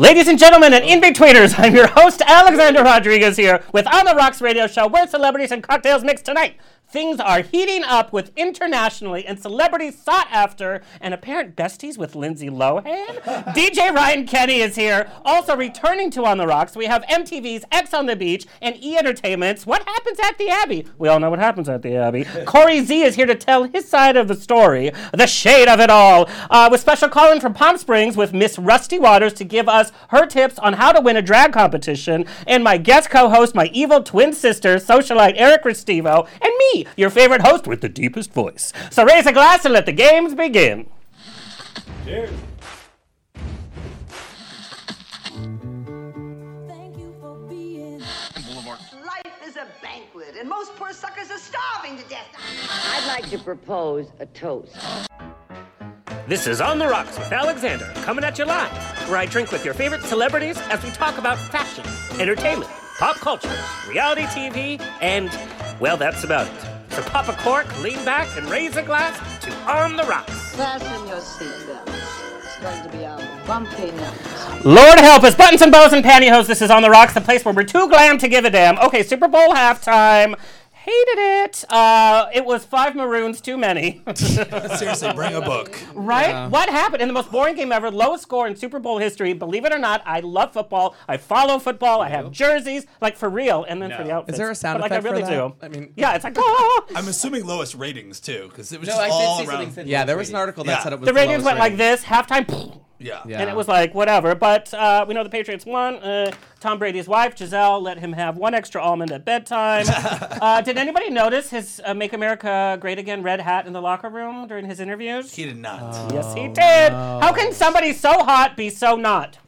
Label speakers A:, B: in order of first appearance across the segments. A: Ladies and gentlemen and in-betweeners, I'm your host, Alexander Rodriguez here with On the Rocks Radio Show, where celebrities and cocktails mix tonight. Things are heating up with internationally and celebrities sought after and apparent besties with Lindsay Lohan. DJ Ryan Kenny is here. Also returning to On the Rocks, we have MTV's X on the Beach and E Entertainment's What Happens at the Abbey. We all know what happens at the Abbey. Corey Z is here to tell his side of the story, the shade of it all, uh, with special call-in from Palm Springs with Miss Rusty Waters to give us her tips on how to win a drag competition, and my guest co-host, my evil twin sister, socialite Eric Restivo, and me, your favorite host with the deepest voice. So raise a glass and let the games begin.
B: Cheers.
C: Thank you for being.
D: Life is a banquet, and most poor suckers are starving to death.
E: I'd like to propose a toast.
A: This is On the Rocks with Alexander, coming at you live, where I drink with your favorite celebrities as we talk about fashion, entertainment, pop culture, reality TV, and, well, that's about it. So pop a cork, lean back, and raise a glass to On the Rocks.
C: Fasten your seatbelts. It's going to be a bumpy night.
A: Lord help us, buttons and bows and pantyhose. This is on the rocks, the place where we're too glam to give a damn. Okay, Super Bowl halftime. Hated it. Uh, it was five maroons too many.
F: Seriously, bring a book.
A: Right? What happened in the most boring game ever? Lowest score in Super Bowl history. Believe it or not, I love football. I follow football. I have jerseys, like for real, and then for the outfits.
G: Is there a sound
A: but, like,
G: effect
A: I
G: for
A: really
G: that?
A: do.
G: I mean-
A: yeah, it's like ah!
F: I'm assuming lowest ratings too, because it was
H: No,
F: just
H: I
F: all
H: did see something.
F: around.
H: Said
G: Yeah, there was an article that
F: Yeah.
G: said it was
A: the ratings
G: lowest
A: went like
G: rating.
A: this. Halftime.
F: Yeah.
G: Yeah.
A: And it was like, whatever. But uh, we know the Patriots won. Uh, Tom Brady's wife, Giselle, let him have one extra almond at bedtime. uh, did anybody notice his uh, Make America Great Again red hat in the locker room during his interviews?
F: He Oh, did not.
A: yes, he did. How can somebody so hot be so not?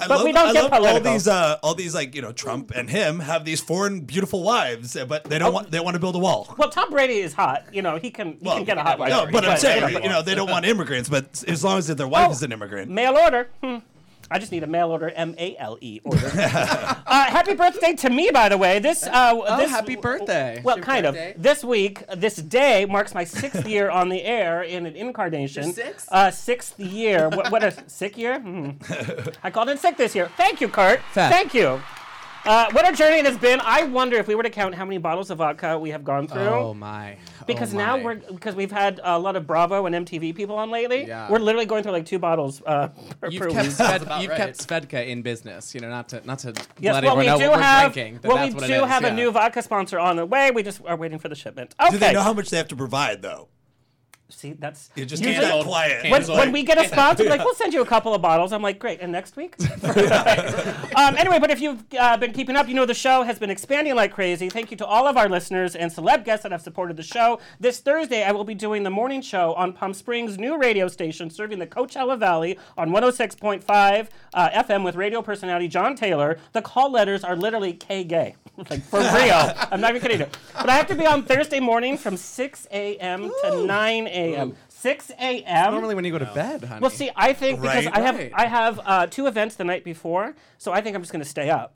F: I
A: but
F: love,
A: we don't
F: I
A: get
F: love
A: political.
F: all these, uh, all these like you know, Trump and him have these foreign beautiful wives, uh, but they don't want they want to build a wall.
A: Oh. Well, Tom Brady is hot. You know, he can, he
F: Well,
A: can get a hot wife.
F: No, but
A: you
F: I'm
A: know,
F: saying you know they don't want immigrants, but as long as their
A: Oh,
F: wife is an immigrant.
A: Mail order. Hmm. I just need a mail order, M A L E order. uh, happy birthday to me, by the way. This, uh,
G: Oh,
A: this
G: happy birthday.
A: Well,
H: Your
A: kind
H: birthday?
A: of. This week, this day marks my sixth year on the air in an incarnation.
H: Your sixth?
A: Uh, sixth year. what, what a sick year? Hmm. I called in sick this year. Thank you, Kurt.
G: Fact.
A: Thank you. Uh, what a journey it has been. I wonder if we were to count how many bottles of vodka we have gone through.
G: oh my.
A: Because
G: Oh,
A: now
G: my.
A: we're because we've had a lot of Bravo and MTV people on lately.
G: Yeah.
A: We're literally going through like two bottles uh, per,
G: You've
A: per
G: kept,
A: week.
G: Sved,
H: about
G: you've
H: right.
G: kept Svedka in business, you know, not to not to
A: Yes,
G: let
A: well, we
G: everyone know
A: do
G: what we're
A: have
G: drinking. but
A: well, we
G: that's what it
A: do
G: is,
A: have
G: yeah.
A: a new vodka sponsor on the way. We just are waiting for the shipment. Okay.
F: Do they know how much they have to provide though?
A: See, that's
F: You just
A: usually-
F: keep that quiet.
A: When,
F: It's
A: when
F: like-
A: we get a sponsor, like we'll send you a couple of bottles. I'm like, great. And next week. um, anyway, but if you've uh, been keeping up, you know the show has been expanding like crazy. Thank you to all of our listeners and celeb guests that have supported the show. This Thursday, I will be doing the morning show on Palm Springs' new radio station, serving the Coachella Valley on 106.5 uh, FM with radio personality John Taylor. The call letters are literally K gay. like for real. I'm not even kidding you. But I have to be on Thursday morning from 6 a.m. to 9 a.m. 6 a.m.
G: Normally, when you go to bed, honey.
A: Well, see, I think because
F: Right.
A: I have
G: Right.
A: I have uh, two events the night before, so I think I'm just gonna stay up.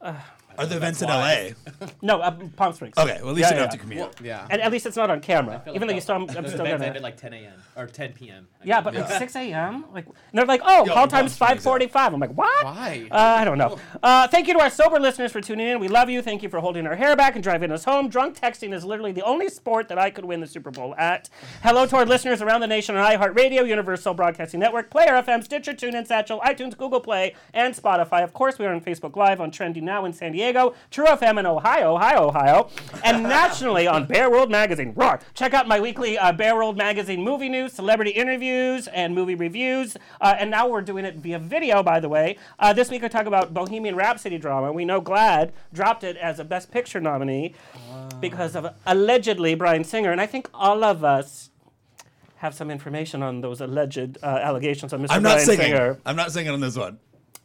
F: Are the events in L.A.?
A: No, uh, Palm Springs.
F: Okay, well at least
A: Yeah, yeah,
F: you don't have to
A: yeah.
F: commute.
G: yeah.
A: And at least it's not on camera.
H: feel
A: Even
H: like
A: though you still, I'm, I'm
H: Those
A: still
H: events end
A: gonna.
H: at like 10 a.m. or 10 p.m. I
A: Yeah,
H: mean,
A: but like 6 a.m. Like, and they're like, oh,
F: Yo,
A: call
F: Palm
A: time's
F: Springs,
A: 5:45. I'm like, what?
G: Why?
A: Uh, I don't know. Uh, thank you to our sober listeners for tuning in. We love you. Thank you for holding our hair back and driving us home. Drunk texting is literally the only sport that I could win the Super Bowl at. Hello to our listeners around the nation on iHeartRadio, Universal Broadcasting Network, Player FM, Stitcher, TuneIn, Satchel, iTunes, Google Play, and Spotify. Of course, we are on Facebook Live on Trendy Now in San Diego, True FM in Ohio, Ohio, Ohio, and nationally on Bear World Magazine. Roar! Check out my weekly uh, Bear World Magazine movie news, celebrity interviews, and movie reviews. Uh, and now we're doing it via video, by the way. Uh, this week I talk about Bohemian Rhapsody drama. We know Glad dropped it as a Best Picture nominee because of allegedly Brian Singer. And I think all of us have some information on those alleged uh, allegations on mister
F: I'm not
A: Brian
F: singing.
A: Singer.
F: I'm not singing on this one.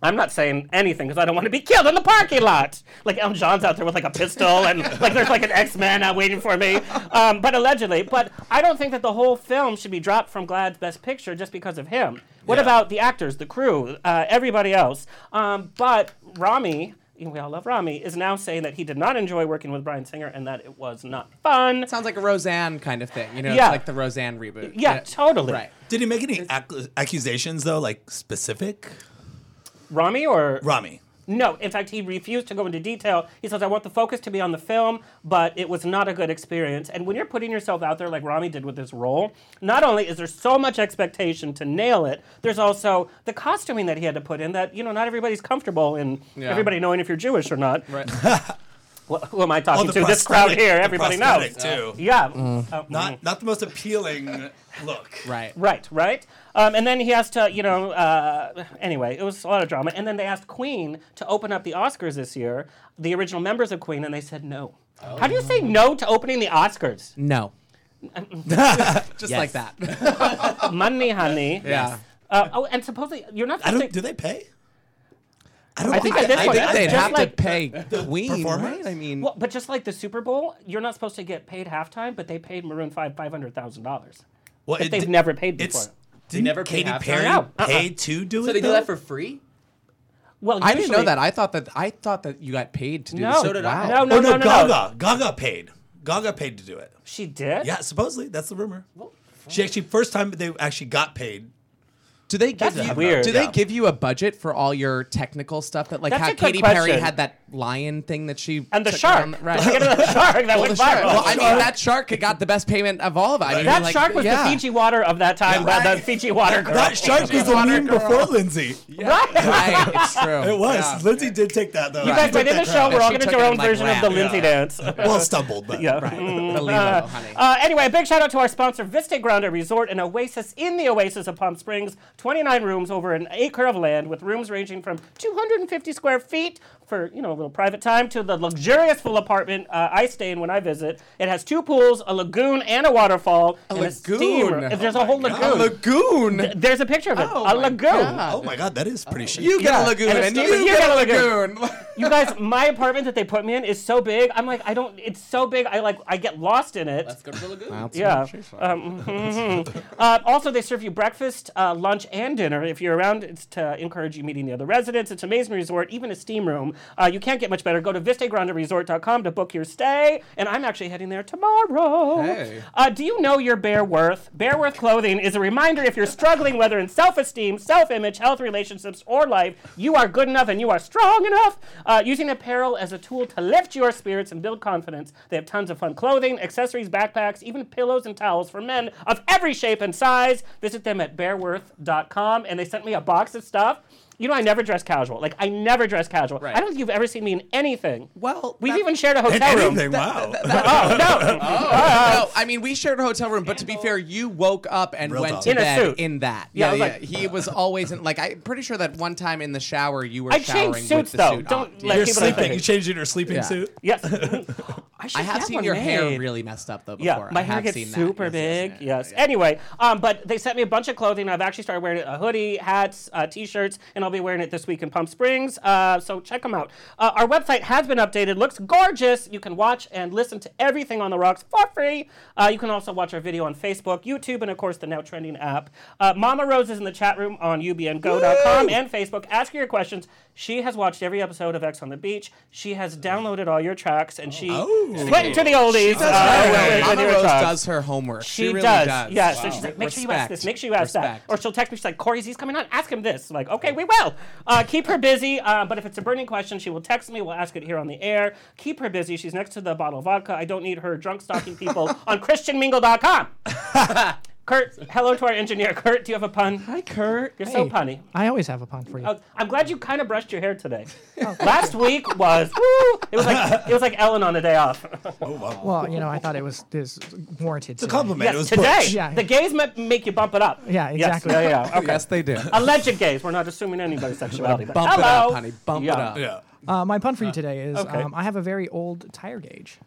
A: I'm not saying anything because I don't want to be killed in the parking lot. Like Elton John's out there with like a pistol and like there's like an X-Man out waiting for me. Um, but allegedly, but I don't think that the whole film should be dropped from Glad's Best Picture just because of him. What
F: Yeah.
A: about the actors, the crew, uh, everybody else? Um, but Rami, you know, we all love Rami, is now saying that he did not enjoy working with Brian Singer and that it was not fun.
G: sounds like a Roseanne kind of thing, you know?
A: Yeah.
G: It's like the Roseanne reboot.
A: Yeah, totally.
G: Right.
F: Did he make any ac- accusations though, like specific?
A: Rami or
F: Rami.
A: No, in fact, he refused to go into detail. He says, I want the focus to be on the film, but it was not a good experience. And when you're putting yourself out there like Rami did with this role, not only is there so much expectation to nail it, there's also the costuming that he had to put in that, you know, not everybody's comfortable in
G: Yeah.
A: everybody knowing if you're Jewish or not.
G: Right.
A: Wh- who am I talking
F: the
A: to? This
F: prosthetic-
A: crowd here,
F: the
A: everybody knows.
F: prosthetic, too.
A: Yeah.
G: Mm.
A: Uh,
F: Not not the most appealing look.
G: right.
A: Right, right. Um, and then he has to, you know, uh, anyway, it was a lot of drama. And then they asked Queen to open up the Oscars this year, the original members of Queen, and they said no. How do you say no to opening the Oscars?
G: No. Just like that.
A: Money, honey.
G: Yeah.
A: Uh, oh, and supposedly you're not.
F: I
A: Supposed
F: don't.
A: to,
F: Do they pay? I don't
A: I think at this
G: I
A: point,
G: think they'd
A: just
G: have
A: like-
G: to pay Queen,
F: performers?
G: right? I mean,
A: well, but just like the Super Bowl, you're not supposed to get paid halftime, but they paid Maroon Five five hundred thousand dollars.
F: well,
A: But
F: it
A: they've
F: di-
A: never paid
F: It's
A: before.
F: did
H: never
F: never
H: pay
F: Katy
H: halftime?
F: Perry
A: No, uh-uh.
F: pay to do it.
H: So they do
F: though?
H: that for free?
A: Well,
G: I didn't know
A: usually-
G: that. I thought that I thought that you got paid to do
A: No.
G: this.
A: So did
G: wow.
H: I.
A: No, no,
F: Oh no,
A: no, no, no.
F: Gaga. Gaga paid. Gaga paid to do it.
A: She did.
F: Yeah, supposedly that's the rumor. She actually first time they actually got paid.
G: Do they give
A: That's
G: you
A: weird.
G: do they
F: Yeah.
G: give you a budget for all your technical stuff that like
A: That's
G: how
A: a good
G: Katy Perry
A: question.
G: had that lion thing that she
A: And the
G: took
A: shark.
G: down-
A: Let's get
G: right.
A: to the shark that
G: The
A: went
G: shark.
A: viral.
G: Well, I mean, that shark got the best payment of all of us. I mean,
A: That
G: like,
A: shark was
G: yeah.
A: the Fiji water of that time,
F: Yeah.
A: that, that Fiji water girl.
F: That shark was the meme before Lindsay.
G: Right, it's true.
F: It was.
G: Yeah.
F: Lindsay did take that though.
A: You guys, by the end of the show, we're all
G: She
A: going to
G: took
A: do our
G: it
A: own
G: and, like,
A: version of
G: laughed.
A: the Lindsay dance.
F: well stumbled, but
A: yeah.
G: Right. The Lilo, honey.
A: Uh, anyway, a big shout out to our sponsor, Vista Grande Resort, an oasis in the oasis of Palm Springs. 29 rooms over an acre of land, with rooms ranging from 250 square feet for you know a little private time to the luxurious full apartment uh, I stay in when I visit. It has two pools, a lagoon, and a waterfall. and A steam
G: lagoon?
A: room. There's a whole
G: a
A: lagoon.
G: lagoon.
A: There's a picture of it.
G: Oh
A: a
G: my
A: lagoon.
G: God.
F: Oh my god, that is pretty shit.
G: You get
A: Yeah.
G: a lagoon,
A: And a
G: and
A: steam-
G: you get a lagoon.
A: You guys, my apartment that they put me in is so big. I'm like, I don't. It's so big. I like, I get lost in it.
H: Let's go to the lagoon.
A: yeah. Um, mhm. Uh, also, they serve you breakfast, uh, lunch, and dinner if you're around. It's to encourage you meeting the other residents. It's an amazing resort, even a steam room. Uh, you can't get much better. Go to VistaGrandeResort.com to book your stay. And I'm actually heading there tomorrow.
G: Hey.
A: Uh, do you know your bare worth? Bare worth clothing is a reminder if you're struggling, whether in self esteem, self image, health, relationships, or life, you are good enough and you are strong enough. Uh, using apparel as a tool to lift your spirits and build confidence, they have tons of fun clothing, accessories, backpacks, even pillows and towels for men of every shape and size. Visit them at bareworth.com. And they sent me a box of stuff. You know, I never dress casual. Like, I never dress casual. I don't think you've ever seen me in anything.
G: Well,
A: we've
G: that-
A: even shared a
F: In
A: hotel room.
F: anything, wow.
A: Oh, no.
G: no, I mean, we shared a hotel room, but to be fair, you woke up and
F: Real
G: went
F: talk.
G: to
F: In
A: a
G: bed
A: suit.
G: in that.
A: Yeah, I
G: Yeah,
A: was
G: yeah.
A: like-
G: he was always in, like, I'm pretty sure that one time in the shower, you were
A: I
G: showering
A: changed
G: with
A: suits,
G: the
A: though.
G: suit
A: Don't
G: on.
A: let
F: You're
A: people think
F: sleeping.
A: it-
F: You changed into your sleeping
G: Yeah.
F: suit.
A: Yes. should
G: I have
A: get
G: seen
A: one
G: your hair
A: made.
G: really messed up, though,
A: Yeah,
G: before.
A: my
G: I
A: hair
G: have
A: gets
G: seen that.
A: super
G: Yes,
A: big. Yes.
G: yeah, yeah.
A: Anyway, um, but they sent me a bunch of clothing. I've actually started wearing it, a hoodie, hats, uh, t-shirts, and I'll be wearing it this week in Palm Springs. Uh, so check them out. Uh, our website has been updated. Looks gorgeous. You can watch and listen to everything on the rocks for free. Uh, you can also watch our video on Facebook, YouTube, and of course the now trending app. Uh, Mama Rose is in the chat room on ubngo.com and Facebook. Ask her your questions. She has watched every episode of X on the Beach. She has downloaded all your tracks, and she
F: Oh.
A: went to the oldies.
G: Does
A: uh,
G: her
A: with-
G: homework.
A: with
G: Mama
A: your
G: Rose
A: thoughts.
G: does her homework. She,
A: She
G: really
A: does.
G: does.
A: Yeah. So she's like,
G: Wow.
A: make sure you ask this.
G: Respect.
A: Make sure you ask
G: Respect.
A: that. Or she'll text me. She's like, Corey's he's coming on. Ask him this. Like, okay, we will. Uh, keep her busy. Uh, but if it's a burning question, she will text me. We'll ask it here on the air. Keep her busy. She's next to the bottle of vodka. I don't need her drunk stalking people on ChristianMingle.com. Kurt, hello to our engineer. Kurt, do you have a pun?
I: Hi, Kurt.
A: You're so punny.
I: I always have a pun for you.
A: Oh, I'm glad you kind of brushed your hair today.
I: Oh,
A: Last week was woo. It was like it was like Ellen on a day off.
I: Well, you know, I thought it was this warranted.
F: It's a
I: today.
F: compliment.
A: yes,
F: it was
A: today
F: Butch.
I: Yeah.
A: the gays ma- make you bump it up.
I: Yeah,
A: Yes,
I: exactly.
A: yeah, yeah. Okay.
G: Yes, they do.
A: alleged gays. We're not assuming anybody's sexuality. But
G: Bump
A: hello.
G: it up, honey. Bump
A: Yeah.
G: it up.
F: Yeah.
I: Uh, my pun for you today is
A: okay.
I: um, I have a very old tire gauge.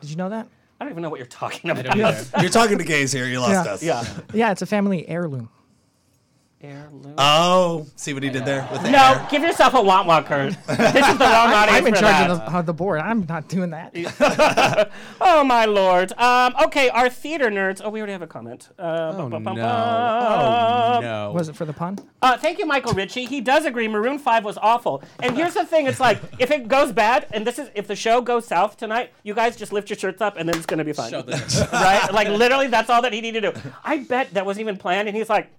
I: Did you know that?
A: I don't even know what you're talking about.
H: I don't either.
F: You're talking to gays here. You lost
I: Yeah.
F: us.
A: Yeah.
I: Yeah, it's a family heirloom.
A: Heirloom.
F: Oh, see what he did there with the
A: no,
F: hair?
A: give yourself a want want, Kurt. This is the wrong audience
I: I'm in
A: for
I: charge
A: that.
I: of the, of the board. I'm not doing that.
A: Oh my lord. Um, okay, our theater nerds. Oh, we already have a comment. Uh,
G: Oh,
A: bum,
G: no.
A: bum, bum,
G: Oh,
A: bum.
G: no.
I: Was it for the pun?
A: Uh, thank you, Michael Ritchie. He does agree. Maroon Five was awful. And here's the thing: it's like if it goes bad, and this is if the show goes south tonight, you guys just lift your shirts up, and then it's gonna be fine.
H: Show the
A: right? Like literally, that's all that he needed to do. I bet that wasn't even planned, and he's like,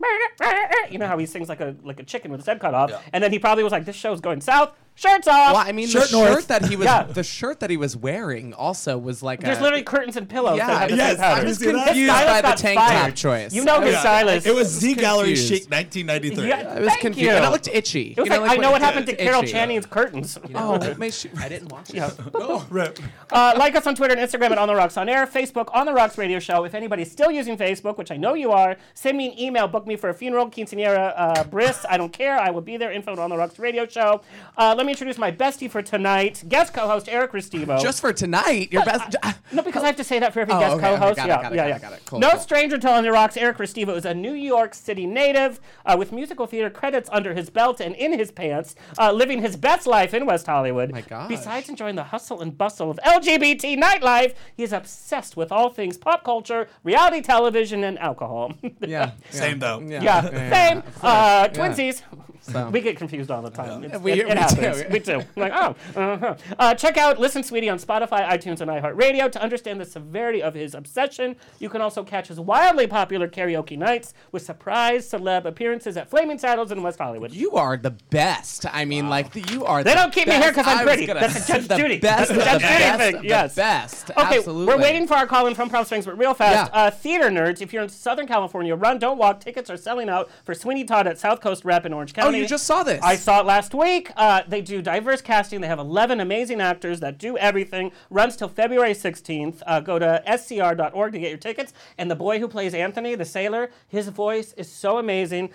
A: you know how he sings like a like a chicken with his head cut off,
F: Yeah.
A: and then he probably was like, "This show's going south, shirts off."
G: Well, I mean,
F: Shirt
G: the
F: north.
G: shirt that he was
A: Yeah.
G: the shirt that he was wearing also was like
A: There's
G: a,
A: literally curtains and pillows. that
G: yeah.
A: have the
F: yes,
A: same pattern.
G: I'm just
F: Did you see that?
G: confused
A: Silas
G: by the
A: got
G: tank
A: fired.
G: top choice.
A: You know his
F: Yeah.
A: Silas.
F: It was Z Gallery
G: confused.
F: Chic 1993.
A: Yeah.
G: I was
A: Thank
G: confused.
A: you.
G: And it looked itchy.
A: It was
G: You
A: like, I know what
G: when it
A: happened to
G: looked
A: Carol
G: itchy.
A: Channing's curtains.
G: Oh, my shoe.
H: I didn't watch it.
A: Yeah.
F: Oh, right.
A: Uh, like us on Twitter and Instagram at On the Rocks on Air, Facebook On the Rocks Radio Show. If anybody's still using Facebook, which I know you are, send me an email. Book me for a funeral, quinceanera, uh, bris. I don't care. I will be there. Info at On the Rocks Radio Show. Uh, let me introduce my bestie for tonight, guest co-host Eric Restivo.
G: Just for tonight, your best.
A: no, because I have to say that for every
G: Oh,
A: guest
G: okay, okay,
A: co-host.
G: got it,
A: yeah,
G: got it,
A: yeah,
G: got
A: yeah.
G: it, got it. Cool,
A: no
G: cool.
A: stranger to On the Rocks, Eric Restivo is a New York City native uh, with musical theater credits under his belt and in his pants, uh, living his best life in West Hollywood.
G: My gosh.
A: Besides enjoying the hustle and bustle of LGBT nightlife, he is obsessed with all things pop culture, reality television, and alcohol.
G: Yeah, yeah.
F: Same though.
A: Yeah, same. Uh, twinsies.
G: So-
A: We get confused all the time. It's,
G: We-
A: it, it
G: we do.
A: happens. We do. Like, oh, uh-huh. uh, check out Listen Sweetie on Spotify, iTunes, and iHeartRadio to understand the severity of his obsession. You can also catch his wildly popular karaoke nights with surprise celeb appearances at Flaming Saddles in West Hollywood.
G: You are the best. I mean, like the, you are.
A: They
G: the
A: don't keep me here 'cause I'm
G: best. I was
A: pretty.
G: gonna
A: That's a
G: say
A: Judge
G: the
A: Judy.
G: Best
A: That's a
G: of
A: Judge
G: the
A: Judy
G: best
A: thing,
G: of
A: yes.
G: the best.
A: Okay,
G: Absolutely.
A: we're waiting for our call in from Palm Springs, but real fast.
G: Yeah.
A: Uh, theater nerds, if you're in Southern California, run, don't walk. Tickets are selling out for Sweeney Todd at South Coast Rep in Orange
G: Oh,
A: County.
G: you just saw this.
A: I saw it last week. Uh, they do diverse casting. They have 11 amazing actors that do everything. Runs till February 16th. Uh, go to scr.org to get your tickets. And the boy who plays Anthony, the sailor, his voice is so amazing.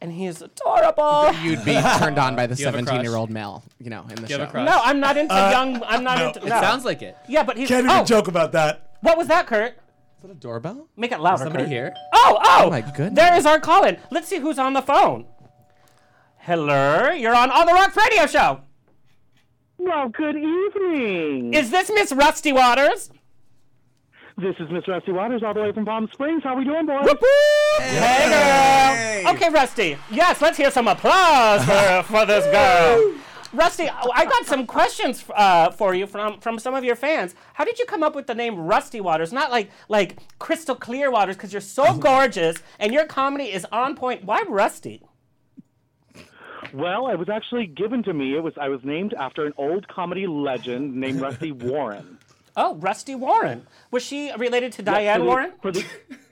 A: And he is adorable.
G: You'd be turned on by the
H: Do you have a crush?
G: seventeen-year-old male, you know, in the
H: Do you
G: show.
H: have a crush?
A: No, I'm not into
G: Uh,
A: young. I'm not
F: no.
A: into.
F: It
A: no.
H: Sounds like it.
A: Yeah, but he's.
F: Can't even
A: oh,
F: joke about that.
A: What was that, Kurt?
G: Is that a doorbell?
A: Make it louder.
H: Somebody
A: Kurt.
H: here.
A: Oh, oh!
G: my goodness.
A: There is our call in. Let's see who's on the phone. Hello, you're on On the Rocks Radio Show.
J: Well, good evening.
A: Is this Miss Rusty Waters?
J: This is Miss Rusty Waters, all the way from Palm Springs. How we doing, boys?
A: Hey, girl. Okay, Rusty. Yes, let's hear some applause for, for this girl. Rusty, oh, I got some questions uh, for you from, from some of your fans. How did you come up with the name Rusty Waters? Not like like crystal clear waters, because you're so gorgeous and your comedy is on point. Why Rusty?
J: Well, it was actually given to me. It was I was named after an old comedy legend named Rusty Warren.
A: Oh, Rusty Warren. Was she related to
J: Yeah,
A: Diane
J: for the-
A: Warren?
J: For the,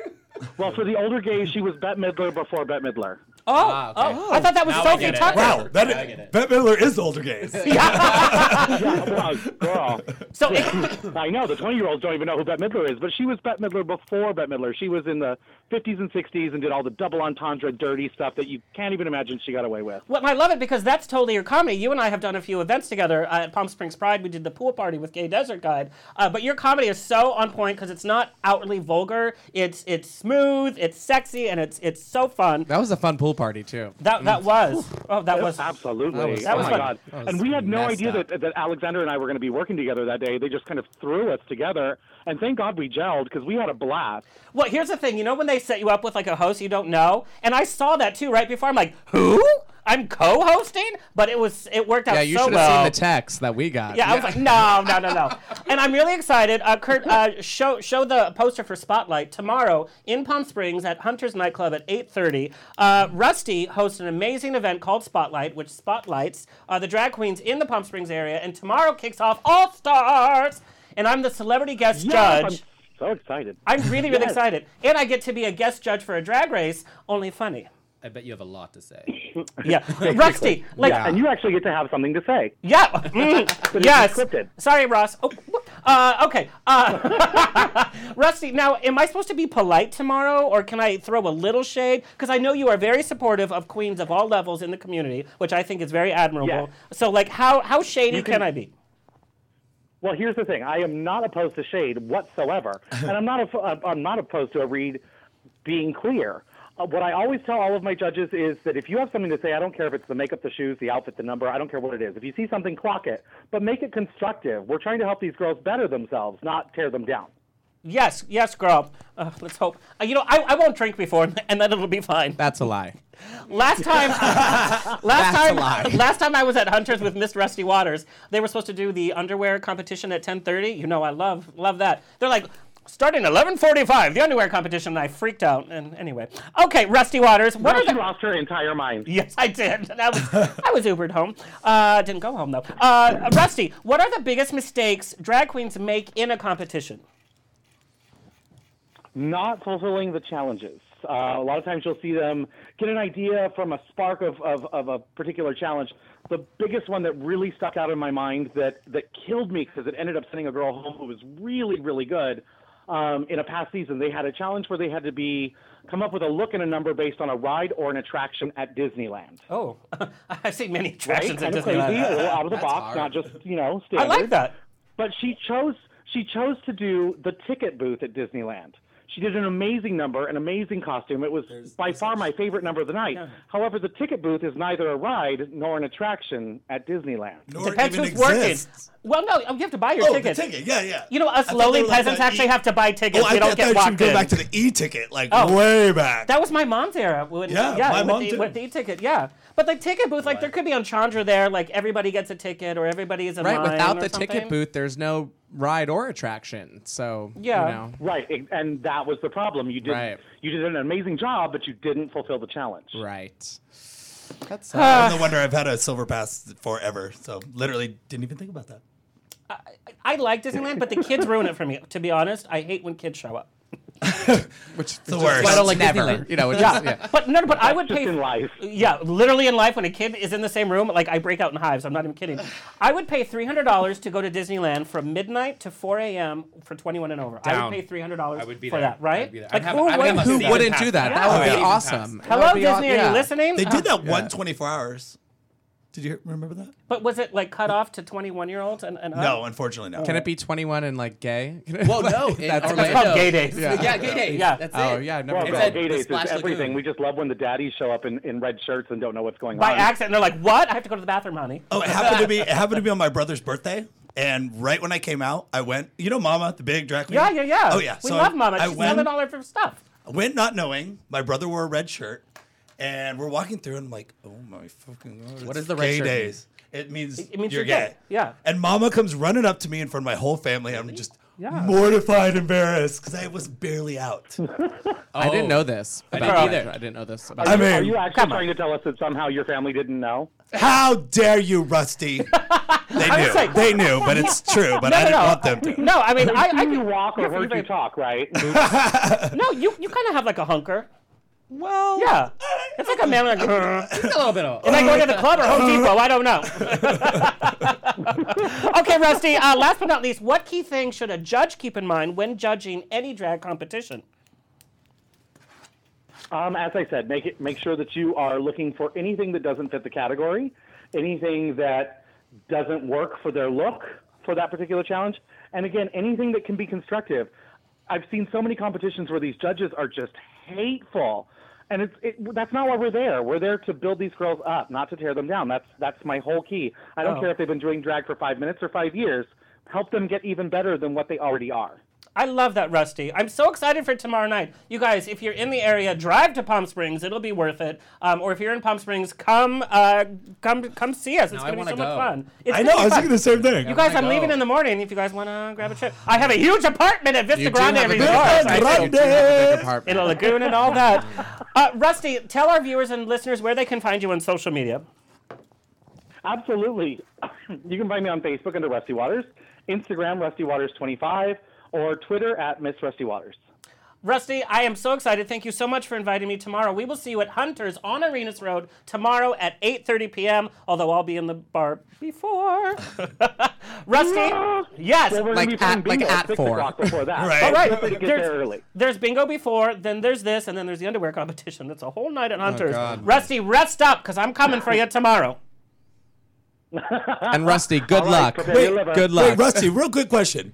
J: well, for the older gays, she was Bette Midler before Bette Midler.
A: Oh,
H: Ah, okay.
A: oh, I thought that was
H: Now I
A: Sophie
H: get it.
A: Tucker.
F: Wow, that
H: Yeah, I get it.
F: Bette Midler is the older gays.
J: Wow, girl.
A: So it,
J: I know the twenty-year-olds don't even know who Bette Midler is, but she was Bette Midler before Bette Midler. She was in the fifties and sixties and did all the double entendre, dirty stuff that you can't even imagine she got away with.
A: Well, I love it because that's totally your comedy. You and I have done a few events together uh, at Palm Springs Pride. We did the pool party with Gay Desert Guide. Uh, but your comedy is so on point because it's not outwardly vulgar. It's it's smooth, it's sexy, and it's it's so fun.
G: That was a fun pool party too.
A: That that was oh that was
J: Absolutely.
G: That was-
A: that
J: oh
A: was
J: my
A: fun.
J: god.
G: That was
J: And we had no
G: messed
J: idea
G: up.
J: that, that Alexander and I were going to be working together that day. They just kind of threw us together. And thank God we gelled because we had a blast.
A: well. Here's the thing. You know when they set you up with like a host you don't know, and I saw that too right before. I'm like, who? I'm co-hosting, but it was it worked out
G: Yeah, you
A: so
G: should have
A: well.
G: seen the text that we got.
A: Yeah, I was like, no, no, no, no. and I'm really excited. Uh, Kurt, uh, show show the poster for Spotlight tomorrow in Palm Springs at Hunter's Nightclub at 8:30. Uh, Rusty hosts an amazing event called Spotlight, which spotlights uh, the drag queens in the Palm Springs area. And tomorrow kicks off All Stars, and I'm the celebrity guest
J: Yes,
A: judge.
J: I'm so excited.
A: I'm, really, really
J: Yes.
A: excited, and I get to be a guest judge for a drag race. Only funny.
H: I bet you have a lot to say.
A: Yeah, Rusty, like
J: yeah, and you actually get to have something to say.
A: Yeah. Mm.
J: it's
A: yes.
J: encrypted.
A: Sorry, Ross. Oh, wh- uh, okay. Uh, Rusty, now, am I supposed to be polite tomorrow, or can I throw a little shade? Because I know you are very supportive of queens of all levels in the community, which I think is very admirable.
J: Yes.
A: So, like, how how shady
J: You
A: can,
J: can-
A: I be?
J: Well, here's the thing. I am not opposed to shade whatsoever, and I'm not. A, I'm not opposed to a read being clear. Uh, what I always tell all of my judges is that if you have something to say, I don't care if it's the makeup, the shoes, the outfit, the number. I don't care what it is. If you see something, clock it, but make it constructive. We're trying to help these girls better themselves, not tear them down.
A: Yes, yes, girl. Uh, let's hope. Uh, you know, I, I won't drink before, and then it'll be fine.
G: That's a lie.
A: Last time, last
G: That's a
A: time,
G: lie.
A: last time I was at Hunter's with Miss Rusty Waters. They were supposed to do the underwear competition at 10:30. You know, I love love that. They're like, Starting 11:45, the underwear competition, and I freaked out. And anyway, okay, Rusty Waters. What
J: Now
A: are
J: she
A: the
J: lost her entire mind.
A: Yes, I did. That was I was Ubered home. Uh, didn't go home though. Uh, Rusty, what are the biggest mistakes drag queens make in a competition?
J: Not fulfilling the challenges. Uh, a lot of times you'll see them get an idea from a spark of, of, of a particular challenge. The biggest one that really stuck out in my mind that, that killed me because it ended up sending a girl home who was really, really good. Um, in a past season, they had a challenge where they had to be come up with a look and a number based on a ride or an attraction at Disneyland.
A: Oh, I've seen many
J: Right?
A: attractions at
J: Kind of crazy, a
A: Disneyland.
J: little out of the
H: That's hard.
J: box, not just you know
A: I
J: standard.
A: like that.
J: But she chose she chose to do the ticket booth at Disneyland. She did an amazing number, an amazing costume. It was by far my favorite number of the night. However, the ticket booth is neither a ride nor an attraction at Disneyland.
F: Nor
A: Depends
F: even
A: who's working.
F: exists.
A: Well, no, you have to buy your
F: Oh,
A: ticket.
F: the ticket. Yeah, yeah.
A: You know, us
F: I thought
A: lowly
F: they were like
A: peasants
F: that
A: actually
F: e-
A: have to buy tickets.
F: Oh, I
A: we don't
F: thought
A: get
F: you should
A: walked
F: go
A: in.
F: back to the e-ticket, like
A: Oh.
F: way back.
A: That was my mom's era. When,
F: Yeah, my
A: with,
F: mom
A: the,
F: too.
A: with the e-ticket, yeah. But like ticket booth, like there could be on Chandra there, like everybody gets a ticket or everybody is a
G: Right,
A: line
G: without
A: or
G: the
A: something.
G: ticket booth, there's no ride or attraction. So
A: Yeah.
G: you know.
J: Right, ex- and that was the problem. You did
G: Right.
J: you did an amazing job, but you didn't fulfill the challenge.
G: Right. That's
F: I'm no wonder I've had a silver pass forever. So literally didn't even think about that.
A: I like Disneyland, but the kids ruin it for me. To be honest, I hate when kids show up.
G: which
F: The worst.
G: I don't like
I: Never.
G: never. You know, it's just, yeah.
A: But no, no, but I would
J: Just
A: pay.
J: in life.
A: Yeah, literally in life, when a kid is in the same room, like I break out in hives. I'm not even kidding. I would pay three hundred dollars to go to Disneyland from midnight to four a.m. for twenty one and over. I
H: Down.
A: would pay three hundred dollars
H: I would be
A: for
H: there.
A: that, right?
H: I'd be there. I'd
A: Like
H: have-
A: who,
H: I would
A: would-
H: have a
G: Who
H: Season
G: wouldn't
H: pass.
G: do that?
A: Yeah.
G: That would
F: Season
G: be
H: pass.
G: awesome. That
A: Hello,
G: would be aw-
A: Disney, are
G: yeah.
A: you listening?
F: They
A: Uh,
F: did that one 24 hours. Did you remember that?
A: but was it like cut off to twenty one year olds and, and up?
F: No, unfortunately not.
G: Can it be 21 and like gay?
H: Well, no, in
G: That's-
A: It's
H: Orlando.
A: called gay days.
H: Yeah, gay days.
A: Yeah.
H: That's
G: Oh
H: it.
G: yeah, I've never.
J: Well,
H: It's
J: no,
H: at
J: gay
H: the
J: days is
H: Splash
J: everything.
H: Lagoon.
J: We just love when the daddies show up in, in red shirts and don't know what's going
A: By
J: on.
A: accident, they're like, "What?" I have to go to the bathroom, honey.
F: Oh, it happened to be it happened to be on my brother's birthday. And right when I came out, I went, you know, Mama, the big drag queen.
A: Yeah, yeah, yeah.
F: Oh yeah.
A: We
F: So
A: love
F: I-
A: Mama.
F: I
A: She's
F: went,
A: selling all her stuff.
F: went not knowing. My brother wore a red shirt, and we're walking through, and I'm like, oh my fucking god!
G: What
F: it's
G: does the red
F: gay
G: shirt mean?
F: days? It means
A: It means
F: you're
A: you're
F: gay.
A: gay. Yeah.
F: And Mama comes running up to me in front of my whole family. I'm just mortified, embarrassed because I was barely out.
G: I didn't know this. I
H: didn't either.
G: I didn't know this.
F: I mean,
J: Are you actually trying to tell us that somehow your family didn't know?
F: how dare you, Rusty? They knew.
A: like-
F: they knew, but it's true. But I
A: no,
F: didn't
A: no.
F: want them to.
A: No, I mean, I, I
J: you walk or
A: you're-
J: heard
A: you're-
J: you talk, right?
A: No, you you kind of have like a hunker.
G: well,
A: Yeah, it's like a man like. "Grr."
H: It's a little bit off.
A: Am I going to the club or Home Depot? I don't know. okay, Rusty. Uh, last but not least, what key thing should a judge keep in mind when judging any drag competition?
J: Um, as I said, make it make sure that you are looking for anything that doesn't fit the category, anything that doesn't work for their look for that particular challenge, and again, anything that can be constructive. I've seen so many competitions where these judges are just hateful, and it's it, that's not why we're there. We're there to build these girls up, not to tear them down. That's that's my whole key. I don't
A: Oh.
J: care if they've been doing drag for five minutes or five years. Help them get even better than what they already are.
A: I love that, Rusty. I'm so excited for tomorrow night. You guys, if you're in the area, drive to Palm Springs. It'll be worth it. Um, or if you're in Palm Springs, come uh, come come see us. It's
H: I
A: going to be so
H: wanna
A: much
H: go.
A: fun. It's
F: I
A: gonna
F: know.
A: be
F: I was
A: fun.
F: thinking the same thing.
A: You guys,
H: wanna
A: I'm leaving
H: go.
A: in the morning. If you guys want to grab a trip, I have a huge apartment at Vista
G: you do
A: Grande
G: have a big
A: Resort.
G: apartment.
A: right?
G: You do have a big
A: in a
G: apartment.
A: lagoon and all that. Uh, Rusty, tell our viewers and listeners where they can find you on social media.
J: Absolutely. You can find me on Facebook under Rusty Waters, Instagram Rusty Waters 25, or Twitter at Miss Rusty Waters.
A: Rusty, I am so excited. Thank you so much for inviting me tomorrow. We will see you at Hunter's on Arenas Road tomorrow at 8:30 p.m. Although I'll be in the bar before. Rusty, yes.
J: Ah! Well, we're
G: Like
J: gonna be playing
G: at- like
J: bingo
G: at
J: six
G: four.
J: o'clock before that.
F: Right.
A: All right.
J: Just so you get
A: There's-
J: there early.
A: There's bingo before, then there's this, and then there's the underwear competition. That's a whole night at Hunter's.
G: Oh, God.
A: Rusty, rest up, because I'm coming for you tomorrow.
G: And Rusty, good
J: right,
G: luck.
J: prepare your liver.
G: good
F: Wait,
G: luck.
F: Rusty, real quick question.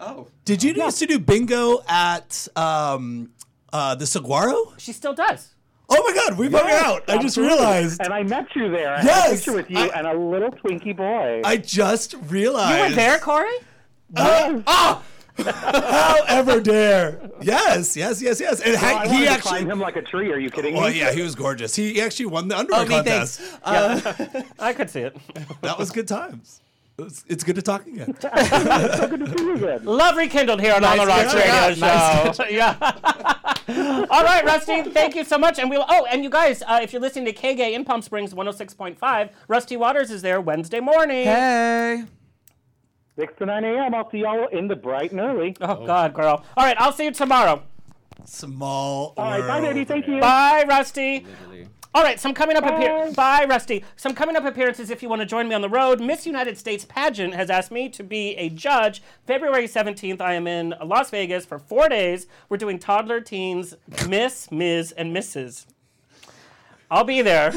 G: Oh.
F: Did you used to do bingo at um, uh, the Saguaro?
A: She still does.
F: Oh my God, we hung out. I just realized.
J: And I met you there. I had a
F: Yes,
J: picture with you
F: I-
J: and a little Twinkie boy.
F: I just realized.
A: You were there, Corey?
F: Uh, ah! How ever dare? Yes, yes, yes, yes. And ha-
J: I wanted
F: he
J: to
F: actually.
J: climb him like a tree. Are you kidding
F: Oh
J: me?
F: yeah, he was gorgeous.
A: Oh,
F: He actually won the underwear
G: me,
F: contest.
G: thanks.
A: I could see it.
F: That was good times. It's, it's good to talk again.
J: so good to see you again.
A: Love rekindled here on On the Rocks
F: catch
A: Radio
F: up.
A: Show. yeah. All right, Rusty. Thank you so much. And we'll. Oh, and you guys, uh, if you're listening to KG in Palm Springs 106.5, Rusty Waters is there Wednesday morning.
G: Hey.
J: 6 to 9 a.m. I'll see y'all in the bright and early.
A: Oh, God, girl. All right, I'll see you tomorrow.
F: Small.
A: Oh,
J: All right, bye,
F: world.
J: baby. Thank you.
A: Bye, Rusty.
H: Literally.
A: All right, some coming up appear- Bye, Rusty. Some coming up appearances if you want to join me on the road. Miss United States pageant has asked me to be a judge. February 17th, I am in Las Vegas for four days. We're doing toddler teens, Miss, Ms., and Mrs. I'll be there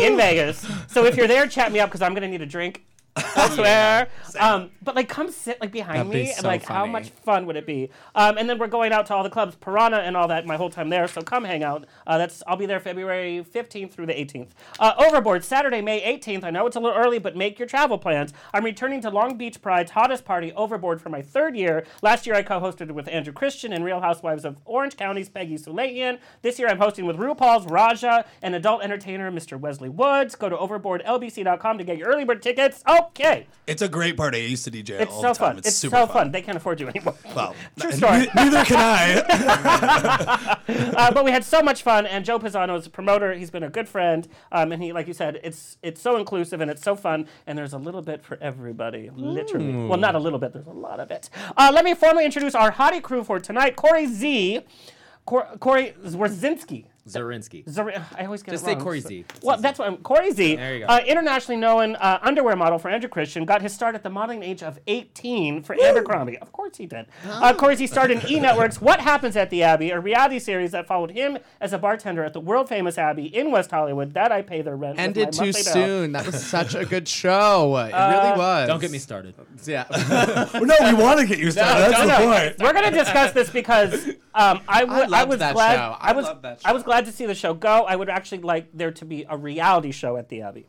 A: in Vegas. So if you're there, chat me up because I'm going to need a drink. I swear. Um, but like, come sit like behind
H: That'd be
A: me, and
H: so
A: like, how
H: funny.
A: much fun would it be? Um, and then we're going out to all the clubs, Piranha and all that. My whole time there, so come hang out. Uh, that's I'll be there February 15th through the 18th. Uh, Overboard Saturday, May 18th. I know it's a little early, but make your travel plans. I'm returning to Long Beach Pride's hottest party, Overboard, for my third year. Last year I co-hosted with Andrew Christian and Real Housewives of Orange County's Peggy Sulayan. This year I'm hosting with RuPaul's Raja and adult entertainer Mr. Wesley Woods. Go to overboardlbc.com to get your early bird tickets. Okay.
F: It's a great party. I used to DJ
A: It's
F: all
A: so
F: the time.
A: fun. It's,
F: super
A: so fun. They can't afford you anymore.
F: Well,
A: True
F: n-
A: story.
F: ne- neither can I.
A: uh, but we had so much fun, and Joe Pisano is a promoter. He's been a good friend, um, and he, like you said, it's it's so inclusive and it's so fun, and there's a little bit for everybody, literally. Well, not a little bit. There's a lot of it. Uh, let me formally introduce our hottie crew for tonight: Corey Z, Cor- Corey Zwierzinski.
H: Zerinsky.
A: Zor- I always get
H: Just
A: it wrong.
H: say Corey
A: So-
H: Z.
A: Well, that's what I'm, Corey Z.
H: There you go.
A: Uh, internationally known uh, underwear model for Andrew Christian, got his start at the modeling age of 18 for Abercrombie. Of course he did. Uh, Corey Z starred in E Network's What Happens at the Abbey, a reality series that followed him as a bartender at the world famous Abbey in West Hollywood. That I pay their rent. with
G: Ended
A: my Uh,
G: too
A: monthly bill.
G: soon. That was such a good show. It really was.
H: Don't get me started.
G: Yeah.
F: Well, no, we want to get you started. That's
A: No,
F: the
A: no,
F: point.
A: We're gonna discuss this because um, I
G: I
A: would- I
G: loved
A: was
G: that
A: glad.
G: show.
A: I
G: I
A: was.
G: loved that
A: I was glad to see the show go. I would actually like there to be a reality show at the Abbey.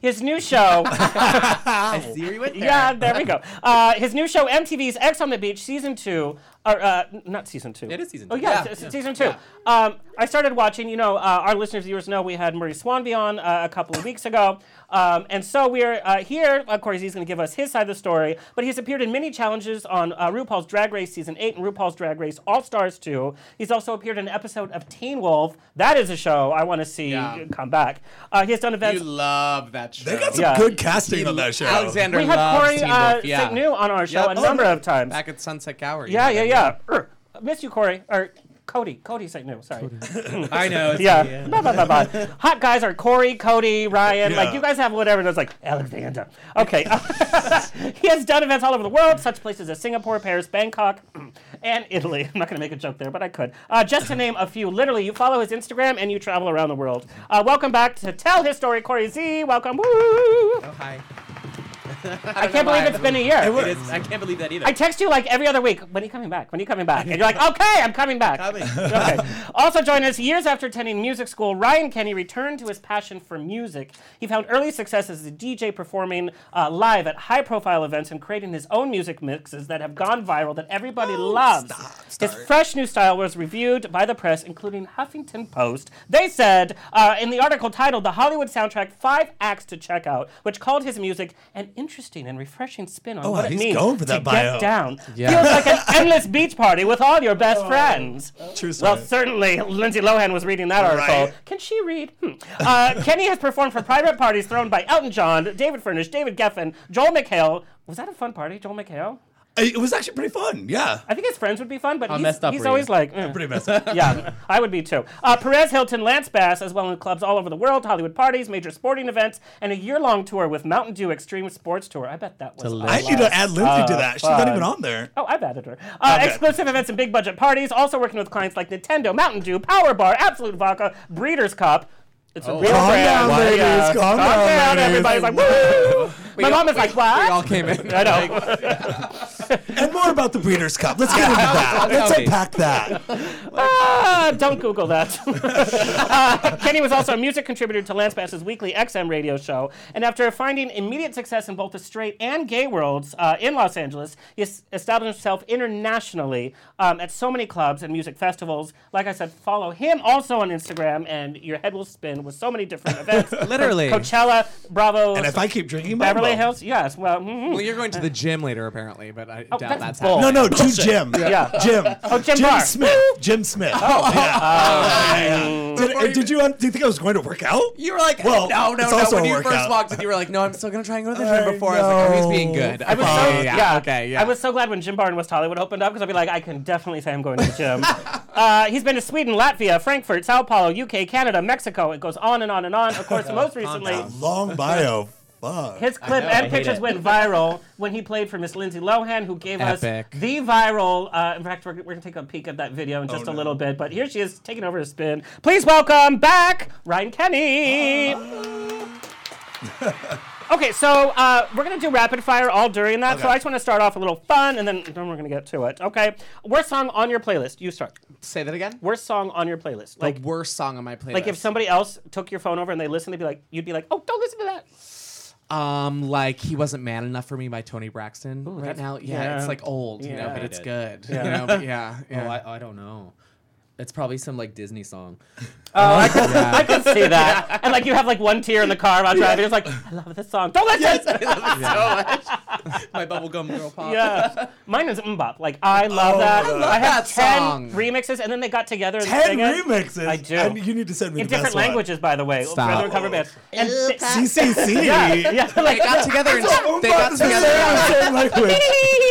A: His new show.
G: I see where you went there.
A: Yeah, there we go. Uh, his new show, MTV's X on the Beach, season two, or uh, n- not season two.
H: It is season
A: Oh
H: two.
A: yeah,
H: Yeah,
A: it's- it's season two. Um, I started watching. You know, uh, our listeners, viewers know we had Murray Swanby on uh, a couple of weeks ago, um, and so we're uh, here. Of course, he's going to give us his side of the story, but he's appeared in many challenges on uh, RuPaul's Drag Race season eight and RuPaul's Drag Race All Stars two. He's also appeared in an episode of Teen Wolf. That is a show I want to see
G: Yeah.
A: come back. Uh, he has done events.
G: You love that show.
F: They got some
A: Yeah.
F: good casting on that show.
G: Alexander
A: we had
G: loves
A: Corey
G: Teen
A: uh,
G: Wolf, yeah.
A: St. New on our show
G: Yep.
A: a
G: Oh,
A: number
G: no.
A: of times.
G: Back at Sunset Gower. you
A: Yeah,
G: had
A: yeah,
G: that
A: yeah. Er, miss you, Corey. Or Cody. Cody St. New. Sorry.
H: I know. It's
A: Yeah. Blah, blah, blah, blah. Hot guys are Corey, Cody, Ryan. Like,
F: Yeah.
A: you guys have whatever. That's like, Alexander. Okay. he has done events all over the world, such places as Singapore, Paris, Bangkok, and Italy. I'm not going to make a joke there, but I could. Uh, just to name a few. Literally, you follow his Instagram and you travel around the world. Uh, welcome back to Tell His Story, Corey Z. Welcome. Woo!
H: Oh, hi.
A: I can't believe it's been a year.
H: It is, I can't believe that either.
A: I text you like every other week. When are you coming back? When are you coming back? And you're like, okay, I'm coming back. okay. Also, join us years after attending music school. Ryan Kenny returned to his passion for music. He found early success as a DJ performing uh, live at high profile events and creating his own music mixes that have gone viral that everybody
F: Oh,
A: loves. his fresh new style was reviewed by the press, including Huffington Post. They said uh, in the article titled The Hollywood Soundtrack Five Acts to Check Out, which called his music an interesting and refreshing spin on
F: Oh,
A: what it
F: he's
A: means
F: going for
A: to
F: that
A: get
F: bio.
A: down. Feels like an endless beach party with all your best
F: Oh.
A: friends.
F: True
A: Well,
F: story.
A: certainly, Lindsay Lohan was reading that article.
F: Right.
A: Can she read? Hmm. Uh, Kenny has performed for private parties thrown by Elton John, David Furnish, David Geffen, Joel McHale. Was that a fun party, Joel McHale?
F: It was actually pretty fun. Yeah.
A: I think his friends would be fun, but he's,
H: messed up
A: he's
H: were you?
A: always like, eh.
F: Pretty messed up.
A: yeah, I would be too. Uh, Perez Hilton, Lance Bass, as well in clubs all over the world, Hollywood parties, major sporting events, and a year-long tour with Mountain Dew Extreme Sports Tour. I bet that was. a
F: I need to add Lindsay to that. She's not
A: fun.
F: even on there.
A: Oh, I've added her. Uh,
F: Okay.
A: exclusive events and big budget parties. Also working with clients like Nintendo, Mountain Dew, Power Bar, Absolute Vodka, Breeders Cup. It's a real
F: Oh. Calm
A: brand.
F: down,
A: Yeah.
F: ladies, calm down, ladies.
A: Everybody's like, woo! My mom is like,
G: We all
A: what?
G: came in.
A: I know.
F: and more about the Breeders' Cup. Let's get into that.
G: Tell
F: Let's
G: me.
F: unpack that.
A: Ah, don't Google that. Uh, Kenny was also a music contributor to Lance Bass's weekly XM radio show, and after finding immediate success in both the straight and gay worlds uh, in Los Angeles, he es- established himself internationally um, at so many clubs and music festivals. Like I said, follow him also on Instagram, and your head will spin with so many different events.
I: Literally.
A: Coachella, Bravo,
F: And if I keep drinking, my
A: Beverly
F: mom-
A: Hills. Yes, well, mhm.
G: Well, you're going to the gym later, apparently, but I doubt
A: Oh, that's
G: that's,
A: bull.
G: happening.
F: No, no, to Jim.
A: Yeah.
F: Jim.
A: Oh, Jim Barr.
F: Smith. Jim Smith. Oh, yeah. Did, uh, did you? un- Do you think I was going to work out?
G: You were like,
F: Well,
G: no, no,
F: it's
G: no.
F: also
G: when
F: a
G: you
F: workout.
G: first walked in, you were like, no, I'm still gonna try and go to the
F: I
G: gym before. I, was like, oh, he's being
F: know.
G: good.
A: I was
G: Okay,
A: so yeah,
G: Oh, yeah, okay, yeah.
A: I was so glad when Jim Bar in West Hollywood opened up because I'd be like, I can definitely say I'm going to the gym. uh, he's been to Sweden, Latvia, Frankfurt, Sao Paulo, UK, Canada, Mexico. It goes on and on and on. Of
G: Oh,
A: course, most recently.
F: Long bio. Fuck.
A: His clip
H: know, I
A: and
H: hate
A: pictures
H: it.
A: went viral when he played for Miss Lindsay Lohan, who gave
G: Epic.
A: us the viral. Uh, in fact, we're, we're going to take a peek at that video
H: Oh,
A: in just a little bit, but here she is taking over a spin. Please welcome back Ryan Kenny. okay, so uh, we're going to do rapid fire all during that, so
F: Okay.
A: I just want to start off a little fun and then, then we're going to get to it. Okay, worst song on your playlist. You start.
G: Say that again.
A: Worst song on your playlist. Like,
G: the worst song on my playlist.
A: like if somebody else took your phone over and they listened, they'd be like, you'd be like, oh, don't listen to that.
G: um, like he wasn't man enough for me by Tony Braxton right
A: that's-
G: now. Yeah,
A: yeah.
G: it's like old, you know,
A: Yeah.
G: but it's
H: Hate
G: good. You know, but yeah,
H: Oh,
G: yeah.
H: I, I don't know. It's probably some like Disney song.
A: I can see that. And like you have like one tear in the car while driving. It's like, I love this song. Don't let this.
H: I love it so much. My bubblegum girl pop.
A: Yeah. Mine is Mbop. Like I love
F: Oh,
A: that. I,
G: love
A: have
G: that
A: ten
G: song.
A: remixes and then they got together and
F: Ten
A: sang it.
F: remixes.
A: I do.
F: And you need to send me
A: In
F: the
A: different
F: best one.
A: languages, by the way.
G: Stop.
A: Rather than cover bands. And th-
F: CCC.
A: yeah, yeah,
G: They
A: like
G: got together and
F: Oh,
G: they
F: fuck,
G: got
F: it's the
G: together.
F: same- same language.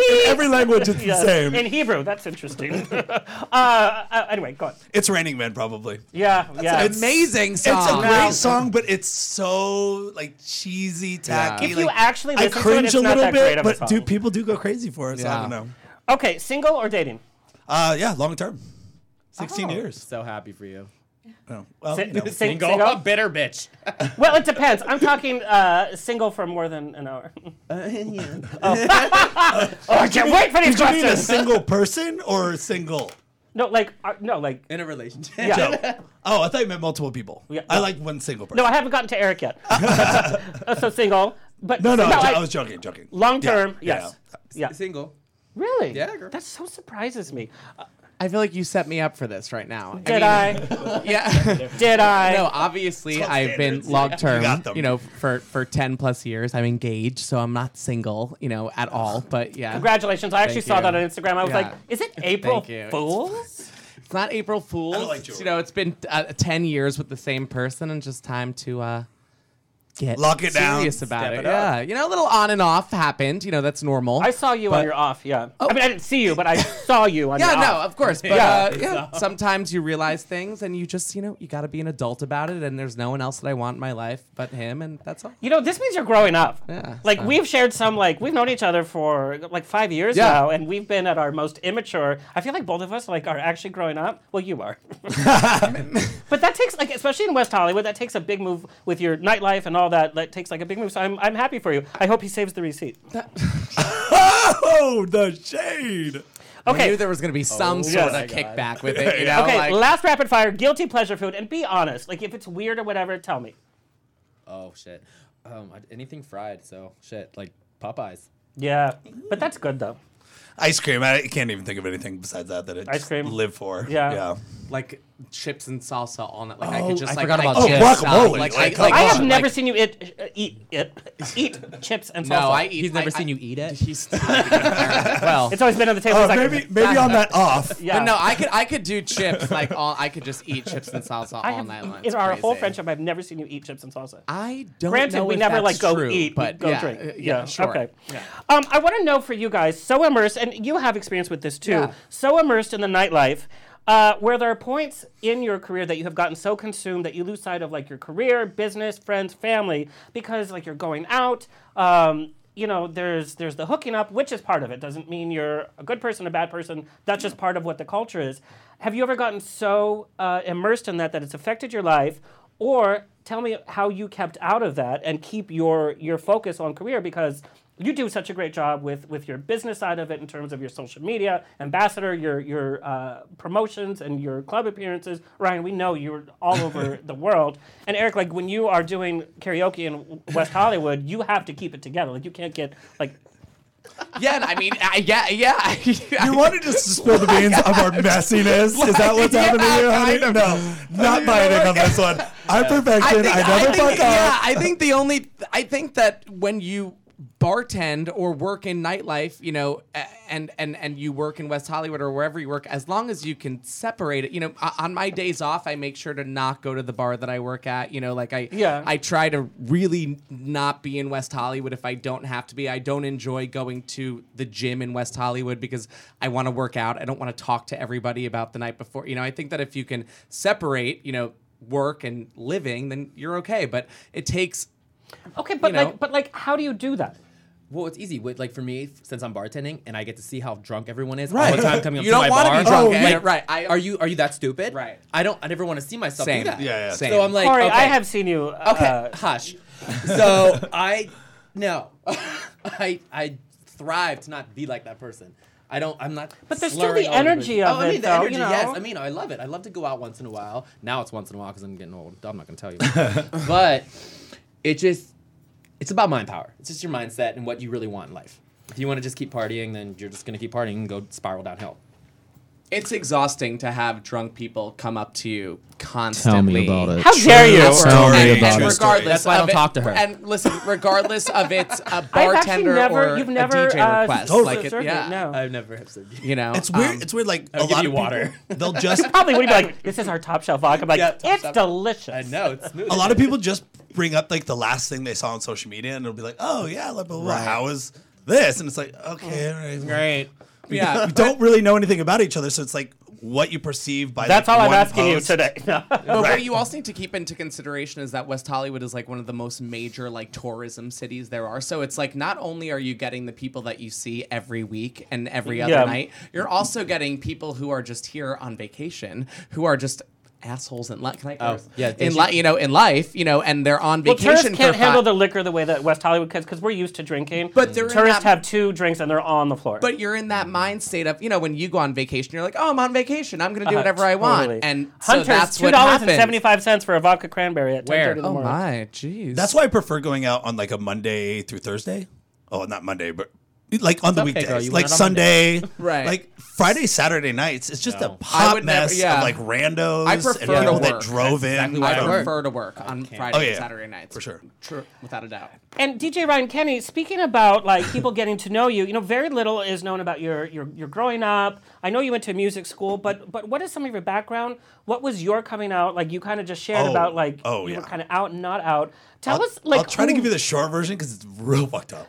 F: In every language, it's
A: yes.
F: the same.
A: In Hebrew, that's interesting. uh, uh, anyway, go on.
F: it's Raining Man, probably.
A: Yeah, yeah.
F: it's-
G: Amazing song.
F: It's a
A: Wow.
F: great song, but it's so like cheesy, tacky.
G: If
A: you
F: like,
A: actually
F: I
A: listen to it,
F: cringe
A: it's
F: a
A: not
F: little
A: that great
F: bit,
A: of a
F: but
A: song.
F: do people do go crazy for it? So I
G: Yeah.
F: don't know.
A: okay, single or dating?
F: Uh, yeah, long term,
A: Oh.
F: sixteen years.
H: So happy for you.
F: Oh, well,
A: Sing-
F: you know.
A: sing-
H: Go
A: single?
H: up, bitter bitch.
A: Well, it depends. I'm talking uh, single for more than an hour.
G: Uh,
A: Oh, I can't wait for these
F: Did you mean a
A: questions.
F: single person or single?
A: No, like, uh, no, like,
H: In a relationship.
A: yeah.
F: Oh, I thought you meant multiple people.
A: Yeah.
F: I like one single person.
A: No, I haven't gotten to Eric yet. Uh, so single, but
F: no, no, I,
A: I-
F: was joking, joking.
A: long term.
F: Yeah,
A: Yes. Yeah.
H: Single.
A: Really?
H: Yeah, girl.
A: That so surprises me. Uh,
G: I feel like you set me up for this right now.
A: Did
G: mean,
A: I?
G: Yeah.
A: Did I?
G: No, obviously
F: Twelve
G: I've been
F: standards.
G: long
F: You
G: term.
F: got
G: You,
F: them.
G: know, for for ten plus years, I'm engaged, so I'm not single. You know, at all. But yeah,
A: Congratulations! I actually
G: Thank
A: saw that on
G: you.
A: Instagram. I was
G: Yeah.
A: like, "Is it April
G: Thank you. It's-
A: Fools?"
G: it's not April Fool's.
F: I don't like
G: you know,
F: jewelry.
G: it's been uh, ten years with the same person, and just time to. uh Get
F: Lock it down.
G: serious about
H: Step
G: it.
H: it up.
G: yeah, you know, a little on and off happened. You know, that's normal.
A: I saw you on
G: But-
A: your off. Yeah. I mean, I didn't see you, but I saw you on
G: Yeah,
A: your
G: no,
A: off.
G: of course. But
A: Yeah.
G: uh, yeah, sometimes you realize things and you just, you know, you got to be an adult about it. And there's no one else that I want in my life but him. And that's all.
A: You know, this means you're growing up.
G: Yeah,
A: Like
G: so-
A: we've shared some, like we've known each other for like five years
G: Yeah.
A: now, and we've been at our most immature. I feel like both of us like are actually growing up. Well, you are, but that takes like, especially in West Hollywood, that takes a big move with your nightlife and all that. That takes like a big move. So I'm, I'm happy for you. I hope he saves the receipt.
F: Oh, the shade.
G: I
A: Okay. Oh,
G: knew there was going to be some sort
A: yes.
G: of
A: my God.
G: kickback with it. You know,
A: Okay,
G: like,
A: last rapid fire, guilty pleasure food, and be honest. Like, if it's weird or whatever, tell me.
H: Oh shit. Um, I- anything fried. So shit, like Popeyes.
A: Yeah, but that's good though.
F: Ice cream. I can't even think of anything besides that that I
A: Ice
F: just
A: cream.
F: live for.
A: Yeah.
G: like chips and salsa all night. Like I
H: Oh,
G: could just
H: I
G: like
H: forgot about
G: I could
H: chips.
G: just
F: Oh,
G: not-
F: guacamole.
G: Like,
F: Like,
G: I, like,
A: I have
G: like-
A: never seen you eat, uh, eat, it, eat chips and salsa.
G: No, I eat.
H: He's never
G: I-
H: seen
G: I-
H: you eat it?
G: He's well.
A: It's always been on the table.
F: Uh,
A: It's like-
F: maybe maybe on that off.
A: Yeah.
G: But no, I could I could do chips like all I could just eat chips and salsa all
A: I have,
G: night long.
A: in
G: It's
A: our whole
G: crazy.
A: friendship, I've never seen you eat chips and salsa.
G: I don't
A: Granted,
G: know
A: we
G: if
A: never
G: that's
A: like go
G: true,
A: eat, but
G: but
A: go
G: yeah,
A: drink.
G: uh, Yeah, sure.
A: Okay.
G: Yeah.
A: Um, I want to know for you guys, so immersed, and you have experience with this too,
G: Yeah.
A: so immersed in the nightlife. Uh, where there are points in your career that you have gotten so consumed that you lose sight of like your career, business, friends, family, because like you're going out. Um, you know, there's there's the hooking up, which is part of it. Doesn't mean you're a good person, a bad person. That's just part of what the culture is. Have you ever gotten so uh, immersed in that that it's affected your life, Or tell me how you kept out of that and keep your your focus on career because you do such a great job with with your business side of it in terms of your social media ambassador, your your uh, promotions and your club appearances. Ryan, we know you're all over the world. And Eric, like when you are doing karaoke in West Hollywood, you have to keep it together. Like you can't get like
G: Yeah, I mean, I, yeah, yeah.
F: You wanted to spill the beans of our messiness. Is that what's
G: Yeah,
F: happening here, honey?
G: kind of.
F: No, not biting on this one. I'm perfection. I, never
G: think,
F: fuck
G: Yeah,
F: up.
G: I think the only I think that when you bartend or work in nightlife, you know, a- and and and you work in West Hollywood or wherever you work, as long as you can separate it, you know, o- on my days off, I make sure to not go to the bar that I work at. You know, like I
A: Yeah.
G: I try to really not be in West Hollywood if I don't have to be. I don't enjoy going to the gym in West Hollywood because I want to work out. I don't want to talk to everybody about the night before. You know, I think that if you can separate, you know, work and living, then you're okay. But it takes
A: okay, but
G: You know.
A: like but like how do you do that?
H: Well, it's easy. With, like for me, f- since I'm bartending and I get to see how drunk everyone is
G: Right.
H: all the time coming up
G: You
H: to my
G: don't wanna
H: bar.
G: be drunk,
F: Oh,
G: eh?
H: like,
G: Right, I-
H: are you are you that stupid?
G: Right.
H: I don't. I never want to see myself
G: Same.
H: do that.
F: Yeah, yeah.
G: Same.
H: So I'm like,
A: Sorry,
H: okay,
A: I have seen you. uh,
H: Okay, hush. So I no, I I thrive to not be like that person. I don't. I'm not.
A: But there's still
H: slurring
A: the
H: all over-
A: energy of
H: oh, I
A: it,
H: mean, the
A: though,
H: energy.
A: you know.
H: Yes, I mean, I love it. I love to go out once in a while. Now it's once in a while because I'm getting old. I'm not gonna tell you, but it just it's about mind power. It's just your mindset and what you really want in life. If you want to just keep partying, then you're just gonna keep partying and go spiral downhill.
G: it's exhausting to have drunk people come up to you constantly.
A: How dare you?
F: Tell me
G: And,
F: about
G: and
F: it.
G: regardless,
H: That's why I
G: of
H: don't
G: it-
H: talk to her.
G: And listen, regardless of it's a
A: I've actually
G: bartender
A: never-
G: or
A: you've
G: a
A: never,
G: DJ
A: uh,
G: request,
A: totally.
G: like it,
A: circuit,
G: yeah,
A: no.
H: I've never have said you.
G: you know,
F: It's weird.
G: um,
F: it's weird. Like a
H: I'll give
F: lot
H: you
F: of people,
H: water.
F: they'll just.
A: Probably would be like, this is our top shelf vodka. I'm like,
H: Yeah, top
A: it's
H: shelf.
A: delicious.
H: I know it's smooth.
F: A lot of people just bring up like the last thing they saw on social media, and it'll be like, "Oh yeah, blah blah blah. How was this?" And it's like, "Okay, all right,
H: Great.
G: yeah.
F: We don't really know anything about each other, so it's like what you perceive by.
A: That's
F: like,
A: all I'm
F: one
A: asking you
F: post.
A: today. No.
G: But what you also need to keep into consideration is that West Hollywood is like one of the most major like tourism cities there are. So it's like not only are you getting the people that you see every week and every other
A: Yeah.
G: night, you're also getting people who are just here on vacation who are just assholes in life. Can I
A: Oh,
G: curse?
H: yeah,
G: in
H: did
G: li- you know in life, you know, and they're on
A: Well, tourists
G: vacation
A: can't
G: for
A: handle
G: five-
A: the liquor the way that West Hollywood can because we're used to drinking.
G: But they're in
A: tourists
G: that-
A: have two drinks and they're on the floor.
G: but you're in that mind state of you know when you go on vacation you're like oh I'm on vacation I'm gonna do whatever I want
A: Uh-huh. Totally.
G: and so
A: Hunters,
G: that's
A: two
G: what
A: dollars
G: happens.
A: and seventy five cents for a vodka cranberry at
H: Where?
A: 10:30 in the
G: oh
A: morning.
G: my jeez
F: That's why I prefer going out on like a Monday through Thursday. Oh, not Monday, but like on the
H: okay,
F: weekdays,
H: girl, you
F: like
H: went out on
F: Sunday,
G: Right.
F: Like Friday, Saturday nights. It's just
H: No.
F: a
G: I
F: hot
G: would never-
F: mess
G: yeah.
F: of like randos
G: I
F: and
G: prefer
F: people
G: to
F: that
G: work.
F: drove in.
H: exactly why
G: I
H: I
F: from-
H: work.
G: prefer to work on Friday
F: Oh, yeah,
G: and
F: yeah.
G: Saturday nights.
F: For sure.
G: True, without a doubt.
A: And DJ Ryan Kenny, speaking about like people getting to know you, you know, very little is known about your your your growing up. I know you went to music school, but but what is some of your background? What was your coming out? Like you kind of just shared
F: Oh,
A: about like
F: oh,
A: you were
F: yeah.
A: kind of out and not out. Tell
F: I'll,
A: us like
F: I'll try to
A: who-
F: give you the short version because it's real fucked up.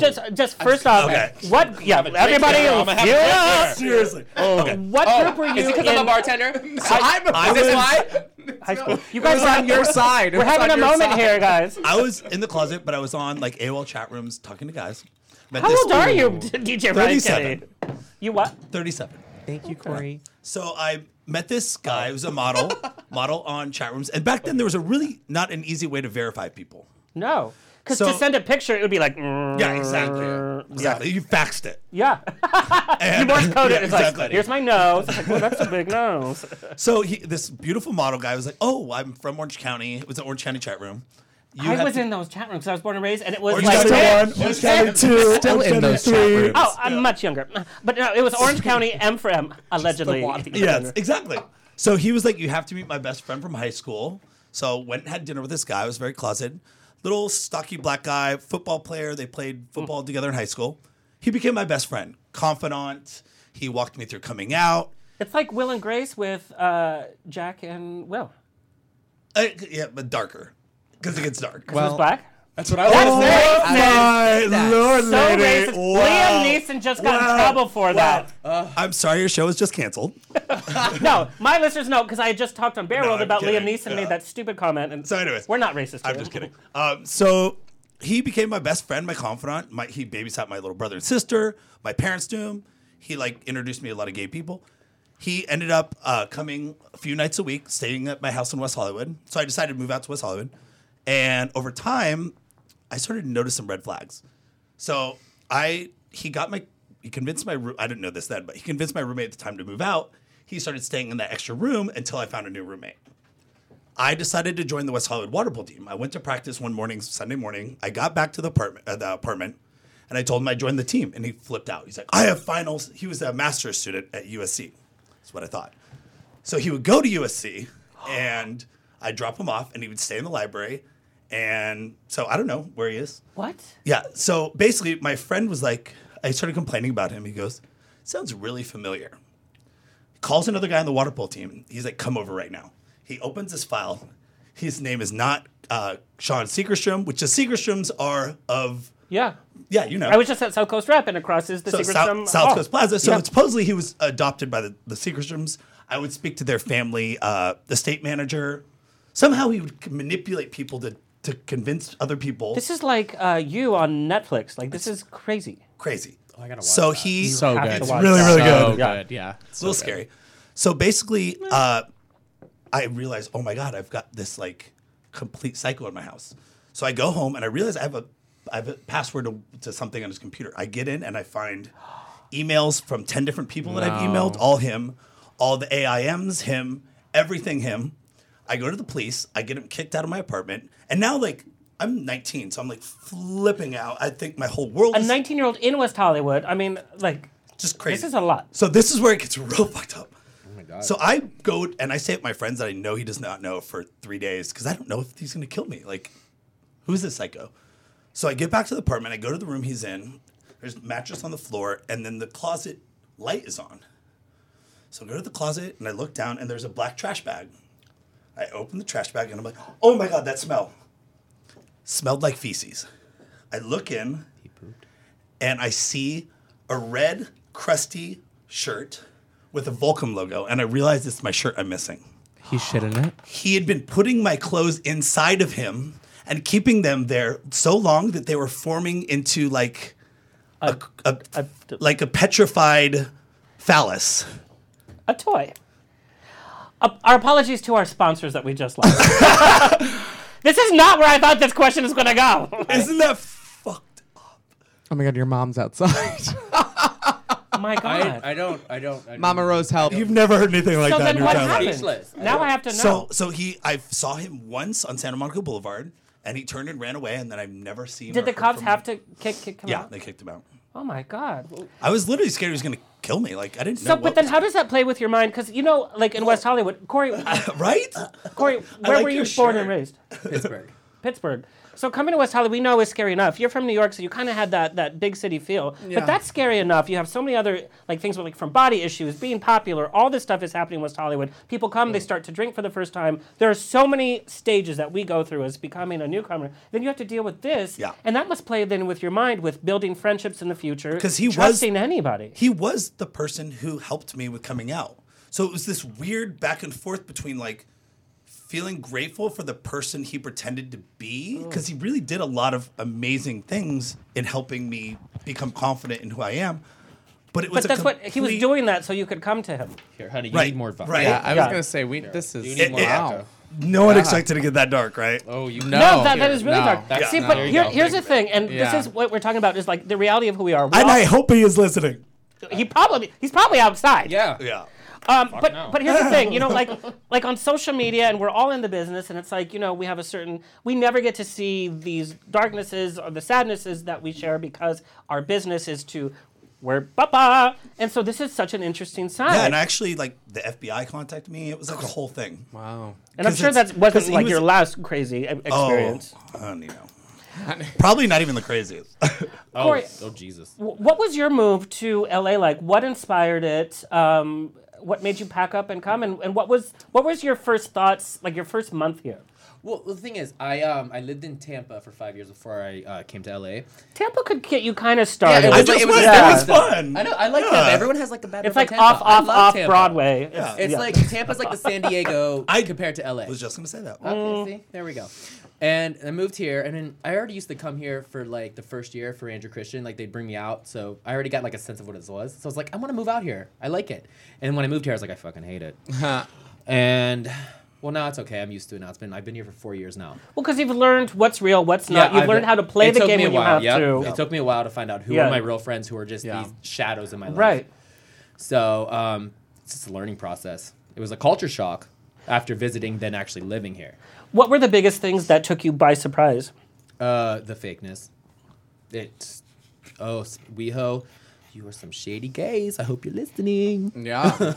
A: just just first off
F: Okay.
A: what yeah everybody
H: here. I'm a happy
A: yeah.
F: Seriously. Okay. Oh.
A: what group were you in
G: bartender? I'm
F: I
G: Is this
F: was-
G: why?
A: high school? You
G: It
A: guys
G: was
A: are
G: on your side. It
A: We're
G: was
A: having a
G: on your
A: moment
G: side.
A: here, guys.
F: I was in the closet, but I was on like AOL chat rooms talking to guys. Met
A: How
F: this-
A: old are you, DJ Ryan Kenny?
F: 37.
A: You what?
F: 37.
G: Thank you, Corey.
F: So I met this guy who's a model, model on chat rooms. And back then there was a really not an easy way to verify people.
A: No. Because
F: So-
A: to send a picture, it would be like, mm,
F: Yeah, exactly. Exactly. You faxed it.
A: yeah.
F: And-
A: Morse code it.
F: Yeah,
A: It's like,
F: exactly.
A: here's my nose. It's like, well, that's a big nose.
F: so he, this beautiful model guy was like, "Oh, I'm from Orange County. It was an Orange County chat room. You
A: I
F: have
A: was
F: to-
A: in those chat rooms. I was born and raised, and it was
F: Orange
A: like,
F: County
A: "Hey,
F: one, Orange County two,
G: Still
F: Orange
G: in
F: County
G: those chat
F: three.
G: rooms.
A: oh, I'm much younger. But no, it was Orange County M for M, allegedly.
G: water.
F: Yes, exactly. So he was like, "You have to meet my best friend from high school." So went and had dinner with this guy. I was very closeted, little stocky black guy, football player. They
A: Mm.
F: played football together in high school. He became my best friend, confidant. He walked me through coming out.
A: It's like Will and Grace with uh, Jack and Will.
F: Uh, yeah, but darker because it gets dark.
A: Who's black?
G: That's what I was
A: Oh, saying. my
G: That's
F: lord,
A: So racist. Liam Neeson just got in trouble for that. Uh,
F: I'm sorry, your show is just canceled.
A: No, my listeners know because I had just talked on Bear
F: No,
A: World
F: I'm
A: about
F: kidding.
A: Liam Neeson
F: Yeah.
A: made that stupid comment. And
F: So anyways,
A: we're not racist.
F: I'm
A: here.
F: just kidding. Um, so he became my best friend, my confidant. My, he babysat my little brother and sister. My parents knew him. He like introduced me to a lot of gay people. He ended up uh, coming a few nights a week, staying at my house in West Hollywood. So I decided to move out to West Hollywood. And over time, I started noticing red flags. So I he got my he convinced my roo- I didn't know this then, but he convinced my roommate at the time to move out. He started staying in that extra room until I found a new roommate. I decided to join the West Hollywood water polo team. I went to practice one morning, Sunday morning. I got back to the apartment, uh, the apartment, and I told him I joined the team, and he flipped out. He's like, "I have finals." He was a master's student at USC. That's what I thought. So he would go to USC, and I would drop him off, and he would stay in the library. And so I don't know where he is.
A: What?
F: Yeah. So basically, my friend was like, I started complaining about him. He goes, "Sounds really familiar." Calls another guy on the water polo team. He's like, "Come over right now." He opens his file. His name is not uh, Sean Seekerstrom, which the Seekerstroms are of
A: Yeah.
F: yeah, you know.
A: I was just at South Coast Rep, and across is the
F: so
A: Secret
F: South,
A: Sum
F: South
A: Hall.
F: Coast Plaza. So
A: Yeah.
F: supposedly he was adopted by the, the Seekerstroms. I would speak to their family, uh, the state manager. Somehow he would c- manipulate people to, to convince other people.
A: This is like uh, you on Netflix. Like this is crazy.
F: crazy. Oh, I
H: gotta watch
F: so
H: that.
F: he
G: So
A: have
G: good.
A: to
F: It's
A: watch
F: really,
A: that.
F: really
G: so
F: good.
G: good.
A: Yeah.
G: Yeah.
F: It's a little scary. So basically, uh, I realized, oh my god, I've got this like complete psycho in my house. So I go home and I realize I have a I have a password to, to something on his computer. I get in and I find emails from ten different people that I've
G: Wow.
F: emailed, all him, all the AIMs, him, everything him. I go to the police. I get him kicked out of my apartment, and now like. I'm 19, so I'm like flipping out. I think my whole world
A: A
F: is
A: 19 year old in West Hollywood. I mean, like
F: just crazy.
A: This is a lot.
F: So this is where it gets real fucked up. Oh my god. So I go and I say at my friends that I know he does not know for three days because I don't know if he's gonna kill me. Like, who's this psycho? So I get back to the apartment. I go to the room he's in. There's mattress on the floor, and then the closet light is on. So I go to the closet and I look down, and there's a black trash bag. I open the trash bag and I'm like, oh my god, that smell. Smelled like feces. I look in and I see a red, crusty shirt with a Volcom logo, and I realize it's my shirt I'm missing.
G: He shit in it.
F: He had been putting my clothes inside of him and keeping them there so long that they were forming into like a, a-
A: a,
F: like a petrified phallus.
A: a toy. Uh, our apologies to our sponsors that we just lost. this is not where I thought this question was going to go.
F: Isn't that fucked?
G: Oh my god, your mom's outside.
A: My God.
H: I, I don't. I don't. I
G: Mama Rose, help.
F: You've never heard anything like
A: so then
F: that. in your
A: what
F: childhood.
A: happened?
H: Speechless. I
A: Now
H: don't-
A: I have to know.
F: So so he I saw him once on Santa Monica Boulevard, and he turned and ran away, and then I've never seen.
A: Did the cops have to kick, kick him
F: Yeah,
A: out?
F: they kicked him out.
A: Oh my God.
F: I was literally scared he was going to kill me. Like I didn't know.
A: So,
F: what
A: but then
F: was-
A: how does that play with your mind? Because, you know, like in West Hollywood, Corey,
F: right?
A: Corey
F: I
A: where
F: like
A: were you
F: your
A: born and
F: shirt.
A: raised?
H: Pittsburgh.
A: Pittsburgh. So coming to West Hollywood, we know is scary enough. You're from New York, so you kind of had that that big city feel. But that's scary enough. You have so many other like things, with, like from body issues, being popular. All this stuff is happening in West Hollywood. People come, they start to drink for the first time. There are so many stages that we go through as becoming a newcomer. Then you have to deal with this,
F: Yeah.
A: and that must play then with your mind with building friendships in the future.
F: 'Cause he was-
A: trusting anybody.
F: He was the person who helped me with coming out. So it was this weird back and forth between like feeling grateful for the person he pretended to be
A: Mm.
F: because he really did a lot of amazing things in helping me become confident in who I am. But it was
A: but
F: a
A: that's what he was
F: complete-
A: doing that so you could come to him.
H: Here, honey, you
F: Right,
H: need more vodka.
F: right.
G: yeah, I was
A: Yeah.
G: gonna say we. This is
H: You need more
F: it-
G: wow.
H: vodka.
F: No one expected to get that dark, right?
H: Oh, you
A: No,
G: No,
A: that, that is really
G: no.
A: dark.
H: That's-
A: See,
H: no.
A: but
H: There you
A: here,
H: go.
A: here's the thing, and
G: Yeah.
A: this is what we're talking about is like the reality of who we are. We're
F: And
A: all-
F: I hope he is listening.
A: He probably he's probably outside.
H: Yeah.
F: Yeah.
A: Um, but
H: no.
A: but here's the thing, you know, like like on social media, and we're all in the business, and it's like you know we have a certain we never get to see these darknesses or the sadnesses that we share because our business is to we're papa, and so this is such an interesting side.
F: Yeah, and actually, like the FBI contacted me. It was like a whole thing.
G: Wow.
A: And I'm
F: 'cause
A: sure
F: it's-
A: that
F: 'cause
A: wasn't
F: he
A: like
F: was-
A: your last crazy e- experience.
F: Oh, I don't even know. Probably not even the craziest.
H: Oh,
A: Corey-
H: oh Jesus.
A: Wh- What was your move to LA like? What inspired it? Um, what made you pack up and come? And, and what was what was your first thoughts like your first month here?
H: Well, the thing is, I um I lived in Tampa for five years before I uh, came to LA.
A: Tampa could get you kind of started.
F: I just went.
H: like-
A: yeah.
F: It was fun.
H: I know. I like
F: Yeah.
H: Tampa. Everyone has like a bad.
A: It's
H: rep on
A: like
H: Tampa.
A: off,
H: I
A: off,
H: love
A: off
H: Tampa.
A: Broadway.
F: Yeah.
A: It's-
H: It's
A: yeah.
H: like Tampa's like the San Diego
F: I
H: compared to LA.
F: I was just gonna say that.
H: Okay, see? There we go. And I moved here, and then I already used to come here for like the first year for Andrew Christian. Like they'd bring me out, so I already got like a sense of what it was. So I was like, I want to move out here. I like it. And when I moved here, I was like, I fucking hate it. and well, now it's okay. I'm used to it now. It's been I've been here for four years now.
A: Well, because you've learned what's real, what's not. You've
H: I've-
A: learned how to play
H: it
A: the
H: took
A: game
H: me a
A: when you
H: while,
A: have
H: yep.
A: to.
H: It took me a while to find out who
A: Yeah.
H: are my real friends, who are just
G: Yeah.
H: these shadows in my life.
A: Right.
H: So um, it's just a learning process. It was a culture shock after visiting, then actually living here.
A: What were the biggest things that took you by surprise?
H: Uh, the fakeness. It's oh s- WeHo, you are some shady gays. I hope you're listening.
G: Yeah.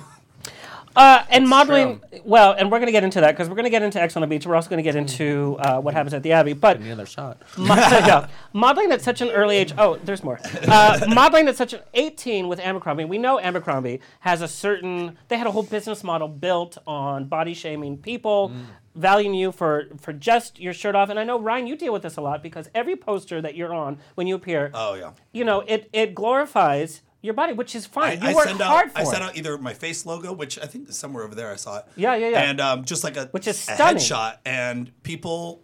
A: Uh, and modeling, well, and we're going to get into that because we're going to get into X on the Beach. We're also going to get into uh, what happens at the Abbey. But
H: Another shot.
A: Mo- yeah. Modeling at such an early age. Oh, there's more. Uh, modeling at such an 18 with Abercrombie. We know Abercrombie has a certain. They had a whole business model built on body shaming people,
F: Mm.
A: valuing you for for just your shirt off. And I know Ryan, you deal with this a lot because every poster that you're on when you appear,
F: Oh yeah.
A: you know, it it glorifies your body, which is fine.
F: I
A: you work
F: send
A: hard
F: out.
A: for
F: I
A: it.
F: send out either my face logo, which I think is somewhere over there. I saw it.
A: Yeah, yeah, yeah.
F: And um, just like a
A: Which is
F: a
A: stunning.
F: headshot, and people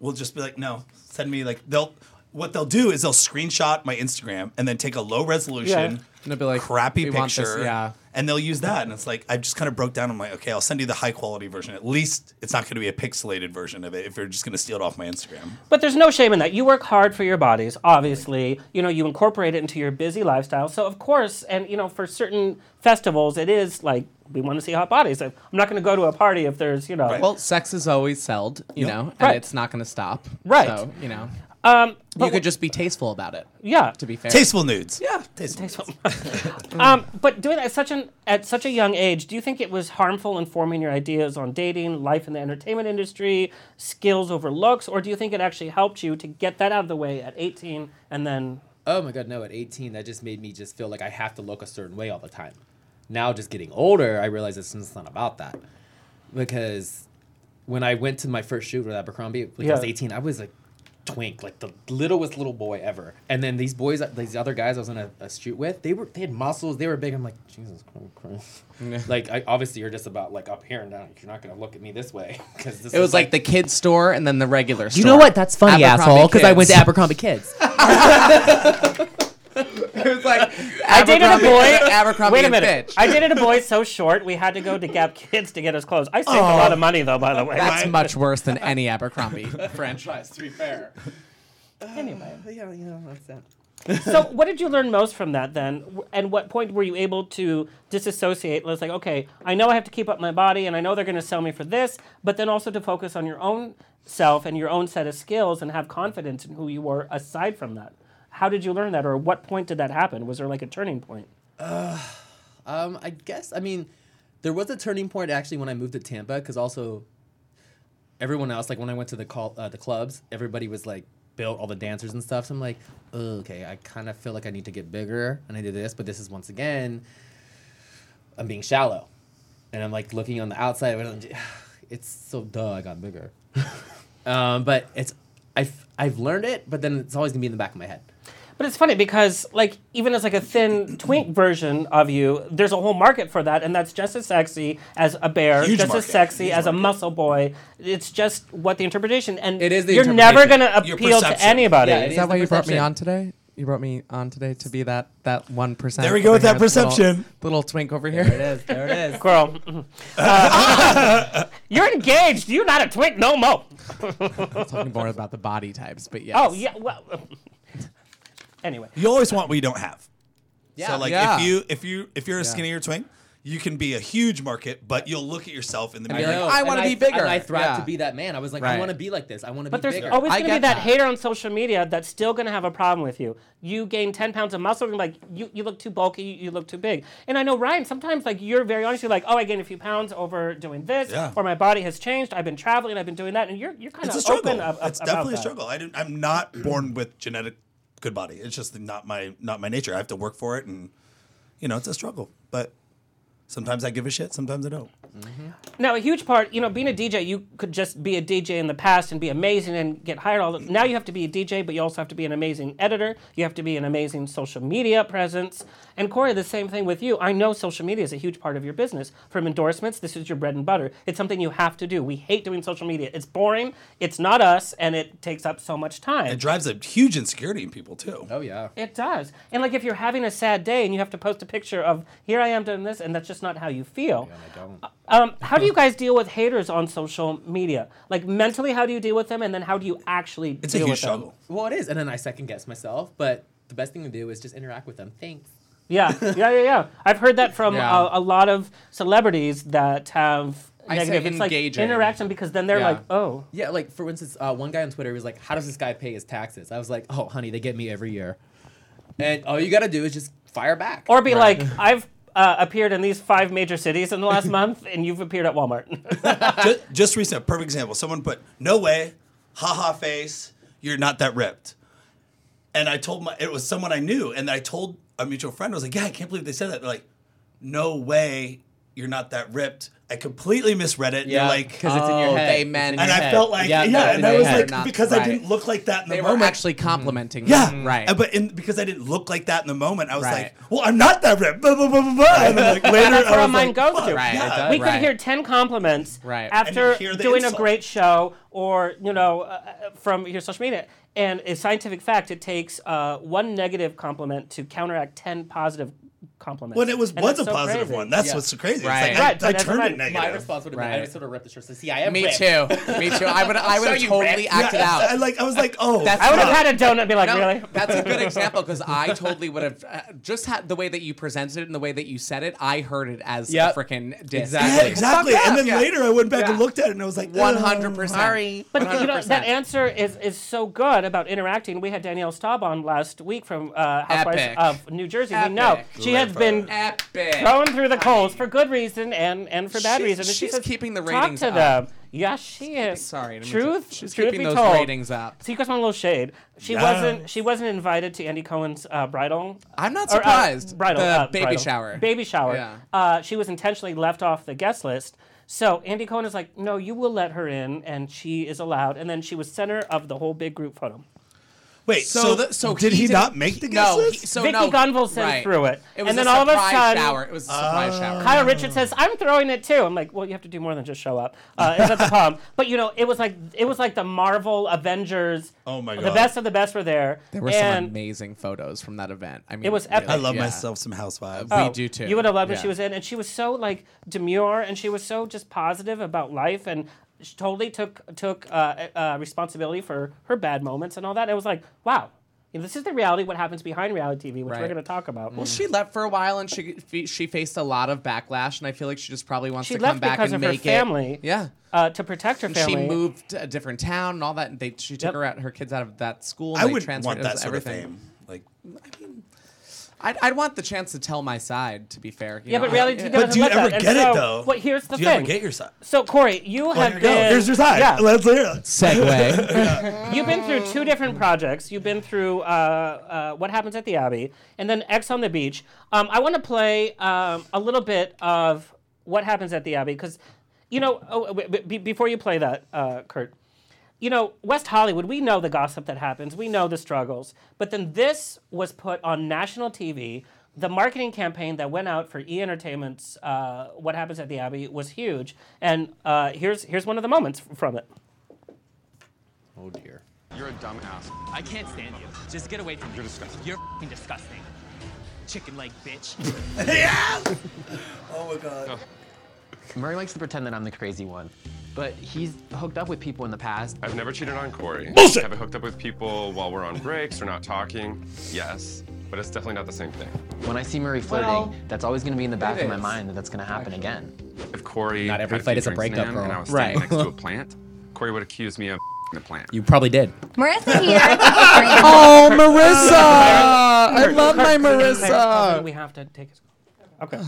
F: will just be like, "No, send me like they'll." What they'll do is they'll screenshot my Instagram and then take a low resolution,
A: Yeah.
G: And they'll be like,
F: crappy
G: "We
F: picture,
G: want this," yeah.
F: and they'll use that. And it's like I just kind of broke down. I'm like, okay, I'll send you the high quality version. At least it's not going to be a pixelated version of it if you're just going to steal it off my Instagram.
A: But there's no shame in that. You work hard for your bodies, obviously. You know, you incorporate it into your busy lifestyle. So, of course, and you know, for certain festivals, it is like we want to see hot bodies. I'm not going to go to a party if there's, you know.
F: Right.
G: well, sex is always sold, you know, and
A: Right.
G: it's not going to stop.
A: Right.
G: So, you know,
A: Um,
G: you could just be tasteful about it.
A: yeah.
G: To be fair.
F: Tasteful nudes. Yeah, tasteful.
A: Um, but doing that at such an at such a young age, do you think it was harmful in forming your ideas on dating, life in the entertainment industry, skills over looks, or do you think it actually helped you to get that out of the way at 18 and then?
H: Oh my god, no! At 18, that just made me just feel like I have to look a certain way all the time. Now, just getting older, I realize it's it's not about that because when I went to my first shoot with Abercrombie, like I was
A: Yeah.
H: 18, I was a twink, like the littlest little boy ever. And then these boys, these other guys I was in a, a shoot with, they were they had muscles, they were big. I'm like, Jesus Christ! like, I, obviously, you're just about like up here and down. You're not gonna look at me this way because
G: It was like the kids store and then the regular store.
H: You know what? That's funny,
G: Abercrombie
H: asshole. Because I went to
G: kids.
H: Abercrombie Kids.
G: it was like
A: I dated a boy.
G: Abercrombie
A: Wait a
G: and
A: minute.
G: Fitch.
A: I dated a boy so short we had to go to Gap Kids to get his clothes. I saved a lot of money though, by the way.
G: That's much worse than any Abercrombie franchise.
H: to be fair. Uh,
A: anyway.
H: yeah, you know that's that.
A: So, what did you learn most from that then? W- And what point were you able to disassociate? It's like, okay, I know I have to keep up my body, and I know they're going to sell me for this, but then also to focus on your own self and your own set of skills and have confidence in who you were. Aside from that, how did you learn that, or what point did that happen? Was there like a turning point?
H: Um, I guess I mean, there was a turning point actually when I moved to Tampa because also everyone else like when I went to the call uh, the clubs, everybody was like built all the dancers and stuff. So I'm like, "Oh, okay, I kind of feel like I need to get bigger and I do this, but this is once again, I'm being shallow, and I'm like looking on the outside. But I'm j- it's so duh, I got bigger. um, but it's I've I've learned it, but then it's always gonna be in the back of my head.
A: But it's funny because like even as like a thin twink version of you, there's a whole market for that, and that's just as sexy as a bear,
F: Huge
A: just as
F: market.
A: sexy
F: Huge
A: as a
F: market.
A: muscle boy. It's just what the interpretation and
H: It is the
A: you're never
H: interpretation.
A: gonna
F: Your
A: appeal to
F: perception.
A: anybody.
H: Yeah, it
G: Is
H: It's
G: that
H: the
G: why you brought me
H: perception.
G: on today? You brought me on today to be that that one percent.
F: There we go with that perception.
G: Little, twink over here.
H: is. There it is.
A: Girl, mm-mm. Uh, you're engaged. You're not a twink no mo.
G: Talking more about the body types, but yes.
A: Oh yeah. Well, anyway,
F: You always want what you don't have.
G: yeah.
F: So like
G: yeah.
F: if you if you if you're a skinnier twink, you can be a huge market, but but you'll look at yourself in the
G: be
F: mirror.
G: like,
F: like,
G: I
H: and
G: wanna be
H: and
G: bigger.
H: I thrive
G: Yeah.
H: to be that man. I was like,
G: Right.
H: I want to be like this. I want to
A: but
H: be
A: there's
H: bigger.
A: always
G: I
A: gonna be that,
G: get that.
A: hater on social media that's still gonna have a problem with you. You gain 10 pounds of muscle, and like you, you look too bulky, you, you look too big. And I know Ryan, sometimes like you're very honest, you're like, oh, I gained a few pounds over doing this,
F: Yeah.
A: or my body has changed. I've been traveling, I've been doing that, and you're you're kind
F: it's a
A: of
F: struggle.
A: open. Up,
F: it's definitely a struggle. I didn't, I'm not born with genetic good body. It's just not my not my nature. I have to work for it, and you know it's a struggle. But Sometimes I give a shit, sometimes I don't.
A: Now, a huge part, you know, being a DJ, you could just be a DJ in the past and be amazing and get hired all the Now you have to be a DJ, but you also have to be an amazing editor. You have to be an amazing social media presence. And Corey, the same thing with you. I know social media is a huge part of your business. From endorsements, this is your bread and butter. It's something you have to do. We hate doing social media. It's boring, it's not us, and it takes up so much time.
F: It drives a huge insecurity in people too.
H: Oh yeah.
A: It does. And like if you're having a sad day and you have to post a picture of here I am doing this and that's just not how you feel.
H: I don't.
A: Um, how do you guys deal with haters on social media? Like mentally, how do you deal with them, and then how do you actually
F: It's a
A: deal
F: huge
A: with them?
F: struggle.
H: Well, it is, and then I second guess myself. But the best thing to do is just interact with them. Thanks.
A: Yeah, yeah, yeah, yeah. I've heard that from
G: Yeah.
A: uh, a, lot of celebrities that have
G: I say
A: negative. It's like
G: engaging.
A: interaction because then they're
G: Yeah.
A: like, oh,
H: Yeah, like for instance, uh, one guy on Twitter was like, "How does this guy pay his taxes?" I was like, "Oh, honey, they get me every year." And all you gotta do is just fire back.
A: or be like, I've uh, appeared in these five major cities in the last month, and you've appeared at Walmart.
F: just, just recent, perfect example. Someone put, "No way, haha face, you're not that ripped." And I told my, it was someone I knew, and I told a mutual friend, I was like, "Yeah, I can't believe they said that." They're like, "No way, you're not that ripped." I completely misread it. Yeah,
H: Yeah,
F: like, uh,
H: 'cause it's in your
G: Oh,
H: head.
G: they meant-
H: It's in
F: and
H: your
F: I
H: head.
F: felt like, yeah,
G: Yeah, that
F: and
G: they
F: I was
G: had
F: like,
G: not-
F: because I
G: right.
F: didn't look like that in
G: They
F: the
G: were
F: moment.
G: actually complimenting.
F: yeah,
G: them. right.
F: And- But in, because I didn't look like that in the moment, I was
G: Right.
F: like, "Well, I'm not that ripped." Blah, blah, blah, blah, blah. And then like later,
A: That's
F: I
A: where
F: was
A: mine
F: like,
A: goes
F: "Fuck,
A: to.
G: Right,
F: yeah."
G: it does.
A: we could
G: Right.
A: hear 10 compliments
G: Right.
A: after
F: And you hear the
A: doing a
F: insult.
A: great show or you know uh, uh, from your social media and it's scientific fact it takes uh, one negative compliment to counteract 10 positive compliments
F: when it was
A: And
F: was a
A: that's so
F: positive
A: crazy.
F: one. That's
H: Yeah.
F: what's crazy. It's
G: Right.
F: like, I-
A: Right, but
F: I,
A: that's
F: turned
A: what I-
F: it
H: My
F: negative.
H: response would have been,
G: Right.
H: "I just sort of ripped the shirt." So see, I am.
G: Me
H: ripped.
G: too. Me too. I would. I would have totally acted
F: Yeah,
G: out.
F: I like. I was like, oh,
G: That's
A: i would have
G: No.
A: had a donut and be like
G: No,
A: really
G: that's a good example because I totally would have uh, just had the way that you presented it and the way that you said it. I heard it as
H: Yep.
G: a freaking diss.
H: Exactly.
F: Yeah, exactly.
G: Fuck
F: And then
G: yeah.
F: later, I went back and
G: Yeah.
F: looked at it, and I was like, uh,
G: One hundred percent.
A: but you know that answer is, is so good about interacting. We had Danielle Staub on last week from uh, Housewives
G: Epic.
A: of New Jersey. We know
G: Epic.
A: she has been
G: Epic.
A: thrown through the coals for good reason and, and for bad
G: She-
A: reason. And she
G: she's
A: says,
G: keeping the ratings
A: Talk to
G: up.
A: them. Yes, she is.
G: sorry, I didn't mean to-
A: truth.
G: she's
A: truth
G: keeping
A: be
G: those
A: told,
G: ratings up.
A: So you guys want a little shade? She
F: Yeah.
A: wasn't. She wasn't invited to Andy Cohen's uh, bridal.
G: I'm not
A: or, uh,
G: surprised.
A: bridal.
G: The
A: uh,
G: baby
A: bridal.
G: shower.
A: Baby shower.
G: Yeah.
A: Uh, she was intentionally left off the guest list. So Andy Cohen is like, no, you will let her in, and she is allowed. And then she was center of the whole big group photo.
F: Wait,
G: So,
F: so
G: the, so
F: did he,
G: did-
F: not make the guest
G: no, he-
F: list?
G: so
A: Vicky
G: no,
A: Gunvalson
G: right.
A: threw it.
G: It was
A: And then
G: a
A: all of a
G: surprise
A: sudden-
G: shower. It was a surprise shower.
A: Kyle
F: Um,
A: Richards says, "I'm throwing it too." I'm like, "Well, you have to do more than just show up." Uh, it's at the pump, but you know, it was like it was like the Marvel Avengers.
F: Oh my
A: The
F: God.
A: best of the best were there.
G: There were
A: and
G: some amazing photos from that event. I mean,
A: was
G: really,
A: epic.
F: I love
G: yeah. Uh,
F: myself some housewives.
G: we
A: Oh,
G: do too.
A: You would have loved when she
G: Yeah.
A: was in, and she was so like demure, and she was so just positive about life, and she totally took took uh, uh, responsibility for her bad moments and all that. And it was like, wow, you know, this is the reality. What happens behind reality TV, which we're
G: Right.
A: going to talk about.
F: Mm.
G: Well, she left for a while, and she fe- she faced a lot of backlash, and I feel like she just probably wants
A: She
G: to
A: left
G: come back
A: because
G: and
A: of her
G: make
A: family.
G: it. Yeah.
A: uh, to protect her
G: And
A: family.
G: she moved to a different town and all that, and they she took
A: Yep.
G: her out her kids out of that school.
F: I
G: and they
F: would
G: transferred
F: want
G: it
F: that
G: was
F: sort
G: everything.
F: of fame. Like,
G: I'd, I'd want the chance to tell my side. To be fair, you
A: Yeah,
G: know?
A: but reality
G: I-
A: TV
F: But
A: doesn't
F: do you
A: let
F: ever
A: that. And
F: get it,
A: so-
F: though?
A: Well, here's the
F: do you
A: thing.
F: ever get your side?
A: So Corey, you
F: Well,
A: have
F: here you go.
A: been.
F: Here's your side.
A: Yeah.
F: Let's hear it.
G: segue.
A: You've been through two different projects. You've been through uh, uh, What Happens at the Abbey and then X on the Beach. Um, I want to play um, a little bit of What Happens at the Abbey because, you know, oh, w- w- be- before you play that, uh, Kurt, you know, West Hollywood, we know the gossip that happens, we know the struggles, but then this was put on national TV. The marketing campaign that went out for E Entertainment's uh, What Happens at the Abbey was huge. And uh, here's, here's one of the moments f- from it.
H: Oh dear.
K: You're a dumbass.
L: I can't stand you. Just get away from me. You're disgusting. You're f***ing disgusting. Chicken leg bitch.
F: Oh my god.
L: Murray likes to pretend that I'm the crazy one, but he's hooked up with people in the past.
K: I've never cheated on Corey.
F: Bullshit!
K: Have I hooked up with people while we're on breaks or not talking? Yes, but it's definitely not the same thing.
L: When I see Murray flirting,
G: Well,
L: that's always going to be in the back
G: it
L: of my
G: is,
L: mind that that's going to happen again.
K: If Corey
H: Not every
K: had
H: fight
K: few
H: is a
K: drinks in him
H: breakup, girl.
K: and I was standing
G: Right.
K: next to a plant, Corey would accuse me of the plant.
H: You probably did.
M: Marissa here. oh.
G: oh, Marissa! I love my
A: Claire, oh, then
G: Marissa.
A: we have to take his. Okay.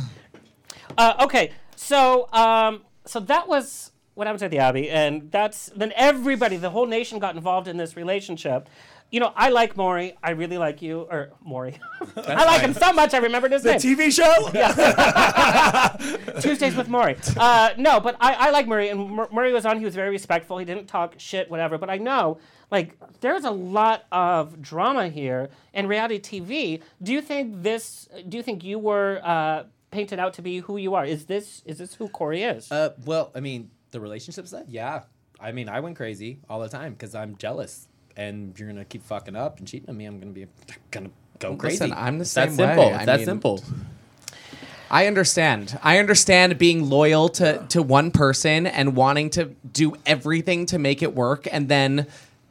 A: Uh, okay. So, um, so that was what happens at the Abbey, and that's then everybody, the whole nation got involved in this relationship. You know, I like Maury. I really like you, or Maury. I like him so much. I remembered his
F: The
A: name.
F: TV show?
A: Tuesdays with Murray. Uh, no, but I, I like Murray, and Mur- Murray was on. He was very respectful. He didn't talk shit, whatever. But I know, like, there's a lot of drama here in reality TV. Do you think this? Do you think you were uh, painted out to be who you are? Is this is this who Corey is?
H: Uh, well, I mean, the relationship stuff, yeah. I mean, I went crazy all the time because I'm jealous, and you're gonna keep fucking up and cheating on me. I'm gonna be gonna go crazy.
G: Listen, I'm the
H: It's
G: same
H: that simple.
G: way.
H: It's
G: I
H: that
G: mean-
H: simple.
G: I understand. I understand being loyal to, to one person and wanting to do everything to make it work and then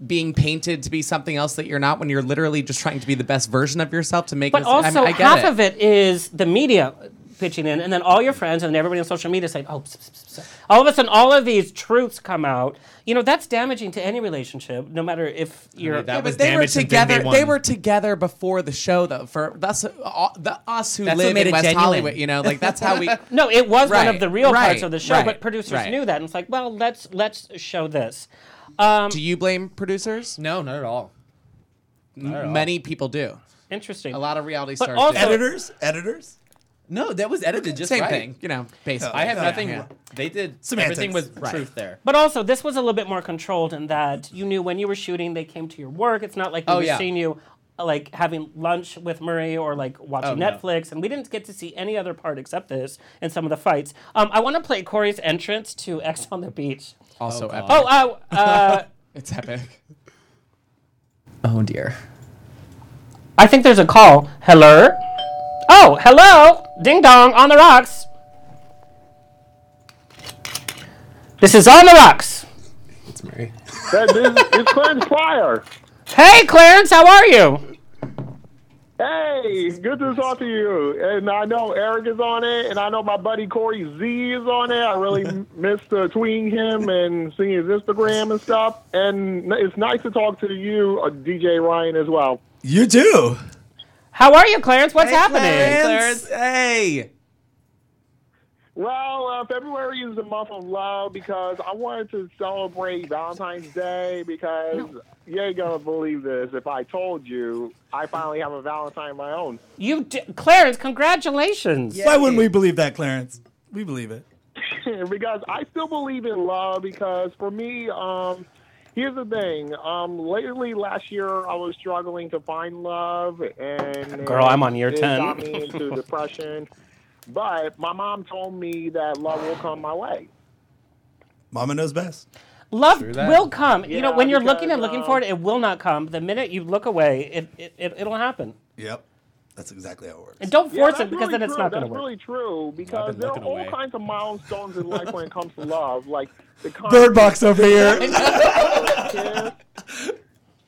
G: being painted to be something else that you're not when you're literally just trying to be the best version of yourself to make
A: But
G: it.
A: also,
G: I mean, I get
A: half
G: it.
A: of it is the media pitching in, and then all your friends and everybody on social media saying, "Oh." Pss, pss, pss, pss." All of a sudden, all of these truths come out. You know that's damaging to any relationship, no matter if you're.
G: yeah, but they were together. They, were together before the show, though. For us, all, the us who
A: That's what
G: live
A: made
G: in
A: it
G: West
A: genuine.
G: Hollywood, you know, like that's how we.
A: No, it was one
G: Right,
A: of the real parts
G: right,
A: of the show,
G: right,
A: but producers
G: right.
A: knew that, and it's like, well, let's let's show this. Um,
G: Do you blame producers?
H: No, not at all.
A: at all.
G: Many people do.
A: Interesting.
G: A lot of reality
A: But
G: stars.
A: also-
G: do.
F: Editors? Editors?
H: No, that was edited just
G: Same
H: right.
G: thing, you know, basically.
H: I have
G: Yeah,
H: nothing.
G: yeah.
H: They did
G: Semantics.
H: everything was
G: Right.
H: truth there.
A: But also, this was a little bit more controlled in that you knew when you were shooting, they came to your work. It's not like we
H: Oh,
A: were
H: yeah.
A: seeing you uh, like having lunch with Murray or like watching
H: Oh, no.
A: Netflix, and we didn't get to see any other part except this and some of the fights. Um, I want to play Corey's entrance to X on the Beach.
G: Also
A: oh,
G: epic.
A: Oh, uh, uh,
G: it's epic.
H: Oh dear.
A: I think there's a call. Hello? Oh, hello! Ding dong, on the rocks! This is on the rocks!
H: It's Murray.
J: That is, it's Clarence Pryor.
A: Hey, Clarence, how are you?
J: Hey, good to talk to you. And I know Eric is on it, and I know my buddy Corey Z is on it. I really m- missed uh, tweeting him and seeing his Instagram and stuff. And it's nice to talk to you, uh, DJ Ryan, as well.
F: You do.
A: How are you, Clarence? What's happening?
G: Clarence. Hey.
J: Well, uh, February is the month of love because I wanted to celebrate Valentine's Day because you ain't gonna believe this if I told you I finally have a Valentine of my own.
A: You, d- Clarence, congratulations.
F: Why wouldn't we believe that, Clarence? We believe it.
J: because I still believe in love. Because for me, um, here's the thing. Um, lately, last year, I was struggling to find love, and
A: Girl, I'm on year
J: it
A: 10.
J: Got me into depression. But my mom told me that love will come my way.
F: Mama knows best.
A: Love
F: True that.
A: will come. you know,
J: Yeah,
A: when you're looking
J: because,
A: and looking
J: um,
A: for it, it will not come. The minute you look away, it, it, it, it'll happen.
F: Yep. That's exactly how it works.
A: And don't
J: Yeah,
A: force
J: that's
A: it because
J: really
A: then it's
J: true.
A: not going to
J: That's
A: work.
J: really true because there are
A: looking
J: all
A: away.
J: kinds of milestones in life when it comes to love, like the
F: Bird box over here.
J: kiss.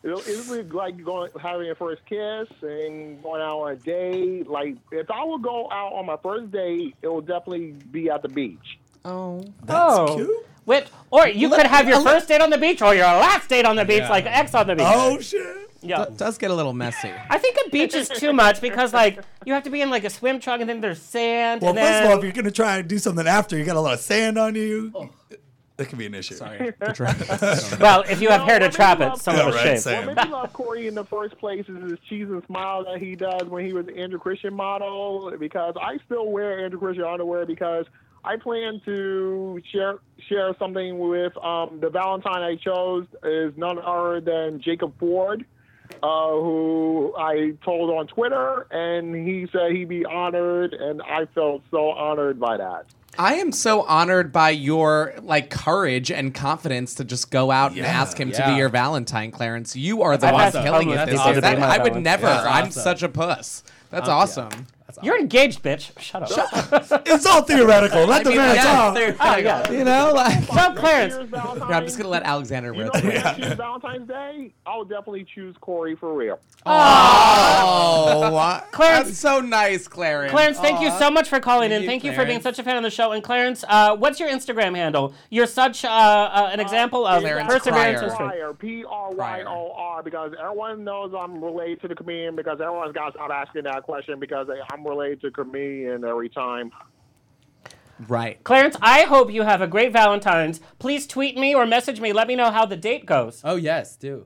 J: It'll, it'll be like going having a first kiss and going out on a date. Like if I would go out on my first date, it will definitely be at the beach.
G: Oh.
A: That's oh. cute. Which, or you could have your first date on the beach or your last date on the beach,
G: Yeah.
A: like X on the beach.
G: Oh,
F: shit.
A: Yeah.
G: D- does get a little messy.
A: I think a beach is too much because like you have to be in like a swim trunk and then there's sand.
F: Well,
A: and then...
F: first of all, if you're gonna try and do something after, you got a lot of sand on you. That could be an issue. Sorry.
A: well, if you have hair to trap it, some
F: Yeah,
A: of
F: right,
A: a
F: same.
A: shape.
J: What made me love Corey in the first place is his cheese and smile that he does when he was the Andrew Christian model. Because I still wear Andrew Christian underwear because I plan to share share something with um, the Valentine I chose is none other than Jacob Ford, uh, who I told on Twitter, and he said he'd be honored, and I felt so honored by that.
G: I am so honored by your like courage and confidence to just go out and ask him to
H: Yeah.
G: be your Valentine, Clarence. You are the
H: That's
G: one
H: awesome.
G: killing it
H: That's
G: this
H: awesome.
G: year. That-
H: That's
G: I would
H: awesome.
G: never.
H: That's
G: I'm
H: awesome.
G: such a puss. That's
H: Um, yeah.
G: awesome.
A: You're engaged, bitch. Shut up.
F: it's all theoretical. Let
G: I
F: the
G: mean,
F: man
G: yeah,
F: talk.
G: theoretical.
A: Oh, yeah.
G: You know, like
A: So Clarence,
G: I'm just gonna let Alexander wear
J: If
G: that.
J: I choose Valentine's Day, I'll definitely choose Corey for real.
G: Oh, uh,
A: Clarence-
G: that's so nice, Clarence.
A: Clarence, thank you
G: Aw.
A: so much for calling
G: Thank
A: in.
G: you,
A: Thank you for being
G: Clarence.
A: such a fan of the show. And Clarence, uh, what's your Instagram handle? You're such uh, uh, an example of
G: Clarence
A: perseverance and strength.
J: Pryor, P R Y O R, because everyone knows I'm related to the comedian because everyone's got to stop asking that question because they- I'm related to comedian every time.
G: Right.
A: Clarence, I hope you have a great Valentine's. Please tweet me or message me. Let me know how the date goes.
G: Oh, yes, do.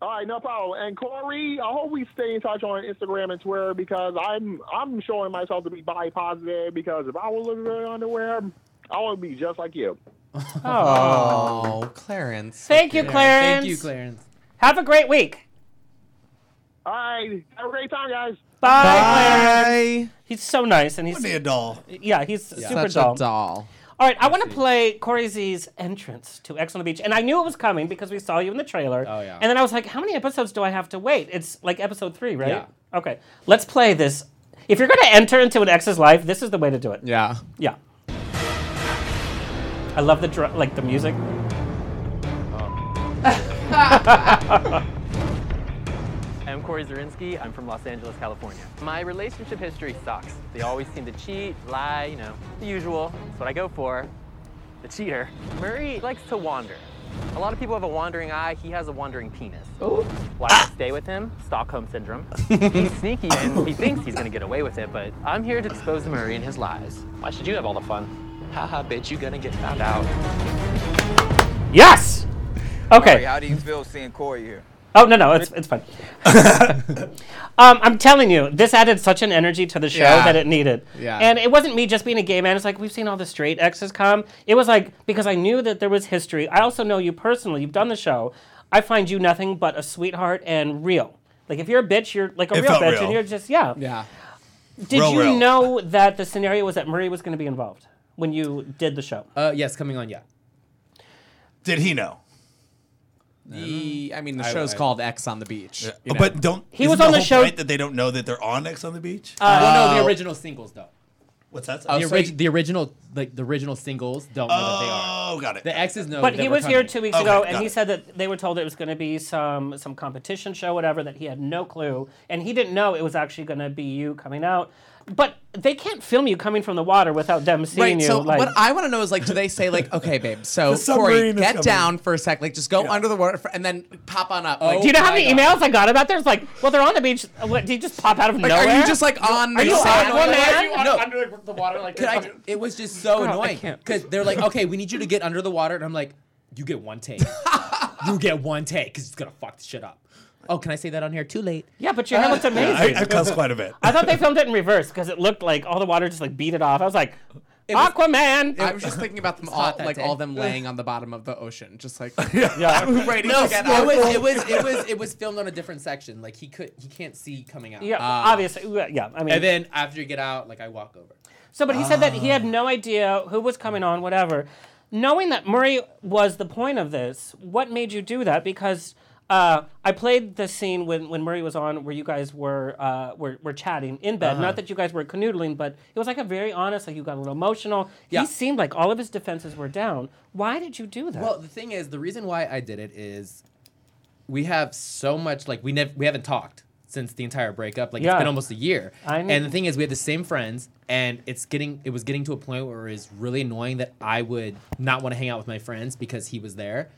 N: All right, no problem. And Corey, I hope we stay in touch on Instagram and Twitter because I'm I'm showing myself to be bi positive because if I was living in underwear, I would be just like you.
G: Oh, Clarence.
A: Thank you, Clarence.
G: Thank you, Clarence.
A: Have a great week.
N: All right, have a great time, guys.
A: Bye, Clarence. He's so nice, and he's
F: Wouldn't he a doll.
A: Yeah, he's
G: Yeah.
A: super
G: Such
A: doll.
G: a doll.
A: All right, I want to play Corey Z's entrance to X on the Beach, and I knew it was coming because we saw you in the trailer. Oh yeah. And then I was like, how many episodes do I have to wait? It's like episode three, right?
G: Yeah.
A: Okay, let's play this. If you're going to enter into an ex's life, this is the way to do it.
G: Yeah.
A: Yeah. I love the dr- like the music.
O: I'm Corey Zarinsky. I'm from Los Angeles, California. My relationship history sucks. They always seem to cheat, lie, you know, the usual. That's what I go for. The cheater. Murray likes to wander. A lot of people have a wandering eye. He has a wandering penis. Oh. Why I stay with him? Stockholm syndrome. he's sneaky and he thinks he's gonna get away with it, but I'm here to expose Murray and his lies. Why should you have all the fun? Haha, bitch, you gonna get found out.
A: Yes. Okay.
P: Corey, how do you feel seeing Corey here?
A: Oh no no, it's it's fine. um, I'm telling you, this added such an energy to the show
P: Yeah.
A: that it needed.
P: Yeah.
A: And it wasn't me just being a gay man. It's like we've seen all the straight exes come. It was like because I knew that there was history. I also know you personally. You've done the show. I find you nothing but a sweetheart and real. Like if you're a bitch, you're like a
G: It
A: real
G: felt
A: bitch,
G: real.
A: and you're just yeah.
G: Yeah.
A: Did
G: Real,
A: you
G: real.
A: know that the scenario was that Murray was going to be involved when you did the show?
G: Uh, yes, coming on, yeah.
F: Did he know?
G: The, I mean, the
F: I-
G: show's
F: I-
G: called X on the Beach. you know.
F: But don't
G: He
F: isn't
G: was on the
F: whole
G: show-
F: point that they don't know that they're on X on the Beach.
G: Uh,
H: well, no, the original singles though.
F: What's that?
H: The, ori- the original, like the original singles, don't know that they are.
F: Oh, got it.
H: The X's know.
A: But
H: that
A: he
H: we're
A: was here
H: coming.
A: two weeks ago, and he said that they were told it was going to be some some competition show, whatever. That he had no clue, and he didn't know it was actually going to be you coming out. But they can't film you coming from the water without them seeing
G: Right.
A: you.
G: So
A: like,
G: what I want to know is like, do they say like, okay, babe, so
A: The
G: Corey,
A: submarine is
G: get
A: coming.
G: down for a sec, like just go under the water for, and then pop on up. Like,
A: do you know how many
G: Oh my God.
A: emails I got about this? Like, well, they're on the beach. What, do you just pop out of
G: Like, are
A: nowhere?
G: you just, like, on
A: Are
G: the
A: you
G: side?
A: on one
G: Like,
A: man?
G: are you on- No.
A: under the water like
H: Could I, it was just so
A: Girl, I
H: annoying
A: can't.
H: because they're like, okay, we need you to get under the water, and I'm like, you get one take. you get one take because it's gonna fuck the shit up. Oh, can I say that on here? Too late.
A: Yeah, but
G: uh,
A: your hair looks amazing.
F: I, I cuss quite a bit.
A: I thought they filmed it in reverse because it looked like all the water just like beat it off. I was like,
G: was-
A: Aquaman.
G: I was just thinking about them all, like all them laying on the bottom of the ocean, just like right
H: no,
G: to
H: it
G: get out.
H: was it was it was it was filmed on a different section. Like he could he can't see coming out.
A: Yeah,
G: uh,
H: Ah.
A: obviously. Yeah, I mean-
H: and then after you get out, like I walk over.
A: So, but he said that he had
H: Ah.
A: no idea who was coming on, whatever. Knowing that Murray was the point of this, what made you do that? Because uh, I played the scene when, when Murray was on where you guys were, uh, were, were chatting in bed.
G: Uh-huh.
A: Not that you guys were canoodling, but it was like a very honest, like you got a little emotional.
H: Yeah.
A: He seemed like all of his defenses were down. Why did you do that?
H: Well, the thing is, the reason why I did it is we have so much like we never we haven't talked since the entire breakup. Like
A: Yeah.
H: it's been almost a year.
A: I know.
H: And the thing is, we had the same friends, and it's getting it was getting to a point where it's really annoying that I would not want to hang out with my friends because he was there,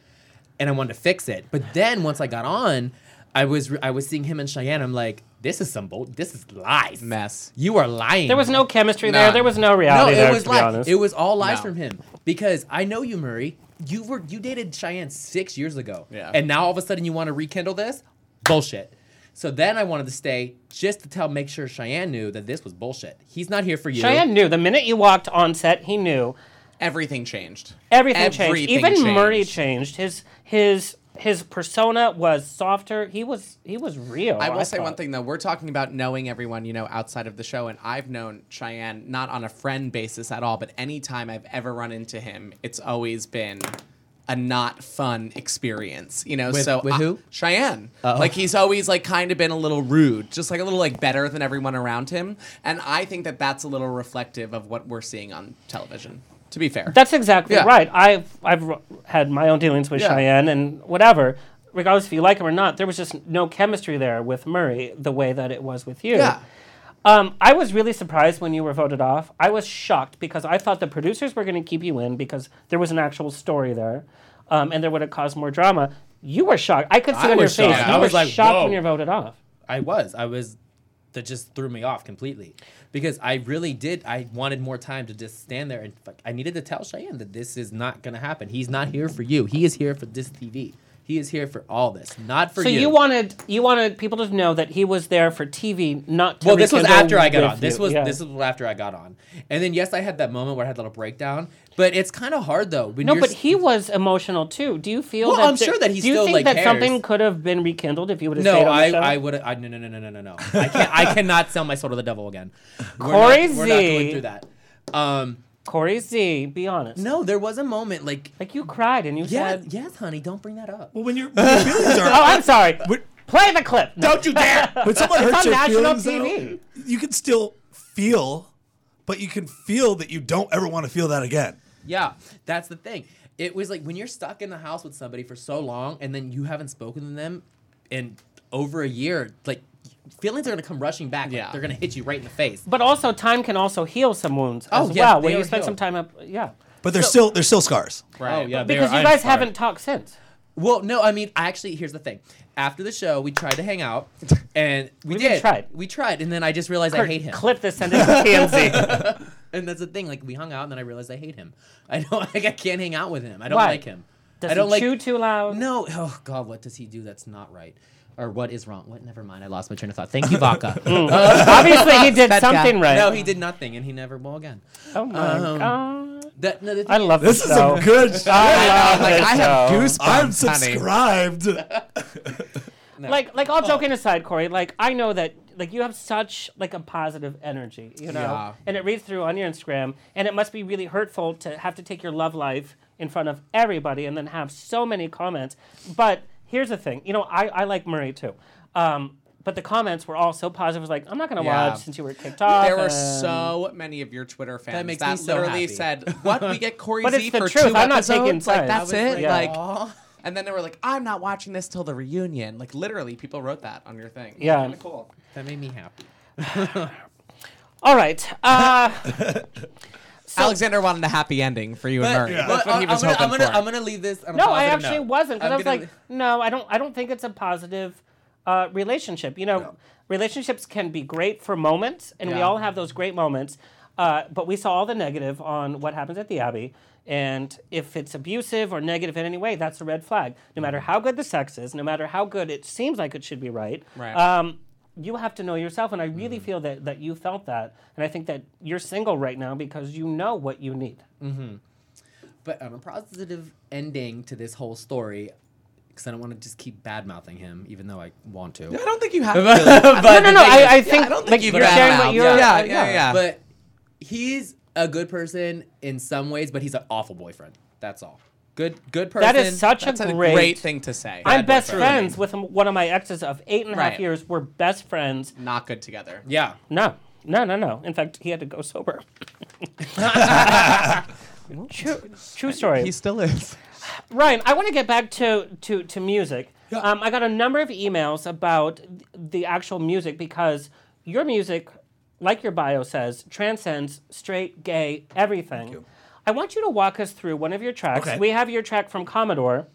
H: and I wanted to fix it. But then once I got on, I was re- I was seeing him and Cheyenne. I'm like. This is some bull. This is lies. Mess. You are lying.
A: There was no chemistry there. There was no reality
H: No, it
A: there,
H: was
A: to be
H: lies.
A: honest.
H: It was all lies
A: No.
H: from him because I know you, Murray. You were you dated Cheyenne six years ago,
G: Yeah.
H: and now all of a sudden you want to rekindle this bullshit. So then I wanted to stay just to tell, make sure Cheyenne knew that this was bullshit. He's not here for you.
A: Cheyenne knew the minute you walked on set, he knew.
G: Everything changed.
A: Everything, changed.
G: Everything
A: Even
G: changed.
A: Murray changed. His his his persona was softer. He was he was real.
G: I will say one
A: Oh, thought.
G: thing though. We're talking about knowing everyone, you know, outside of the show, and I've known Cheyenne not on a friend basis at all, but anytime I've ever run into him, it's always been a not fun experience, you know.
H: With-
G: so
H: with
G: I-
H: who?
G: Cheyenne.
H: Uh-oh.
G: Like he's always like kind of been a little rude, just like a little like better than everyone around him, and I think that that's a little reflective of what we're seeing on television. To be fair,
A: That's exactly
G: Yeah.
A: right. I've I've r- had my own dealings with
G: Yeah.
A: Cheyenne and whatever. Regardless if you like him or not, there was just no chemistry there with Murray the way that it was with you.
G: Yeah.
A: Um, I was really surprised when you were voted off. I was shocked because I thought the producers were going to keep you in because there was an actual story there, um, and there would have caused more drama. You were shocked. I could see
H: I
A: on your
H: was
A: face.
H: shocked.
A: You
H: I
A: were
H: was like,
A: shocked when
H: "Whoa."
A: you were voted off.
H: I was. I was that just threw me off completely because I really did. I wanted more time to just stand there and like, I needed to tell Cheyenne that this is not going to happen. He's not here for you. He is here for this TV. He is here for all this, not for
A: so
H: you.
A: you wanted you wanted people to know that he was there for TV, not to
H: well, this was
A: rekindle
H: after I got
A: with
H: on. This
A: you.
H: was
A: Yeah.
H: this was after I got on, and then yes, I had that moment where I had a little breakdown. But it's kind of hard though. When
A: no,
H: you're
A: but
H: s-
A: he was emotional too. Do you feel
H: Well,
A: that?
H: I'm
A: there-
H: sure that he
A: Do you
H: still,
A: think
H: like,
A: that
H: cares.
A: something could have been rekindled if you would have
H: no,
A: stayed on the
H: I,
A: show?
H: I would I no no no no no no no. I can't I cannot sell my soul to the devil again. We're not-
A: Corey
H: We're not going
A: Z.
H: through that. Um,
A: Corey Z, be honest.
H: No, there was a moment like
A: like you cried and you
H: Yeah,
A: said,
H: yes, honey, don't bring that up.
F: Well, when you're
A: "Oh, I'm sorry." Play the clip.
F: Don't you dare! When someone
A: It's
F: hurts
A: on
F: your
A: national
F: feelings,
A: TV.
F: though, you can still feel, but you can feel that you don't ever want to feel that again.
H: Yeah, that's the thing. It was like when you're stuck in the house with somebody for so long and then you haven't spoken to them in over a year, like feelings are gonna come rushing back. like, they're gonna hit you right in the face.
A: But also, time can also heal some wounds
H: Oh,
A: as
H: yeah,
A: well.
H: they
A: When
H: are
A: you spend
H: healed.
A: some time up, yeah.
F: But there's still there's still scars.
H: Right. Oh, yeah, they
A: because
H: are-
A: you
H: I'm
A: guys
H: sorry.
A: haven't talked since.
H: Well, no, I mean, I actually here's the thing. After the show, we tried to hang out, and we,
A: We even
H: did.
A: tried.
H: We tried, and then I just realized I
A: Kurt,
H: hate him.
A: clip this, send it to TMZ.
H: and that's the thing. Like we hung out, and then I realized I hate him. I don't. Like, I can't hang out with him. I don't
A: Why?
H: like him.
A: Does
H: I don't
A: he
H: like
A: chew too loud?
H: No. Oh God, what does he do that's not right? Or what is wrong? What? Never mind. I lost my train of thought. Thank you, Vodka.
A: Mm. Obviously, he did
H: Bad guy.
A: something right.
H: No, he did nothing, and he never will again.
A: Oh my God.
H: That, no, the thing
A: I love
F: This
A: this
F: is
A: show.
F: a good show.
A: I love this show.
F: I'm subscribed.
A: Like, like all joking aside, Corey. Like, I know that like you have such like a positive energy, you know,
H: Yeah.
A: and it reads through on your Instagram, and it must be really hurtful to have to take your love life in front of everybody and then have so many comments. But here's the thing, you know, I I like Murray too. Um, but the comments were all so positive. It was like, I'm not gonna
G: Yeah.
A: watch since you were kicked off.
G: There were
A: and-
G: so many of your Twitter fans that,
H: makes me so
G: literally
H: happy.
G: said, "What we get Corey
A: But
G: Z
A: it's the
G: for
A: truth.
G: two
A: I'm not
G: episodes?
A: taking
G: like
A: sides.
G: that's
A: I was
G: it."
A: like,
G: Like,
A: "Aw."
G: and then they were like, "I'm not watching this till the reunion." Like literally, people wrote that on your thing.
A: Yeah.
G: Kinda cool.
H: That made me happy.
A: All right. Uh,
G: Alexander wanted a happy ending for you and
H: But-
G: Murray.
H: yeah.
G: That's
H: but uh,
G: what he
H: I'm
G: was
H: gonna-
G: hoping
H: I'm gonna-
G: for.
H: I'm gonna leave this on a
A: no, I
H: positive
A: actually
H: note.
A: wasn't because
H: I'm
A: I was
H: gonna-
A: like, no, I don't. I don't think it's a positive uh, relationship. You know, relationships can be great for moments, and we
G: Yeah.
A: all have those great moments. Uh, but we saw all the negative on what happens at the Abbey, and if it's abusive or negative in any way, that's a red flag. No matter
H: Mm-hmm.
A: how good the sex is, no matter how good it seems like it should be, right?
G: Right.
A: Um, you have to know yourself, and I really
H: Mm-hmm.
A: feel that that you felt that, and I think that you're single right now because you know what you need.
H: Mm-hmm. But on a positive ending to this whole story, because I don't want to just keep bad mouthing him, even though I want to.
G: I don't think you have to.
H: But-
A: no,
H: but
A: no,
H: the
A: no.
H: thing
A: I,
H: is-
A: I
H: Yeah,
A: think
G: don't think
A: like
G: you
A: you're
G: bad
A: sharing what
G: mouth.
A: you're.
G: Yeah,
A: uh,
G: yeah, yeah.
H: But he's a good person in some ways, but he's an awful boyfriend. That's all. Good, good person.
A: That is such a
G: That's a
A: great,
G: great thing to say.
A: I'm
G: Bad
A: best
G: boyfriend.
A: friends with m- one of my exes of eight and a half
G: Right.
A: years. We're best friends.
G: Not good together.
H: Yeah.
A: No, no, no, no. In fact, he had to go sober. true, true story.
G: He still is.
A: Ryan, I want to get back to to to music. Um, I got a number of emails about th- the actual music because your music, like your bio says, transcends straight, gay, everything. I want you to walk us through one of your tracks.
F: Okay.
A: We have your track from Commodore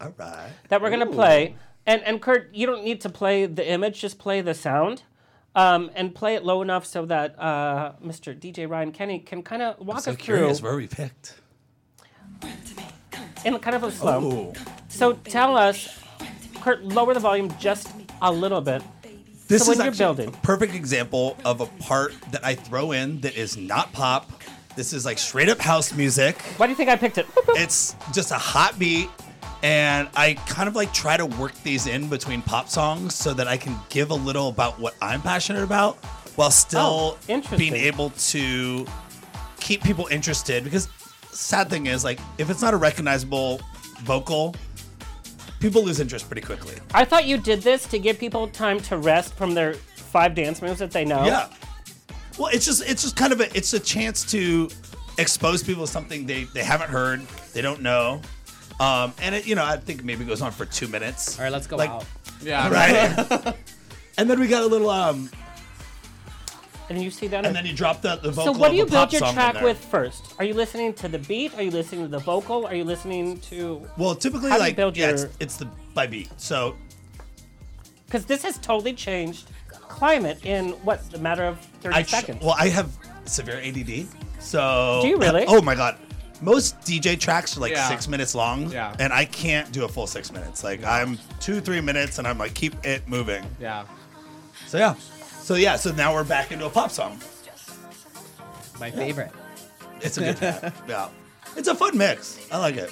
F: All right.
A: that we're gonna
F: Ooh.
A: play. And and Kurt, you don't need to play the image; just play the sound, um, and play it low enough so that uh, Mr. DJ Ryan Kenny can kind of walk
F: I'm so
A: us through
F: curious where we picked.
A: in kind of a slow.
F: Ooh.
A: So tell us, Kurt, lower the volume just a little bit.
F: This
A: so
F: is
A: when you're
F: actually
A: building.
F: a perfect example of a part that I throw in that is not pop. This is like straight up house music.
A: Why do you think I picked it?
F: It's just a hot beat. And I kind of like try to work these in between pop songs so that I can give a little about what I'm passionate about while still being able to keep people interested. Because sad thing is, like, if it's not a recognizable vocal, people lose interest pretty quickly.
A: I thought you did this to give people time to rest from their five dance moves that they know.
F: Yeah. Well, it's just it's just kind of a it's a chance to expose people to something they they haven't heard, they don't know, um, and it you know I think maybe goes on for two minutes. All right,
H: let's go out.
G: Yeah.
F: Right. and then we got a little um.
A: And you see that.
F: And then you drop the the
A: So
F: vocal.
A: what do you
F: of a pop
A: build your
F: song in
A: track
F: there.
A: with first? Are you listening to the beat? Are you listening to the vocal? Are you listening to?
F: Well, typically
A: How do you
F: like
A: build
F: yeah,
A: your-
F: it's, it's the by beat. So
A: Because this has totally changed climate in what's a matter of 30
F: I tr-
A: seconds.
F: well, I have severe ADD, so
A: Do you really?
F: Oh my god, most DJ tracks are like
A: Yeah.
F: six minutes long,
A: Yeah.
F: and I can't do a full six minutes. Like I'm two, three minutes, and I'm like keep it moving.
H: Yeah.
F: So yeah, so yeah, so now we're back into a pop song.
H: My favorite.
F: It's a good track. yeah, it's a fun mix. I like
A: Oh
F: it.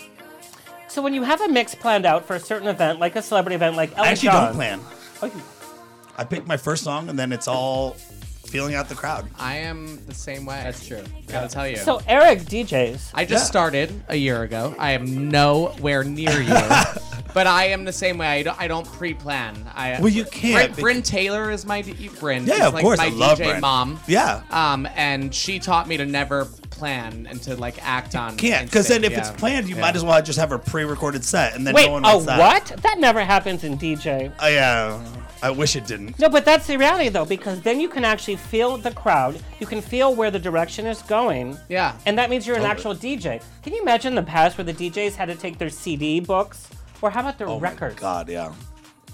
A: So when you have a mix planned out for a certain event, like a celebrity event, like Elton
F: I actually
A: John,
F: don't plan. I pick my first song, and then it's all feeling out the crowd.
G: I am the same way. That's true. Gotta tell you.
A: So Eric DJs.
G: I just
A: Yeah.
G: started a year ago. I am nowhere near you, but I am the same way. I don't, I don't pre-plan. I
F: Well, you can't
G: Bryn, Bryn Taylor is my D- Bryn.
F: Yeah,
G: is
F: of
G: like
F: course,
G: My
F: I love
G: DJ
F: Bryn.
G: mom.
F: Yeah.
G: Um, and she taught me to never plan and to like act on.
F: Can't because then if
G: instinct.
F: it's
G: Yeah.
F: planned, you
G: Yeah.
F: might as well just have a pre-recorded set, and then
A: Wait,
F: no one
A: oh
F: wants that.
A: what? That never happens in DJ.
F: I, uh, I wish it didn't.
A: No, but that's the reality though, because then you can actually feel the crowd. You can feel where the direction is going.
G: Yeah.
A: And that means you're an
F: Oh,
G: Totally.
A: actual DJ. Can you imagine the past where the DJs had to take their CD books, or how about their
F: Oh my
A: records?
F: God, yeah.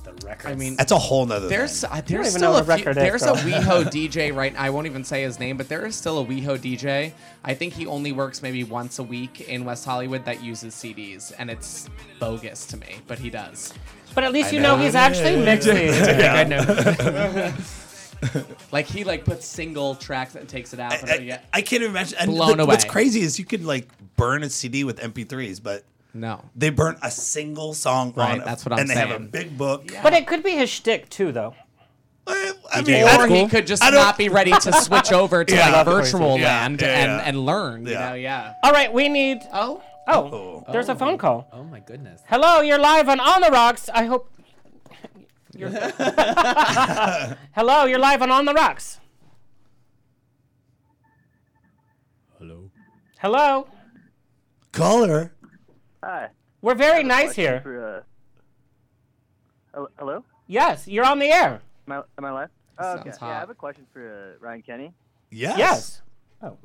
A: The
G: records. I mean,
F: That's a whole nother
G: There's
F: thing.
G: uh,
F: You
A: don't
G: there's
A: even
G: still
A: know
G: a
A: what
G: few-
A: record is,
G: there's a
A: girl.
G: WeHo DJ right. I won't even say his name, but there is still a WeHo DJ. I think he only works maybe once a week in West Hollywood that uses CDs, and it's bogus to me, but he does.
A: But at least you know he's actually mixing.
G: I know. like he like puts single tracks and takes it out. but
F: I-
G: yeah.
F: I can't imagine. And
G: Blown
F: the- What's
G: away.
F: crazy is you could like burn a CD with MP3s, but
G: no,
F: they burn a single song
G: Right,
F: on it.
G: that's what I'm
F: and they have a
G: saying.
F: big book.
A: But it could be his shtick too, though.
F: I
G: Or
F: I don't-
G: he could just
F: I don't-
G: not be ready to switch over to
F: Yeah.
G: like virtual
F: Yeah,
G: land
F: yeah,
G: and,
F: yeah.
G: and learn. You
F: Yeah. Uh,
G: know, yeah.
A: All right, we need.
G: Oh.
A: Oh. There's a phone call.
H: Oh my goodness.
A: Hello, you're live on On the Rocks. I hope. You're... Hello, you're live on On the Rocks.
H: Hello.
A: Hello.
F: Caller.
Q: Hi.
A: We're very
Q: I have a
A: nice
Q: question
A: here.
Q: for, uh, hel- hello?
A: Yes, you're on the air.
Q: Am I, am I live? Oh, okay.
A: sounds
Q: Yeah, I
A: hot.
Q: have a question for uh, Ryan Kenny.
F: Yes.
A: Yes.
Q: I'm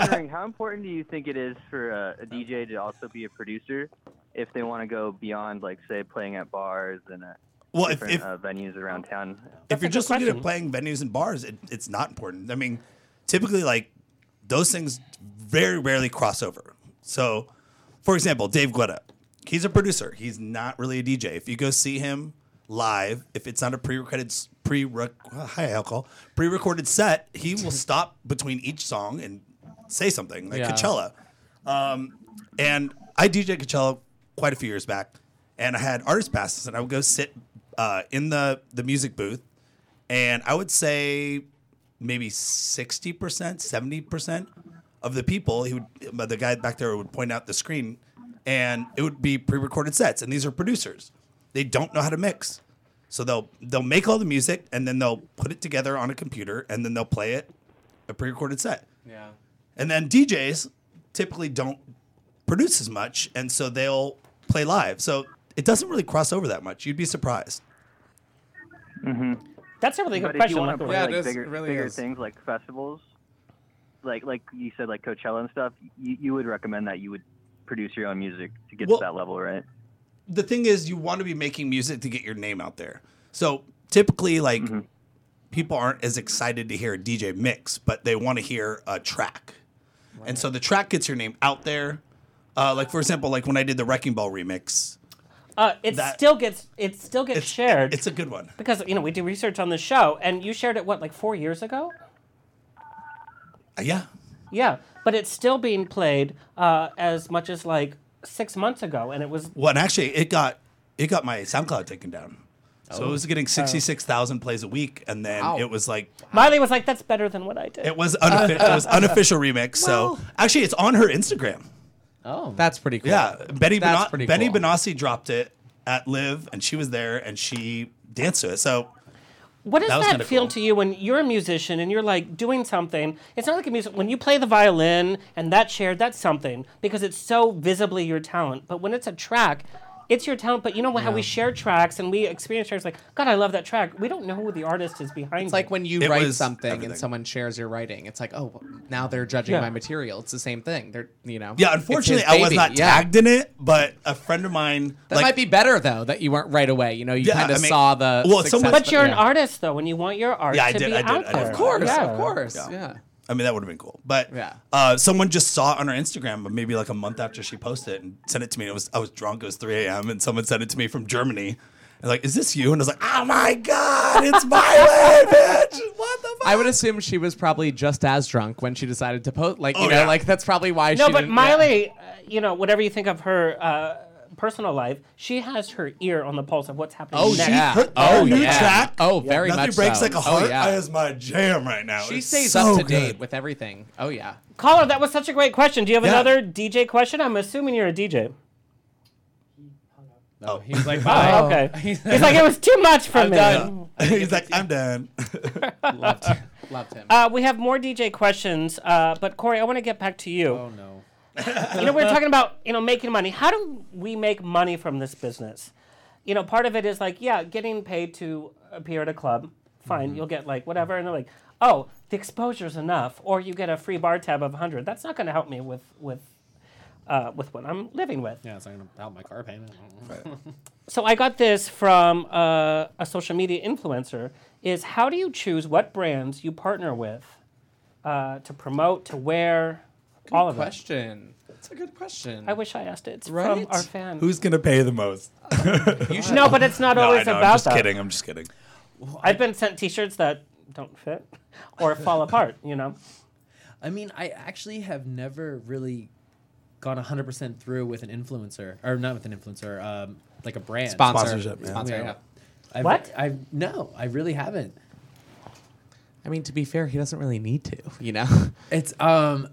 Q: wondering, how important do you think it is for uh, a DJ to also be a producer if they want to go beyond, like, say, playing at bars and uh,
F: Well, if-
Q: different
F: if-
Q: uh, venues around town?
F: if you're just looking at playing venues and bars, it, it's not important. I mean, typically, like those things very rarely cross over. So, for example, Dave Guetta, he's a producer. He's not really a DJ. If you go see him live, if it's not a pre-recorded pre hi alcohol pre-recorded set, he will stop between each song and say something like
B: Yeah.
F: Coachella. Um, and I DJ Coachella quite a few years back, and I had artist passes, and I would go sit uh, in the the music booth, and I would say maybe sixty percent, seventy percent of the people, he would but the guy back there would point out the screen, and it would be pre-recorded sets, and these are producers. They don't know how to mix. So they'll they'll make all the music and then they'll put it together on a computer and then they'll play it a pre-recorded set.
G: Yeah.
F: And then DJs typically don't produce as much, and so they'll play live. So it doesn't really cross over that much. You'd be surprised.
Q: Mm-hmm.
A: That's a really
Q: but
A: good
Q: if you
A: question.
Q: want to
A: luckily.
Q: play like, bigger, bigger things like festivals, like like you said, like Coachella and stuff, you, you would recommend that you would produce your own music to get
F: Well-
Q: to that level, right?
F: the thing is you want to be making music to get your name out there. So typically like
A: Mm-hmm.
F: people aren't as excited to hear a DJ mix, but they want to hear a track. And so the track gets your name out there. Uh, like for example, like when I did the Wrecking Ball remix,
A: Uh, it
F: That-
A: still gets it still gets shared
F: it's a good one.
A: because you know we do research on the show, and you shared it what like four years ago.
F: Uh, yeah.
A: Yeah, but it's still being played uh, as much as like six months ago, and it was
F: Well, and actually it got it got my SoundCloud taken down. So
A: Oh.
F: it was getting sixty six thousand plays a week, and then
A: Wow.
F: it was like
A: Miley was like, "That's better than what I did."
F: it was unoffi- it was unofficial remix. so actually, it's on her Instagram.
H: Oh,
G: that's pretty cool.
F: Yeah, Betty
G: That's
F: Beno-
G: pretty
F: Betty
G: cool.
F: Benassi dropped it at Live, and she was there, and she danced to it. So
A: What does
F: That was
A: that,
F: kinda
A: feel to you when you're a musician and you're like doing something? It's not like a music when you play the violin and that's shared, that's something because it's so visibly your talent. But when it's a track, It's your talent, but you know how we share tracks and we experience tracks like, God, I love that track. We don't know who the artist is behind
G: It's like when you
A: It
G: write
A: was
G: something
A: everything.
G: and someone shares your writing. It's like, oh, well, now they're judging
F: Yeah.
G: my material. It's the same thing. They're, you know.
F: Yeah,
G: it's his
F: unfortunately, I was
G: baby.
F: not
G: Yeah.
F: tagged in it, but a friend of mine.
G: That
F: like,
G: might be better though that you weren't right away. You know, you
F: Yeah,
G: kind of
F: I mean-
G: saw the.
F: Well,
G: success,
F: someone-
A: But you're an
G: yeah.
A: artist though, and you want your art
F: Yeah, I
A: to
F: did.
A: be
F: I did. I
A: out
F: did.
A: there.
F: Of course,
A: Yeah.
G: of course, yeah.
F: I mean, that would have been cool. But
G: Yeah.
F: uh, someone just saw it on her Instagram, maybe like a month after she posted it and sent it to me. And it was I was drunk. It was 3 a.m. and someone sent it to me from Germany. And like, is this you? And I was like, oh my god, it's my way, bitch.
G: I would assume she was probably just as drunk when she decided to post. Like, you
A: Oh,
G: know,
A: yeah.
G: like that's probably why.
A: no,
G: she
A: but
G: didn't-
A: Miley, uh, you know, whatever you think of her uh, personal life, she has her ear on the pulse of what's happening.
G: Oh,
A: next.
G: yeah. Her- Oh, her new yeah. track, Oh, very
F: Nothing
G: much
F: breaks
G: so.
F: like a
G: Oh,
F: heart.
G: yeah.
F: That is my jam right now.
G: She
F: It's
G: stays
F: so
G: up to
F: good.
G: date with everything. Oh yeah.
A: Caller, that was such a great question. Do you have
G: Yeah.
A: another DJ question? I'm assuming you're a DJ.
F: Oh, he
A: was like, "Bye." okay. He's like, "It was too much for
F: I'm
A: me."
F: done. He's like, I'm done.
G: Loved him. Loved him.
A: Uh, we have more DJ questions, uh, but Corey, I want to get back to you. Oh
G: no.
A: you know, we we're talking about you know making money. How do we make money from this business? You know, part of it is like, yeah, getting paid to appear at a club. Fine,
G: Mm-hmm.
A: you'll get like whatever, and they're like, oh, the exposure's enough, or you get a free bar tab of hundred. That's not going to help me with with uh, with what I'm living with.
G: Yeah, it's not gonna help my car payment.
A: So I got this from uh, a social media influencer. Is how do you choose what brands you partner with uh, to promote, to wear, all of it?
G: question. That's a good question.
A: I wish I asked it. It's
G: Right?
A: from our fan.
F: Who's gonna pay the most?
A: No, but it's not
F: No, I
A: always
F: know,
A: about
F: I'm just
A: that.
F: kidding. I'm just kidding.
A: I've been sent T-shirts that don't fit or fall apart. You know.
H: I mean, I actually have never really gone 100% through with an influencer, or not with an influencer, um, like a brand.
G: Sponsor. Sponsorship, yeah. Sponsor, yeah.
H: I've,
G: What?
H: I've, no, I really haven't.
G: I mean, to be fair, he doesn't really need to. You know,
H: it's um,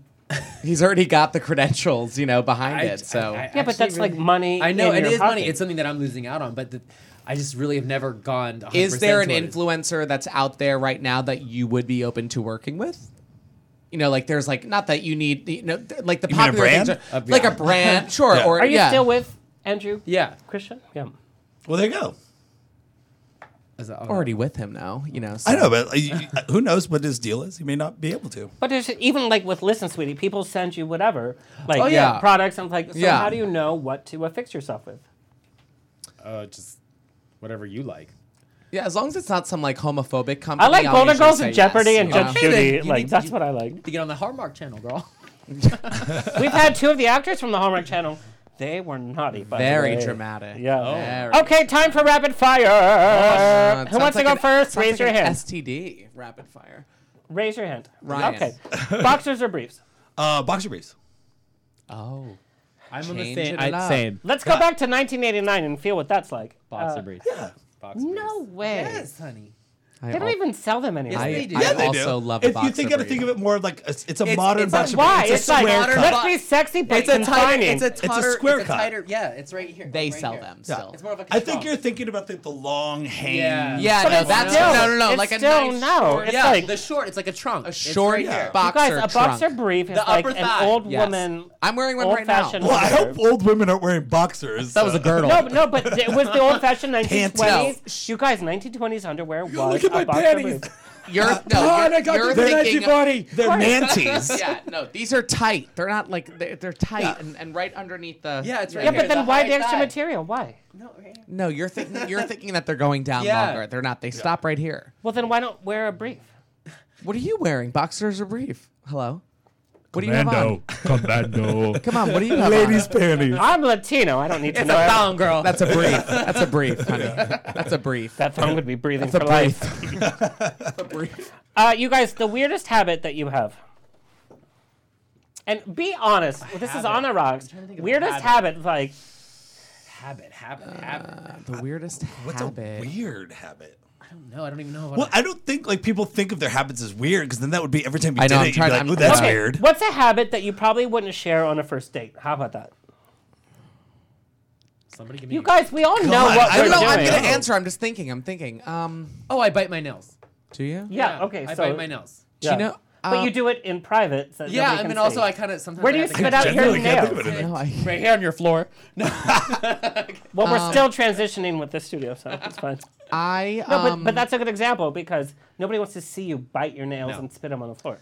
G: he's already got the credentials, you know, behind
H: I-
G: it. So
H: I- I
A: Yeah, but
H: actually
A: that's like money
H: I know
A: in
H: it
A: your
H: is money.
A: pocket.
H: It's something that I'm losing out on, but the, I just really have never gone. 100%
G: is there an
H: toward it.
G: influencer that's out there right now that you would be open to working with? You know, like there's like not that you need, you know, th- like the
H: You mean a
G: popular
H: brand?
G: things are,
H: A
G: like a
H: brand.
G: brand, sure.
H: Yeah.
G: Or
A: Are you
G: yeah.
A: still with Andrew?
H: Yeah.
A: Christian. Yeah.
F: Well, there you go.
H: Is that,
G: already with him now? You know,
F: I know, but uh, you- uh, who knows what his deal is? He may not be able to.
A: But there's even like with Listen, Sweetie, people send you whatever, like
F: Oh, yeah.
A: products. I'm like, so
F: Yeah.
A: how do you know what to affix yourself with?
H: Uh, just whatever you like.
G: yeah, as long as it's not some like homophobic company.
A: I like
G: I'll
A: Golden
G: usually
A: Girls
G: say
A: and Jeopardy
G: yes,
A: and
G: you know?
A: Judge Judy. Like that's what I like.
H: To get on the Hallmark Channel, girl.
A: We've had two of the actors from the Hallmark Channel. They were naughty. By the
G: Very
A: way.
G: dramatic.
A: Yeah.
G: Oh. Very.
A: Okay, time for rapid fire.
G: Uh,
A: Who wants
G: sounds
A: to go
G: like an-
A: first?
G: sounds
A: Raise
G: like
A: your
G: an
A: hand.
G: STD. Rapid fire.
A: Raise your hand.
G: Ryan.
A: Okay. Boxers or briefs?
F: Uh, boxer briefs.
G: Oh.
H: I'm
A: on
G: Change same- it I'd up. say-
A: Let's go back to 1989 and feel what that's like.
H: Boxer
A: Uh,
H: briefs.
F: Yeah.
H: Boxer
A: No way.
H: Yes, honey.
A: They don't even sell them anymore.
F: I-
A: Yeah,
F: Yeah, they do.
G: also love a
F: If you
G: boxer
F: think, gotta
G: brief.
F: think of it more like a, it's it's a
H: It's-
F: modern
H: it's a-
F: boxer.
A: why?
F: brief.
A: It's like
F: square
A: modern
F: cut.
A: bo- Let's be sexy, but
F: It's a tighter.
A: confining.
F: It's a, square cut.
H: tighter- yeah, it's right here.
G: They
H: right
G: sell
H: here.
G: them
F: Yeah.
G: still.
H: It's more of a
F: I think you're thinking about the, the long hang.
G: Yeah. Yeah, But no, it's that's- still- no, no, no, it's like a still- nice no, short- it's
H: yeah,
G: like-
H: the short. It's like a trunk.
G: A
H: It's
G: short
H: right here.
G: boxer
A: You guys, a
G: trunk.
A: boxer brief is
H: The
A: like
H: upper
A: an
H: thigh.
A: old
G: Yes.
A: woman.
G: I'm wearing one right now.
A: old-fashioned
F: Well, I
A: boxer.
F: hope old women aren't wearing boxers.
G: That was a girdle.
A: No, but- no, but it was the old-fashioned
F: Pants.
A: 1920s. You guys, 1920s underwear was
F: look at
A: a
F: my
A: boxer
F: panties.
A: brief.
G: You're no,
A: Oh,
F: God,
G: you're,
F: I got
G: you're
F: the
G: thinking
F: Nazi body. They're
G: Right.
F: manties.
G: yeah, no, these are tight. They're not like they're, they're tight and, and right underneath the.
H: Yeah, it's right
A: Yeah,
H: here.
A: but then why
H: high
A: the extra
H: thigh.
A: material? Why?
G: No, you're thinking you're thinking that they're going down
A: Yeah.
G: longer. They're not. They stop right here.
A: Well, then why don't wear a brief?
G: What are you wearing? Boxers or brief? Hello. What do you have on?
R: Commando.
G: Come on, what do you have
F: Ladies'
G: on?
F: panties.
A: I'm Latino. I don't need to
G: It's
A: know.
G: a
A: every-
G: thong, girl. That's a brief. That's a brief, honey. That's a brief.
A: That thong would be breathing
G: That's a
A: for
G: brief.
A: life. Uh, you guys, the weirdest habit that you have. And be honest. this is
H: habit.
A: on the rocks.
H: trying to think of a
A: Weirdest
H: habit.
A: habit. like
H: Habit, habit, habit.
G: The weirdest
F: What's a
G: habit.
F: weird habit?
H: I don't know. I don't even know. What
F: Well, I don't think like people think of their habits as weird because then that would be every time you
G: I know,
F: did
G: I'm
F: it, you'd be
G: trying-
F: like,
G: I'm-
F: "Ooh, that's
A: Okay,
F: weird."
A: What's a habit that you probably wouldn't share on a first date? How about that?
H: Somebody give me.
A: You guys, we all
G: Come
A: know
G: on,
A: what
G: I
A: we're
G: know,
A: doing.
G: I'm gonna answer. I'm just thinking. I'm thinking. Um.
H: Oh, I bite my nails.
G: Do you?
A: Yeah, okay,
H: I
A: so-
H: bite my nails.
G: Do you know? uh,
A: but you do it in private. So that
H: Yeah,
A: nobody
H: I
A: can
H: mean, also
A: see.
H: I kinda sometimes
A: Where do
H: I
A: you
H: have to
A: spit
H: go-
A: out your
H: Generally can't
A: nails?
H: think of it. No, I- Right here on your floor. No.
A: well, we're
G: uh,
H: Um,
A: still transitioning with this studio, so it's fine.
I: I
A: no, but,
I: um,
A: but that's a good example because nobody wants to see you bite your nails
G: No.
A: and spit them on the floor.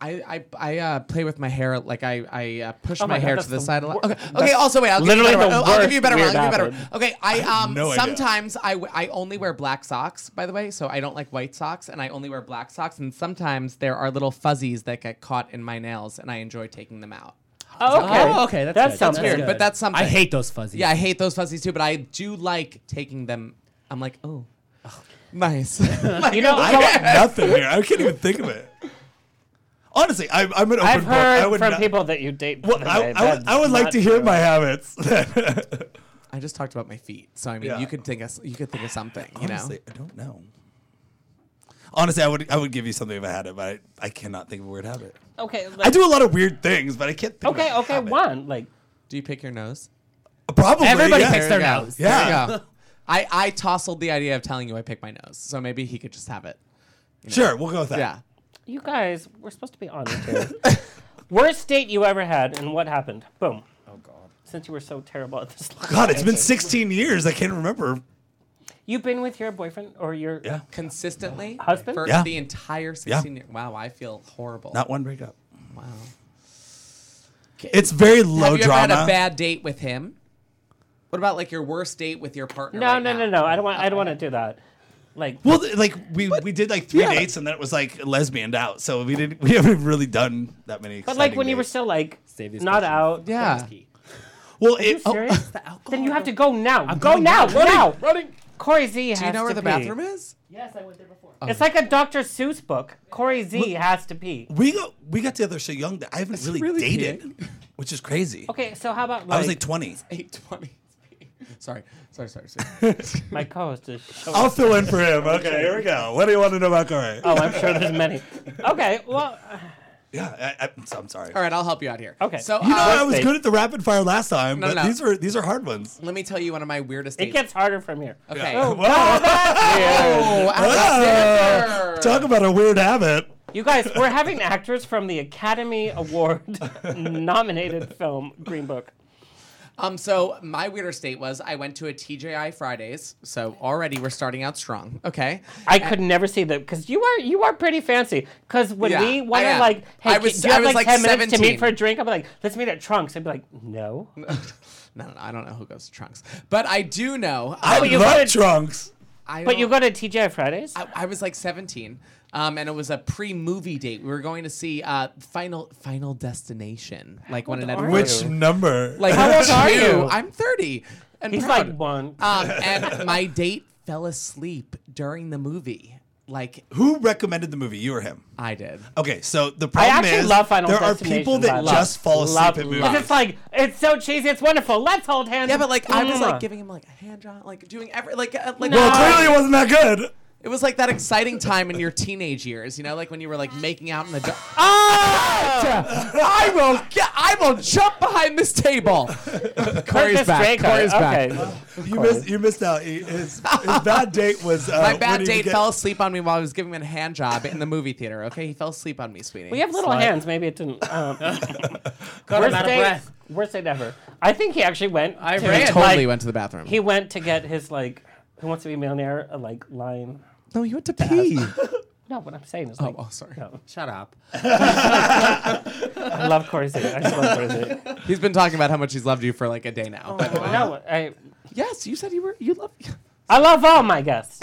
G: I I, I uh, play with my hair like I I uh, push
A: Oh my
G: my,
A: God,
G: hair
A: that's
G: to the,
A: the
G: side a lot.
A: wor-
G: Okay, okay.
A: that's
G: Also, wait. I'll
A: literally
G: give you a better
A: the
G: one. I'll give you a better one.
A: worst
G: I'll give you a
A: weird
G: better one. Okay. I
A: habit. I have
G: um
A: no idea.
G: sometimes I, w- I only wear black socks. By the way, so I don't like white socks, and I only wear black socks. And sometimes there are little fuzzies that get caught in my nails, and I enjoy taking them out.
A: Oh, okay.
G: Oh,
A: okay, that's That good. sounds
G: that's weird,
A: good.
G: but that's something.
A: I hate those fuzzies.
G: Yeah, I hate those fuzzies too. But I do like taking them. I'm like, oh, nice.
A: You know,
F: I got nothing here. I can't even think of it. Honestly, I, I'm an open
A: I've
F: book. I
A: heard
F: would
A: from
F: not-
A: people that you date.
F: Well,
A: by the
F: I,
A: way,
F: I would,
A: that's
F: I would like
A: not
F: to hear
A: true.
F: my habits.
G: I just talked about my feet, so I mean,
F: Yeah.
G: you could think of s- you could think of something, you
F: Honestly,
G: know.
F: I don't know. Honestly, I would I would give you something if I had it, but I, I cannot think of a weird habit.
A: Okay.
F: I do a lot of weird things, but I can't think.
A: Okay, okay, one like.
G: Do you pick your nose?
F: Probably.
G: Everybody
F: yeah.
G: picks their
F: There you go.
G: nose.
F: Yeah.
G: There you go. I I tousled the idea of telling you I pick my nose, so maybe he could just have it. you know.
F: Sure, we'll go with that.
G: Yeah.
A: You guys, we're supposed to be honest here. Worst date you ever had, and what happened? Boom. Oh God. Since you were so terrible at this.
F: God, it's been 16 years. I can't remember.
A: You've been with your boyfriend or your
F: Yeah.
G: consistently
A: husband
G: for
F: Yeah.
G: the entire
F: Yeah.
G: 16 years. Wow, I feel horrible.
F: Not one breakup.
G: Wow.
F: It's very low
G: have you
F: drama.
G: Ever had a bad date with him? What about like your worst date with your partner?
A: No, no, no, no. I don't want. I don't want to do that. Like.
F: well, th- like we we did like three dates, and then it was like lesbianed out. So we didn't we haven't really done that many.
A: But like
F: exciting
A: when you were
F: dates.
A: still like
F: Save these
A: not out.
F: questions. Yeah. Well,
A: Are you
F: it- oh.
A: serious? then you have to go now. go
G: going
A: now.
G: now. Running,
A: now. Running. Corey Z has
G: Do you know where
A: to
G: the
A: pee.
G: bathroom is?
A: Yes, I went there before.
F: Oh.
A: It's like a Dr. Seuss book. Corey Z
F: Look-
A: has to pee.
F: we got we got together so young that I haven't really,
A: really
F: dated, which is crazy.
A: Okay, so how about
F: I
A: like,
F: was like 20.
G: Eight twenty. Sorry, sorry, sorry, sorry.
A: my co-host is.
G: Oh.
A: showing-
F: I'll fill in for him. Okay, here we go. What do you want to know about Corey?
A: Oh, I'm sure there's many. Okay, well,
F: yeah, I, I, so I'm sorry.
G: All right, I'll help you out here.
A: Okay.
G: So
F: You know,
G: uh,
F: I was good at the rapid fire last time,
G: No,
F: but
G: no, no.
F: these were these are hard ones.
G: Let me tell you one of my weirdest.
A: it
G: dates.
A: gets harder from here.
G: Okay.
A: Oh,
F: Whoa.
A: God, that's
G: Oh,
A: weird.
F: Ah, talk about a weird habit.
A: You guys, we're having actors from the Academy Award nominated film Green Book.
G: Um, so my weirder state was I went to a TJI Fridays, so already we're starting out strong. Okay.
A: I could never see that because you are you are pretty fancy. Because when
G: Yeah,
A: we
G: I
A: wanted
G: am.
A: like, hey,
G: I
A: I
G: was-
A: do you
G: I
A: have
G: was,
A: like,
G: like,
A: ten minutes to meet
G: 17.
A: for a drink? I'm like, let's meet at Trunks. I'd be like, no.
G: No, no, no, I don't know who goes to trunks, but I do know.
A: I
G: um,
A: But you love go to-
F: trunks.
G: I
A: But you
G: don't-
A: go to TJ Fridays.
G: I, I was like 17, um, and it was a pre-movie date. We were going to see uh, Final Final Destination, like one
A: old
G: another.
A: are
F: Which number?
G: Like
A: How old are
G: two.
A: you?
G: I'm 30. And
A: He's
G: proud.
A: like one.
G: Um, and my date fell asleep during the movie. Like
F: Who recommended the movie? You or him?
G: I did.
F: Okay, so the
A: I
F: problem
A: actually
F: is
A: love Final
F: there are
A: Destination,
F: people
A: by
F: that
A: the way.
F: just fall asleep
A: Love-
F: at movies.
A: Because it's like it's so cheesy, it's wonderful. Let's hold hands.
G: Yeah, but like I was
A: Mm.
G: like giving him like a hand job, like doing every like uh, like.
F: well, clearly it wasn't that good.
G: It was like that exciting time in your teenage years, you know, like when you were like making out in the. Do- Ah! I will get. I will jump behind this table. Corey's
A: Curtis
G: back.
A: Draco,
G: Corey's
A: okay.
G: back.
F: You missed you missed out. He- His, his bad date was uh,
G: My
F: when
G: bad
F: he
G: date
F: get-
G: fell asleep on me while I was giving him a hand job in the movie theater. Okay, he fell asleep on me, sweetie.
A: We have little
G: Slut.
A: hands. Maybe it didn't. Um,
G: I'm
A: worst
G: out of
A: date-
G: breath.
A: Worst date ever. I think he actually went. I to,
G: ran. He totally
A: like-
G: went to the bathroom.
A: He went to get his like, who wants to be a millionaire? A, like line.
G: No, he went to pee.
A: No, what I'm saying is
G: Oh,
A: like.
G: oh, sorry.
A: No.
G: Shut up.
A: I love Corey Zay. I just love Corey Zay.
G: He's been talking about how much he's loved you for like a day now. by the way.
A: No, I.
G: Oh. Yes, you said you were. You love.
A: I love all my guests.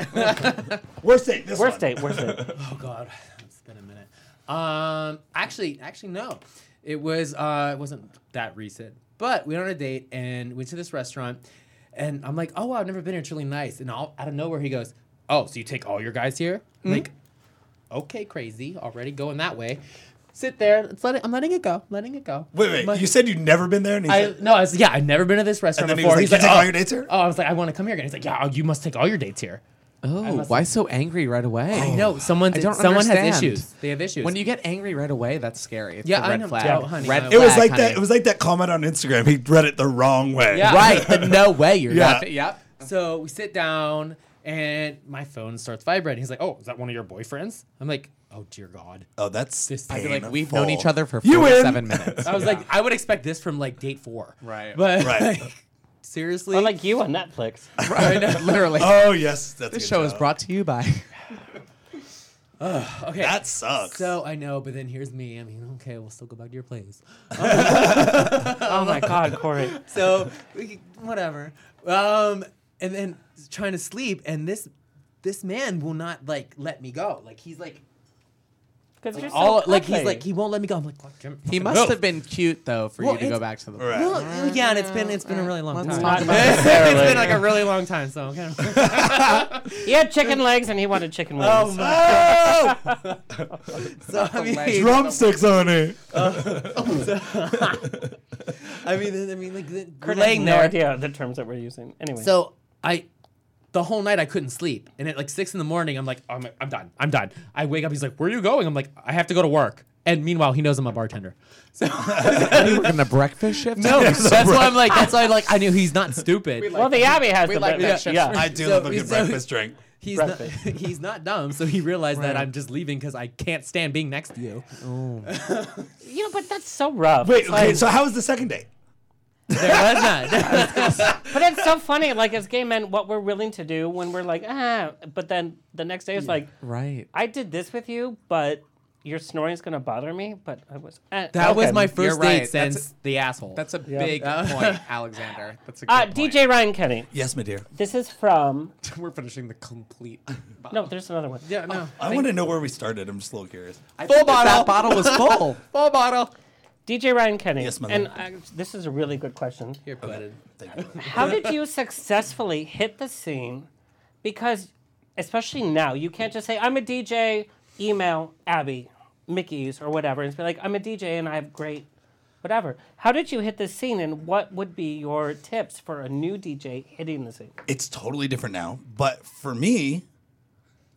F: worst date. This
A: worst
F: one.
A: date. Worst date.
H: Oh God, it's been a minute. Um, actually, actually no, it was uh, it wasn't that recent. But we went on a date and went to this restaurant, and I'm like, oh wow, I've never been here. It's really nice. And all out of nowhere, he goes, oh, so you take all your guys here?
A: Hmm?
H: I'm Like, okay, crazy, already going that way. Sit there. It's letting, I'm letting it go. Letting it go.
F: Wait, wait.
H: My-
F: you said you'd never been there, and he
H: I,
F: said,
H: no, I was, yeah, I've never been to this restaurant
F: then he
H: before.
F: was like,
H: He's like,
F: "You take
H: oh.
F: all your dates here?"
H: Oh, I was like, I want to come here again. He's like, yeah, you must take all your dates here. I
G: Oh,
H: must-
G: why so angry right away?
H: I know, someone's-
G: I don't
H: someone has
G: understand.
H: issues. They have issues.
G: When you get angry right away, that's scary. It's
H: Yeah,
G: the
H: I
G: red
H: know.
G: flag.
H: Yeah, honey,
G: red
H: I-
F: it was
G: flag,
F: like
G: honey.
F: that. It was like that comment on Instagram. He read it the wrong way.
H: Yeah.
G: Right, but no way you're
F: Yeah.
G: not. Yep.
H: So we sit down And my phone starts vibrating. He's like, "Oh, is that one of your boyfriends?" I'm like, "Oh dear God."
F: Oh, that's
H: this.
F: I
H: I
F: feel
H: like
G: we've known each other for
H: you win.
G: 47 minutes.
H: I was
G: Yeah.
H: like, I would expect this from like date four.
G: Right.
H: But
G: Right.
H: like, seriously,
A: Unlike you on Netflix.
H: Right.
G: Literally.
F: Oh, yes, that's a
G: this
F: good
G: show is
F: show.
G: brought to you by.
H: Ugh, okay.
F: That sucks.
H: So I know, but then here's me. I mean, okay, we'll still go back to your place.
A: Oh my God, Corey.
H: So we could- whatever. Um, and then trying to sleep, and this this man will not like let me go. Like he's like
A: Because
H: like, all like he's like he won't let me go. I'm like, fuck, Jim.
G: He
H: fucking
G: must
H: go.
G: have been cute though for
H: Well,
G: you to go
H: it's-
G: back to the.
H: Well, uh, yeah, and it's been it's been a really long
G: uh, Let's
H: time.
G: talk about
H: it's
G: that
H: been
G: later.
H: like a really long time. So okay.
A: he had chicken legs and he wanted chicken wings.
H: Oh my so I mean,
F: Drumsticks on it.
H: so- I mean, then- I mean, like the, we're
A: Kurt has
H: laying
A: no
H: there.
A: idea the terms that we're using. Anyway.
H: So I, the whole night I couldn't sleep, and at like six in the morning, I'm like, I'm, I'm done, I'm done. I wake up, he's like, Where are you going? I'm like, I have to go to work. And meanwhile, he knows I'm a bartender. So
G: you working a breakfast shift?
H: no, that's why I'm like, that's why I'm like, I knew he's not stupid.
A: well, the Abbey has the best- yeah.
F: I do love a good breakfast drink.
H: He's not, he's not dumb, so he realized that I'm just leaving because I can't stand being next to you.
A: You know, but that's so rough.
F: Wait,
A: It's
F: okay,
A: like-
F: so how was the second date?
H: There was none.
A: But it's so funny, like as gay men, what we're willing to do when we're like, ah, but then the next day it's like,
G: Right.
A: I did this with you, but your snoring's gonna bother me. But I was uh,
H: That was
A: okay.
H: my 1st
G: right.
H: date
G: That's
H: since the asshole.
G: That's a
A: Yeah.
G: big
H: Uh,
G: point, Alexander. That's a good
A: Uh,
G: point.
A: DJ Ryan Kenny.
F: Yes, my dear.
A: This is from.
G: We're finishing the complete.
A: No, there's another one.
H: Yeah, no.
F: I want to know where we started. I'm just a little curious.
G: Full bottle. That bottle was full.
H: Full bottle.
A: DJ Ryan Kenny.
F: Yes, my
A: And
F: lord.
A: uh, this is a really good question.
H: Here, butted.
A: How did you successfully hit the scene? Because, especially now, you can't just say, I'm a DJ, email Abby, Mickey's, or whatever. It's like, I'm a DJ and I have great whatever. How did you hit the scene, and what would be your tips for a new DJ hitting the scene?
F: It's totally different now, but for me,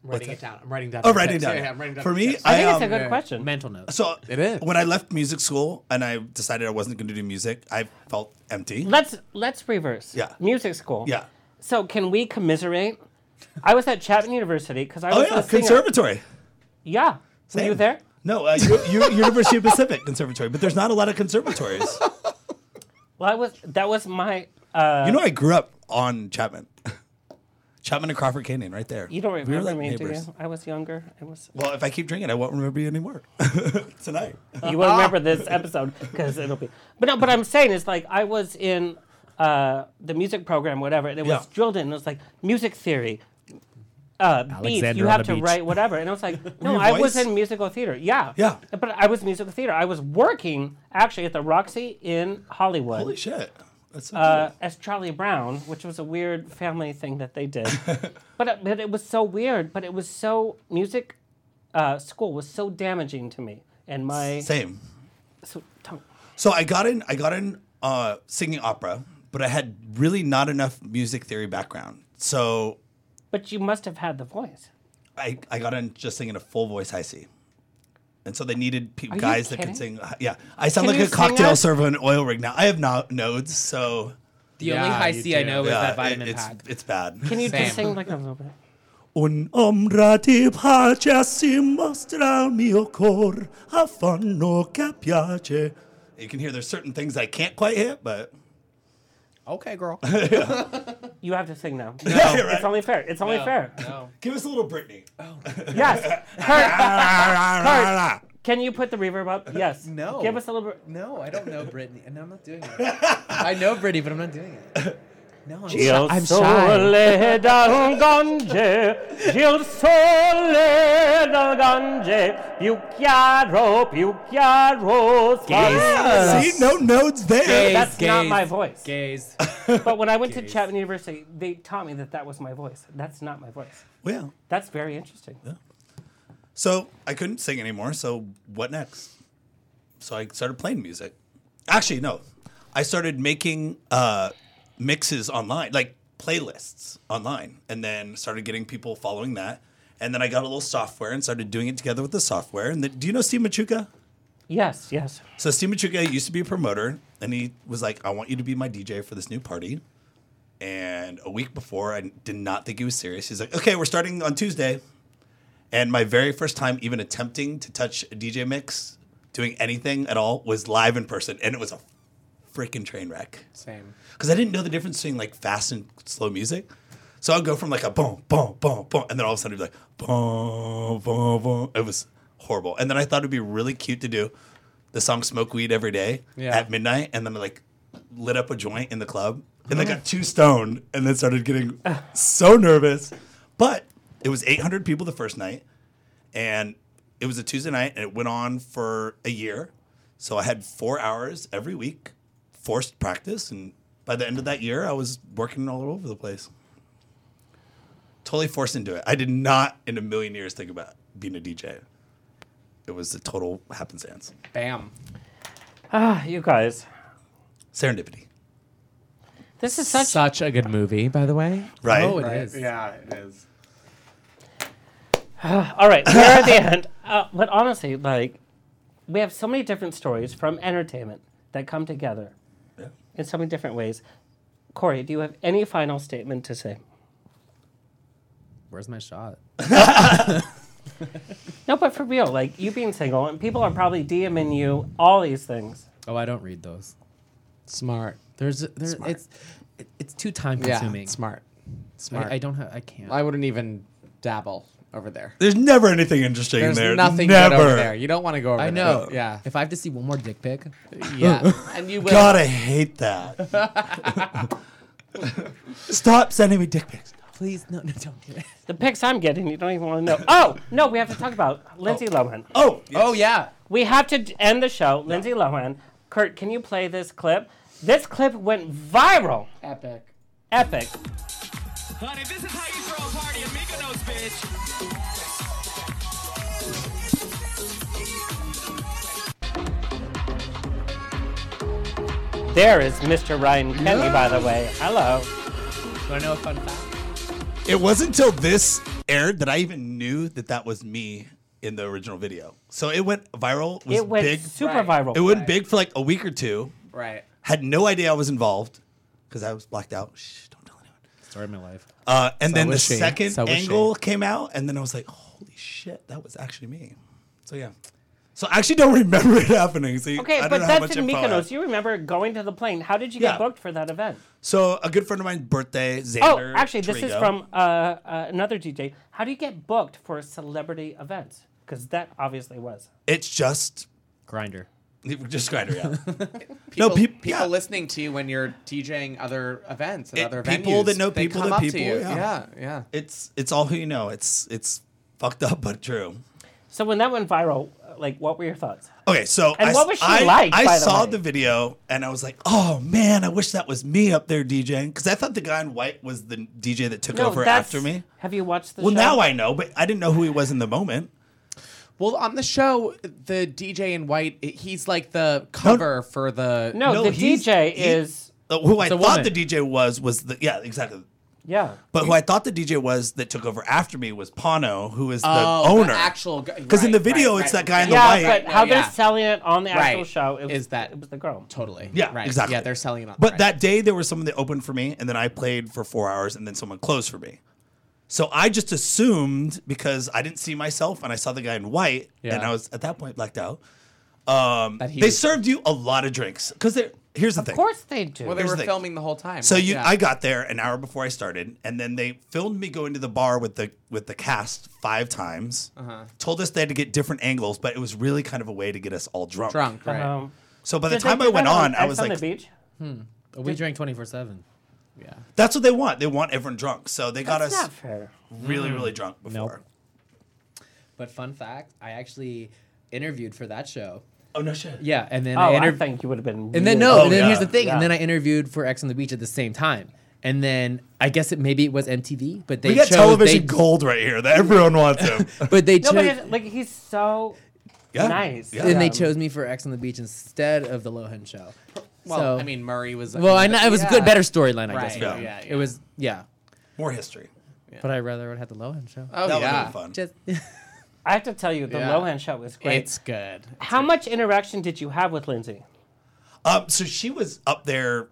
G: I'm writing it down. I'm writing down.
F: oh,
G: the
F: writing
G: text.
F: down.
G: Yeah, yeah, I'm writing down.
F: for
G: the
F: me,
G: text.
A: I think it's
F: um,
A: a good question.
H: Mental note.
F: So
G: It is.
F: When I left music school and I decided I wasn't going to do music, I felt empty.
A: Let's let's reverse.
F: Yeah.
A: Music school.
F: Yeah.
A: So can we commiserate? I was at Chapman University because I
F: Oh
A: was
F: yeah,
A: a singer.
F: conservatory.
A: Yeah. Were you
F: Same.
A: there?
F: No, uh, U- U- University of Pacific Conservatory, but there's not a lot of conservatories.
A: Well, I was. That was my. Uh,
F: you know, I grew up on Chapman, Chapman and Crawford Canyon, right there.
A: you don't
F: we
A: remember
F: were like
A: me, do
F: neighbors.
A: you? I was younger. I was.
F: Well, if I keep drinking, I won't remember you anymore tonight.
A: you will remember this episode because it'll be. But no, but I'm saying it's like I was in uh, the music program, whatever, and it was
F: Yeah.
A: drilled in. It was like music theory, uh, beats.
H: Alexander
A: You
H: on
A: have
H: a
A: to
H: beach.
A: write whatever, and I was like, no,
F: you
A: I was
F: voice?
A: in musical theater. Yeah,
F: Yeah.
A: But I was musical theater. I was working actually at the Roxy in Hollywood.
F: Holy shit, that's so
A: uh,
F: cool.
A: as Charlie Brown, which was a weird family thing that they did. but, it, but it was so weird. But it was so music uh, school was so damaging to me and my
F: same.
A: so, tongue.
F: So I got in. I got in uh, singing opera, but I had really not enough music theory background. So
A: But you must have had the voice.
F: I, I got in just singing a full voice high C. And so they needed pe-
A: you
F: guys that could
A: kidding?
F: sing. uh, Yeah, I sound
A: Can
F: like
A: you
F: a
A: sing
F: cocktail
A: that?
F: server in an oil rig now. I have no- nodes, so
H: The only high
G: you
H: C I
G: do.
H: know is
F: yeah,
H: that
F: it-
H: vitamin
F: it's
H: pack.
F: it's bad.
A: Can you
G: Same.
A: just sing like a little bit?
F: Un ombra di pace si mostra al mio cor affanno che piace. You can hear there's certain things I can't quite hit, but
G: Okay, girl.
A: You have to sing now.
F: Yeah, you're
A: It's
F: right.
A: only fair. It's only fair.
F: Oh. give us a little Britney.
A: Yes. Kurt, Kurt, can you put the reverb up? Yes.
H: No.
A: Give us a little. bit.
H: No, I don't know Brittany, and I'm not doing it. I know Brittany, but I'm not doing it. No, I'm
A: Il
G: I'm
A: sole dal Gange, il sole dal Gange, più chiaro, più chiaro. sparge.
F: See, no nodes there.
A: That's not my voice.
H: Gays.
A: But when I went to Chapman University, they taught me that that was my voice. That's not my voice.
F: Well,
A: That's very interesting.
F: So I couldn't sing anymore. So what next? So I started playing music. Actually, no, I started making uh, mixes online, like playlists online, and then started getting people following that. And then I got a little software and started doing it together with the software. And the, do you know Steve Machuca?
A: Yes, yes.
F: So Steve Machuca used to be a promoter, and he was like, "I want you to be my DJ for this new party." And a week before, I did not think he was serious. He's like, okay, we're starting on Tuesday. And my very first time even attempting to touch a DJ mix, doing anything at all, was live in person. And it was a freaking train wreck.
G: Same.
F: Because I didn't know the difference between like fast and slow music. So I'll go from like a boom, boom, boom, boom, and then all of a sudden it'd be like boom, boom, boom. It was horrible. And then I thought it'd be really cute to do the song Smoke Weed Every Day
G: Yeah.
F: at midnight. And then I like lit up a joint in the club and then got too stoned and then started getting so nervous. But it was 800 people the first night. And it was a Tuesday night and it went on for a year. So I had four hours every week, forced practice. And by the end of that year, I was working all over the place. Totally forced into it. I did not in a million years think about being a DJ. It was a total happenstance.
G: Bam.
A: Ah, you guys.
F: Serendipity.
A: This is such.
G: a good movie, by the way.
F: Right.
G: Oh, it is.
F: Right.
R: Yeah, it is.
A: All right, we're at the end. Uh, but honestly, like, we have so many different stories from entertainment that come together in so many different ways. Corey, do you have any final statement to say?
G: Where's my shot?
A: No, but for real, like you being single and people are probably DMing you all these things.
H: Oh, I don't read those. Smart. There's there's it's it- it's too time
G: Yeah,
H: consuming.
G: smart.
H: Smart. I, don't have. I can't.
G: I wouldn't even dabble over there.
F: There's never anything interesting
G: There's
F: in there.
G: nothing good
F: never.
G: over there. You don't wanna go over
H: I
G: there.
H: know.
G: Yeah.
H: If I have to see one more dick pic.
G: Yeah. And you will.
F: God, I hate that. Stop sending me dick pics.
H: Please, no, no, don't do it.
A: The pics I'm getting, you don't even want to know. Oh no, we have to talk about Lindsay Lohan.
F: Oh,
H: oh yeah.
A: We have to d- end the show. Lindsay Lohan. Kurt, can you play this clip? This clip went viral.
G: Epic.
A: Epic.
L: Honey, this is how you throw a party in Mykonos, bitch.
A: There is Mr. Ryan Kenny, by the way. Hello.
H: Want to know a fun fact?
F: It wasn't until this aired that I even knew that that was me in the original video. So it went viral. was
A: It went
F: big.
A: super Right. viral.
F: It went
A: Right.
F: big for like a week or two.
G: Right.
F: Had no idea I was involved because I was blacked out. Shh, don't tell anyone.
H: Story of my life.
F: Uh, and
H: So
F: then the
H: was she.
F: second
H: So was she.
F: angle came out, and then I was like, holy shit, that was actually me. So yeah. So I actually don't remember it happening. So you-
A: Okay,
F: I don't
A: but
F: know how
A: that's
F: much
A: in
F: info I have.
A: Mykonos. You remember going to the plane. How did you
F: Yeah.
A: get booked for that event?
F: So a good friend of mine's birthday,
A: oh,
F: Xander.
A: actually, this is
F: Trigo.
A: from uh, uh, another DJ. How do you get booked for celebrity events? Because that obviously was.
F: It's just
H: grinder.
F: Just grinder, yeah.
G: People,
F: No, peop-
G: people
F: yeah.
G: listening to you when you're DJing other events at
F: It-
G: other
F: people
G: venues.
F: that know
G: they
F: people
G: come
F: that
G: up
F: people.
G: To you.
F: Yeah.
G: yeah, yeah.
F: It's it's all who you know. It's it's fucked up but true.
A: So when that went viral, uh, like, what were your thoughts?
F: Okay, so
A: And
F: I,
A: what was she
F: I-
A: like,
F: I
A: by the
F: saw
A: way?
F: the video and I was like, oh man, I wish that was me up there DJing because I thought the guy in white was the DJ that took over after me.
A: Have you watched the
F: Well,
A: show?
F: now I know, but I didn't know who he was in the moment.
G: Well, on the show, the DJ in white, i- he's like the cover for the.
A: No, the
F: he's-
A: DJ
F: he-
A: is.
F: uh, who I
G: It's a
F: thought
G: woman.
F: the DJ was was the yeah exactly.
A: Yeah.
F: But who I thought the DJ was that took over after me was Pano, who is the
G: Oh, the
F: owner.
G: actual guy-
F: because in the
G: right,
F: video
G: right,
F: it's
G: right.
F: that guy in
A: yeah,
F: the white.
A: but how
G: No, yeah.
A: they're selling it on the actual
G: Right.
A: show it was,
G: Is that-
A: it was the girl.
G: Totally.
F: Yeah,
G: Right.
F: exactly.
G: Yeah, they're selling it on.
F: But
G: right.
F: that day there was someone that opened for me, and then I played for four hours, and then someone closed for me. So I just assumed because I didn't see myself, and I saw the guy in white, and
G: Yeah.
F: I was at that point blacked out. Um,
G: he
F: they
G: was-
F: served you a lot of drinks because here's the thing.
A: Of course they do.
G: Well, they
F: Here's
G: were
F: the thing.
G: filming the whole time.
F: So
G: right?
F: you,
G: Yeah.
F: I got there an hour before I started, and then they filmed me going to the bar with the with the cast five times.
G: Uh-huh.
F: Told us they had to get different angles, but it was really kind of a way to get us all drunk.
G: Drunk, right. Uh-huh.
F: So by the
A: Did Um, they
F: time I
A: do
F: went
A: that
F: on, I
A: X
F: was
A: on
F: like,
A: the beach?
H: Hmm. We drank twenty four seven. Yeah.
F: That's what they want. They want everyone drunk. So they got
H: That's
F: us
H: not fair.
F: really,
H: Mm.
F: really drunk before.
H: But fun fact, I actually interviewed for that show.
F: Oh no shit.
H: Yeah, and then
A: oh,
H: I
A: I,
H: interviewed.
A: think you would have been.
H: And
A: really
H: then no,
A: good.
H: and then here's the thing.
A: Yeah.
H: And then I interviewed for X on the Beach at the same time. And then I guess it maybe it was MTV, but they
F: we got
H: chose,
F: television
H: they-
F: gold right here that everyone wants him.
H: But they
A: No,
H: chose,
A: but it's, like he's so
F: Yeah.
A: nice.
F: Yeah.
H: and they chose me for X on the Beach instead of the Lohan show.
G: Well,
H: so,
G: I mean, Murray was.
H: well, I know it was a good,
G: yeah.
H: better storyline. I guess.
G: Right,
H: for me.
G: yeah,
H: It was yeah.
F: More history.
H: But I rather would have the Lohan show.
G: Oh
F: That would've
G: yeah.
F: been fun.
H: Just
A: I have to tell you, the
G: Yeah.
A: Lohan show was great.
G: It's good.
F: Uh,
A: How much interaction did you have with Lindsay?
F: Um, so she was up there.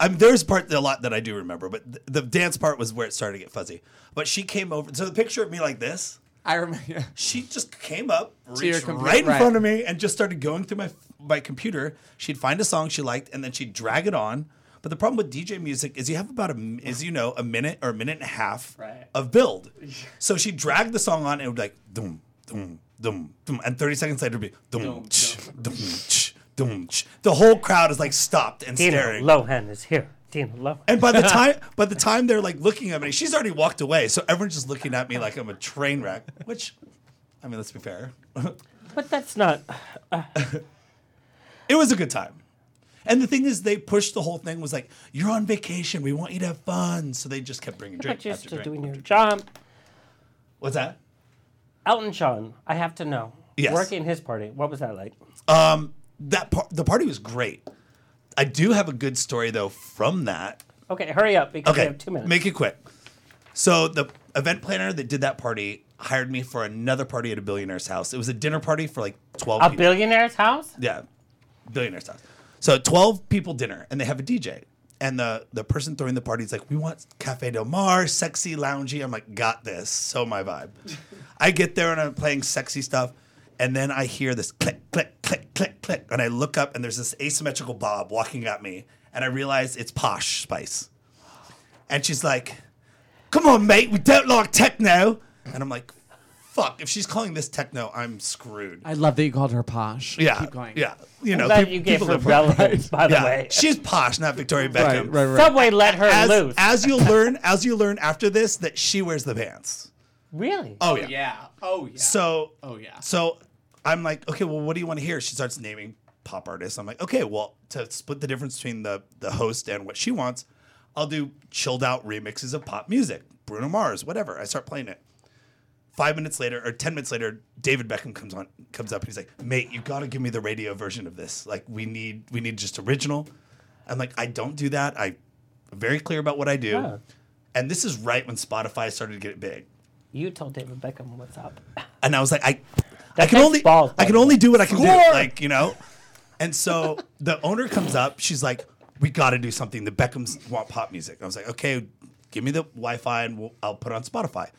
F: I mean, there's part a lot that I do remember, but th- the dance part was where it started to get fuzzy. But she came over. So the picture of me like this.
G: I remember. Yeah.
F: She just came up,
G: To your
F: reached
G: compu-
F: right in
G: right.
F: front of me, and just started going through my my computer. She'd find a song she liked, and then she'd drag it on. But the problem with DJ music is you have about a m- is you know a minute or a minute and a half
G: Right.
F: of build. So she dragged the song on, and it would like doom doom doom doom, and thirty seconds later it'd be doom tch, doom tch, doom tch. The whole crowd is like stopped and
A: Dina
F: staring.
A: Lohan is here. Dina Lohan.
F: And by the time by the time they're like looking at me, she's already walked away. So everyone's just looking at me like I'm a train wreck. Which, I mean, let's be fair.
A: but that's not.
F: it was a good time. And the thing is, they pushed the whole thing was like, "You're on vacation. We want you to have fun." So they just kept bringing
A: But
F: drink
A: you're
F: after
A: still
F: drink.
A: doing your job.
F: What's that?
A: Elton John. I have to know.
F: Yes.
A: Working his party. What was that like?
F: Um, that par- the party was great. I do have a good story though from that.
A: Okay, hurry up because we have two minutes.
F: Make it quick. So the event planner that did that party hired me for another party at a billionaire's house. It was a dinner party for like twelve.
A: a
F: people.
A: billionaire's house?
F: Yeah, billionaire's house. So twelve people dinner, and they have a DJ. And the the person throwing the party is like, "We want Cafe Del Mar, sexy, loungy." I'm like, "Got this." So my vibe. I get there and I'm playing sexy stuff, and then I hear this click, click, click, click, click, and I look up and there's this asymmetrical bob walking at me, and I realize it's Posh Spice, and she's like, "Come on, mate, we don't like techno," and I'm like, "Fuck! If she's calling this techno, I'm screwed."
G: I love that you called her posh.
F: Yeah,
G: Keep going.
F: Yeah, you
A: I'm
F: know,
A: glad
F: peop-
A: you gave
F: people
A: her
F: live-
A: relevance, by the
F: Yeah.
A: way.
F: she's posh, not Victoria
G: Right,
F: Beckham.
G: right, right.
A: Subway let her
F: as,
A: loose.
F: As you'll learn, as you learn after this, that she wears the pants.
A: Really?
F: Oh yeah.
G: Oh yeah.
F: So.
G: Oh, yeah.
F: So I'm like, okay, well, what do you want to hear? She starts naming pop artists. I'm like, okay, well, to split the difference between the the host and what she wants, I'll do chilled out remixes of pop music, Bruno Mars, whatever. I start playing it. Five minutes later, or ten minutes later, David Beckham comes on, comes up, and he's like, "Mate, you gotta give me the radio version of this. Like, we need, we need just original." I'm like, I don't do that. I'm very clear about what I do.
A: Yeah.
F: And this is right when Spotify started to get big.
A: You told David Beckham what's up.
F: And I was like, I, I
A: That
F: can
A: takes
F: only,
A: balls,
F: I
A: by
F: can
A: the
F: only
A: way.
F: do what I can do,
A: Score!
F: like you know. And so the owner comes up. She's like, "We got to do something. The Beckhams want pop music." I was like, "Okay, give me the Wi-Fi and we'll, I'll put it on Spotify."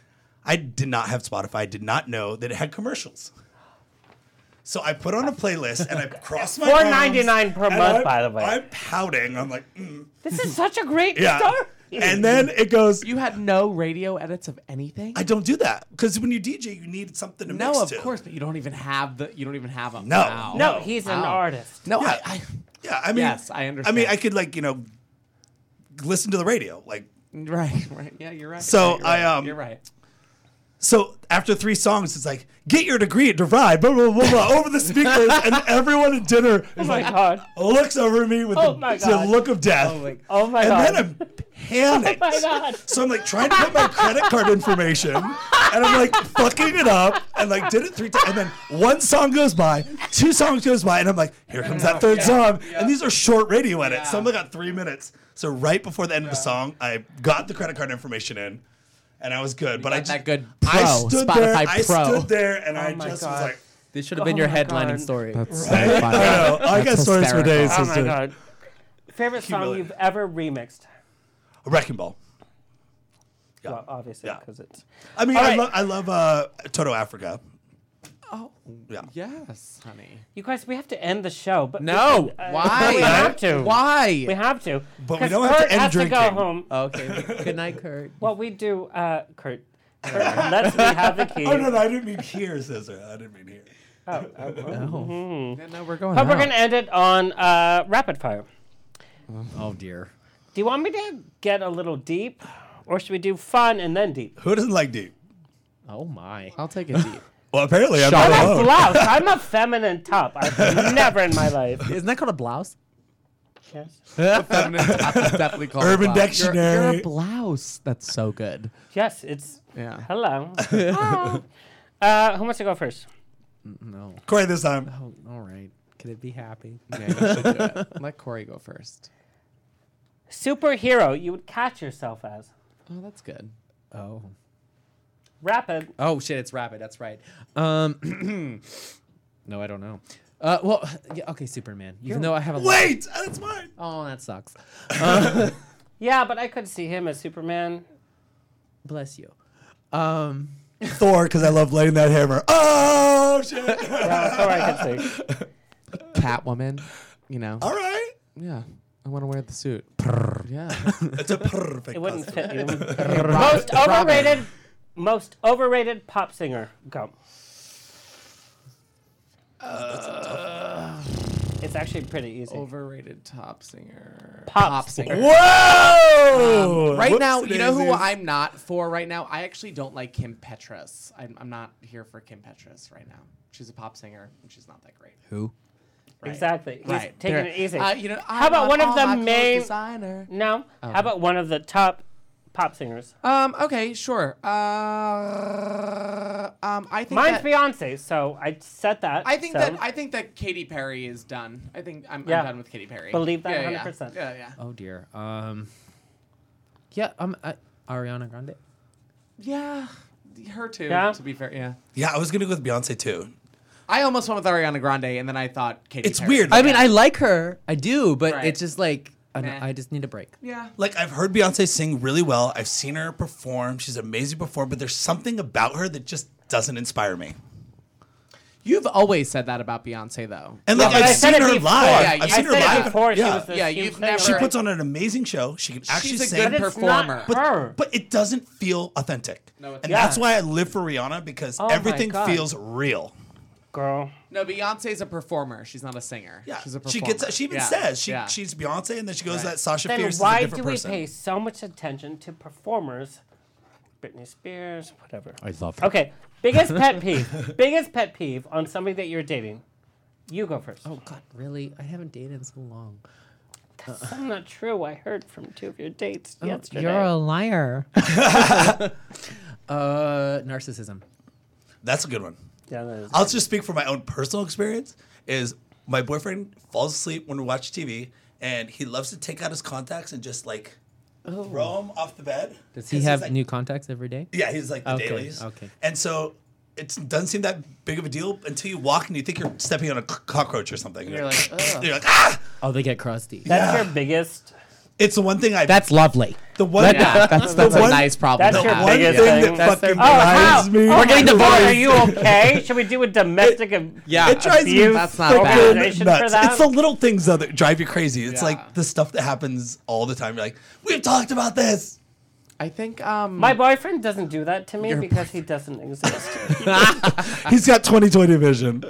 F: I did not have Spotify. I did not know that it had commercials. So I put on a playlist and I crossed my
A: Four ninety nine per
F: arms, and
A: month,
F: I'm-
A: by the way.
F: I'm pouting. I'm like, mm.
A: this is such a great
F: Yeah.
A: story.
F: And then it goes.
G: You had no radio edits of anything.
F: I don't do that because when you DJ, you need something to
G: no,
F: mix
G: of
F: to.
G: course, but you don't even have the. You don't even have them.
F: No,
G: Wow.
F: no. No, he's
A: an artist.
G: No,
F: Yeah.
G: I, I,
F: Yeah, I mean,
G: Yes, I
F: I mean,
G: understand.
F: I could like you know listen to the radio, like
G: right, right. Yeah, you're right.
F: So,
G: You're right.
F: I, um,
G: You're right.
F: so. After three songs, it's like get your degree at DeVry, blah blah blah, blah over the speakers, and everyone at dinner is
A: my
F: like
A: God.
F: looks over at me with
A: Oh
F: the,
A: my
F: the
A: God.
F: look of death,
A: Oh my
F: and
A: god.
F: then I'm panicked.
A: Oh my God.
F: So I'm like trying to put my credit card information, and I'm like fucking it up, and like did it three times, and then one song goes by, two songs goes by, and I'm like, here comes that third song, and these are short radio edits, so I'm like got three minutes. So right before the end of the song, I got the credit card information in, and I was good. but I just
G: that good
F: I
G: pro,
F: stood there,
G: Spotify
F: I
G: pro.
F: stood there, and
A: Oh
F: I
A: my
F: just was
A: God.
F: like.
H: This
G: Oh
H: should have been your headlining story.
G: That's
F: Right?
G: so funny.
F: I know. I got
G: That's
F: stories for
G: hysterical.
F: days.
A: Oh my
F: sister.
A: god. Favorite song
F: Humility.
A: you've ever remixed?
F: Wrecking Ball. Uh,
A: Well, obviously, because it's.
F: I mean,
A: All
F: I,
A: right.
F: love I love uh, Toto Africa.
G: Oh,
F: Yeah.
G: yes, honey.
A: You guys, we have to end the show, but
G: No.
A: uh,
G: Why?
A: We have to.
G: Why?
A: We have to.
F: But we
A: 'Cause
F: don't have to
A: Kurt
F: end
A: has To
F: drinking. Oh.
A: go home.
H: Okay. Good night, Kurt.
A: Well, we do, uh, Kurt. Kurt let's me have the key.
F: Oh no, no, I didn't mean here, Scissor. I didn't mean here.
A: Oh, oh, oh. Mhm.
G: Yeah, no, we're going.
A: But we're
G: out.
A: gonna end it on uh, rapid fire.
H: Oh dear.
A: Do you want me to get a little deep, or should we do fun and then deep?
F: Who doesn't like deep?
H: Oh my.
G: I'll take it deep.
F: Well, apparently I'm
G: Shut
F: not
G: up.
A: I'm a
F: alone.
A: blouse. I'm a feminine top. I've never in my life.
H: Isn't that called a blouse?
A: Yes.
G: A feminine top is definitely called a
F: Urban
G: blouse. You're- You're,
F: Dictionary.
G: a blouse. That's so good.
A: Yes, it's.
G: Yeah.
A: Hello. Hello. Uh, who wants to go first?
G: No.
F: Corey this time.
H: Oh, all right. Can it be happy?
G: Yeah, you should do it. Let Corey go first.
A: Superhero, you would catch yourself as.
G: Oh, that's good.
H: Oh.
A: Rapid.
H: Oh shit, it's rapid. That's right. Um, no, I don't know. Uh, well, yeah, okay, Superman. Even
A: You're-
H: though I have a
A: Wait,
F: uh, that's mine.
H: Oh, that sucks. Uh,
A: Yeah, but I could see him as Superman.
H: Bless you.
I: Um,
F: Thor, because I love laying that hammer. Oh shit!
A: I could see.
G: Catwoman, you know.
F: All right.
G: Yeah, I want to wear the suit. Yeah,
F: it's a perfect.
A: It wouldn't fit you.
G: Robin-
A: most
G: Robin.
A: overrated, most overrated pop singer. Go. Uh, it's actually pretty easy.
G: Overrated top singer.
A: Pop,
G: Pop
A: singer.
G: singer.
F: Whoa!
G: Um, right
F: Whoops
G: now, you know who
F: daisies.
G: I'm not for right now? I actually don't like Kim Petras. I'm, I'm not here for Kim Petras right now. She's a pop singer and she's not that great.
A: Who? Exactly. He's
G: Right.
A: taking
G: There-
A: it easy.
G: Uh, you know,
A: how
G: I
A: about
G: love
A: one of
G: all
A: the
G: my clothes
A: main
G: designer.
A: No.
G: Oh.
A: How about one of the top pop singers?
G: Um, okay, sure. Uh, um, I think
A: Mine's
G: that-
A: Beyonce, so I said that.
G: I think
A: so.
G: that I think that Katy Perry is done. I think I'm,
A: Yeah.
G: I'm done with Katy Perry.
A: Believe that
G: Yeah, yeah,
A: 100%.
G: Yeah, yeah.
H: Oh dear. Um. Yeah, um, I, Ariana Grande.
G: Yeah, her too.
H: Yeah?
G: To be fair, yeah.
F: Yeah, I was gonna go with Beyonce too.
G: I almost went with Ariana Grande, and then I thought Katy. Perry.
H: I mean, I like her. I do, but
G: Right.
H: it's just like I,
G: Meh.
H: I just need a break.
G: Yeah.
F: Like I've heard Beyonce sing really well. I've seen her perform. She's an amazing performer, but there's something about her that just doesn't inspire me.
G: You've always said that about Beyonce, though.
F: And like
G: Yeah, but I
F: I've
G: said
F: seen
G: it
F: her
G: before.
F: live.
G: Yeah,
F: I've
G: you-
F: seen her
G: I said it
F: live.
G: before she
F: yeah.
G: was the Yeah, huge you've singer.
F: never.
G: never-
F: She puts on an amazing show. She can actually
G: She's a
F: sing.
G: good But it's not performer.
F: but,
G: her.
F: but it doesn't feel authentic.
G: No, it's
F: and
G: not.
F: that's why I live for Rihanna because
G: Oh my
F: everything
G: God.
F: feels real.
A: Girl.
G: No, Beyonce's a performer. She's not a singer.
F: Yeah.
G: She's a
F: She
G: performer.
F: gets. She even
G: Yeah,
F: says she
G: yeah.
F: she's Beyonce, and then she goes
G: Right.
F: that Sasha
A: then
F: Fierce
A: why
F: is a different
A: do we
F: person.
A: pay so much attention to performers? Britney Spears, whatever.
F: I love her.
A: Okay, biggest pet peeve. biggest pet peeve on somebody that you're dating. You go first. Oh
H: God, really? I haven't dated in so long.
A: That's so not true. I heard from two of your dates
H: Oh,
A: yesterday.
H: You're a liar. uh, narcissism.
F: That's a good one.
A: Yeah, that is
F: I'll just speak from my own personal experience. Is my boyfriend falls asleep when we watch TV, and he loves to take out his contacts and just like
G: Oh.
F: throw them off the bed.
H: Does
F: It's
H: he
F: just
H: have
F: like-
H: new contacts every day?
F: Yeah, he's like the
H: okay,
F: dailies.
H: Okay.
F: And so it doesn't seem that big of a deal until you walk and you think you're stepping on a c- cockroach or something. You're like, you're like, ah!
H: Oh, they get crusty.
A: That's your biggest.
F: It's the one thing I.
H: That's lovely.
F: The one.
H: That- Yeah, that's- that's
F: the
H: a nice problem
A: That's
H: to
A: your
H: have.
A: biggest
H: Yeah.
A: thing.
H: That's their
A: oh, how?
H: biggest me.
A: Oh
H: We're getting
A: my God,
H: divorced.
A: Are you okay? Should we do a domestic ab-
F: Yeah, it drives me
A: abuse
F: that's
A: organization for that?
F: It's the little things though, that drive you crazy. It's like the stuff that happens all the time. You're like, we've talked about this.
G: I think um
A: My boyfriend doesn't do that to me because he doesn't exist.
F: He's got 2020 vision.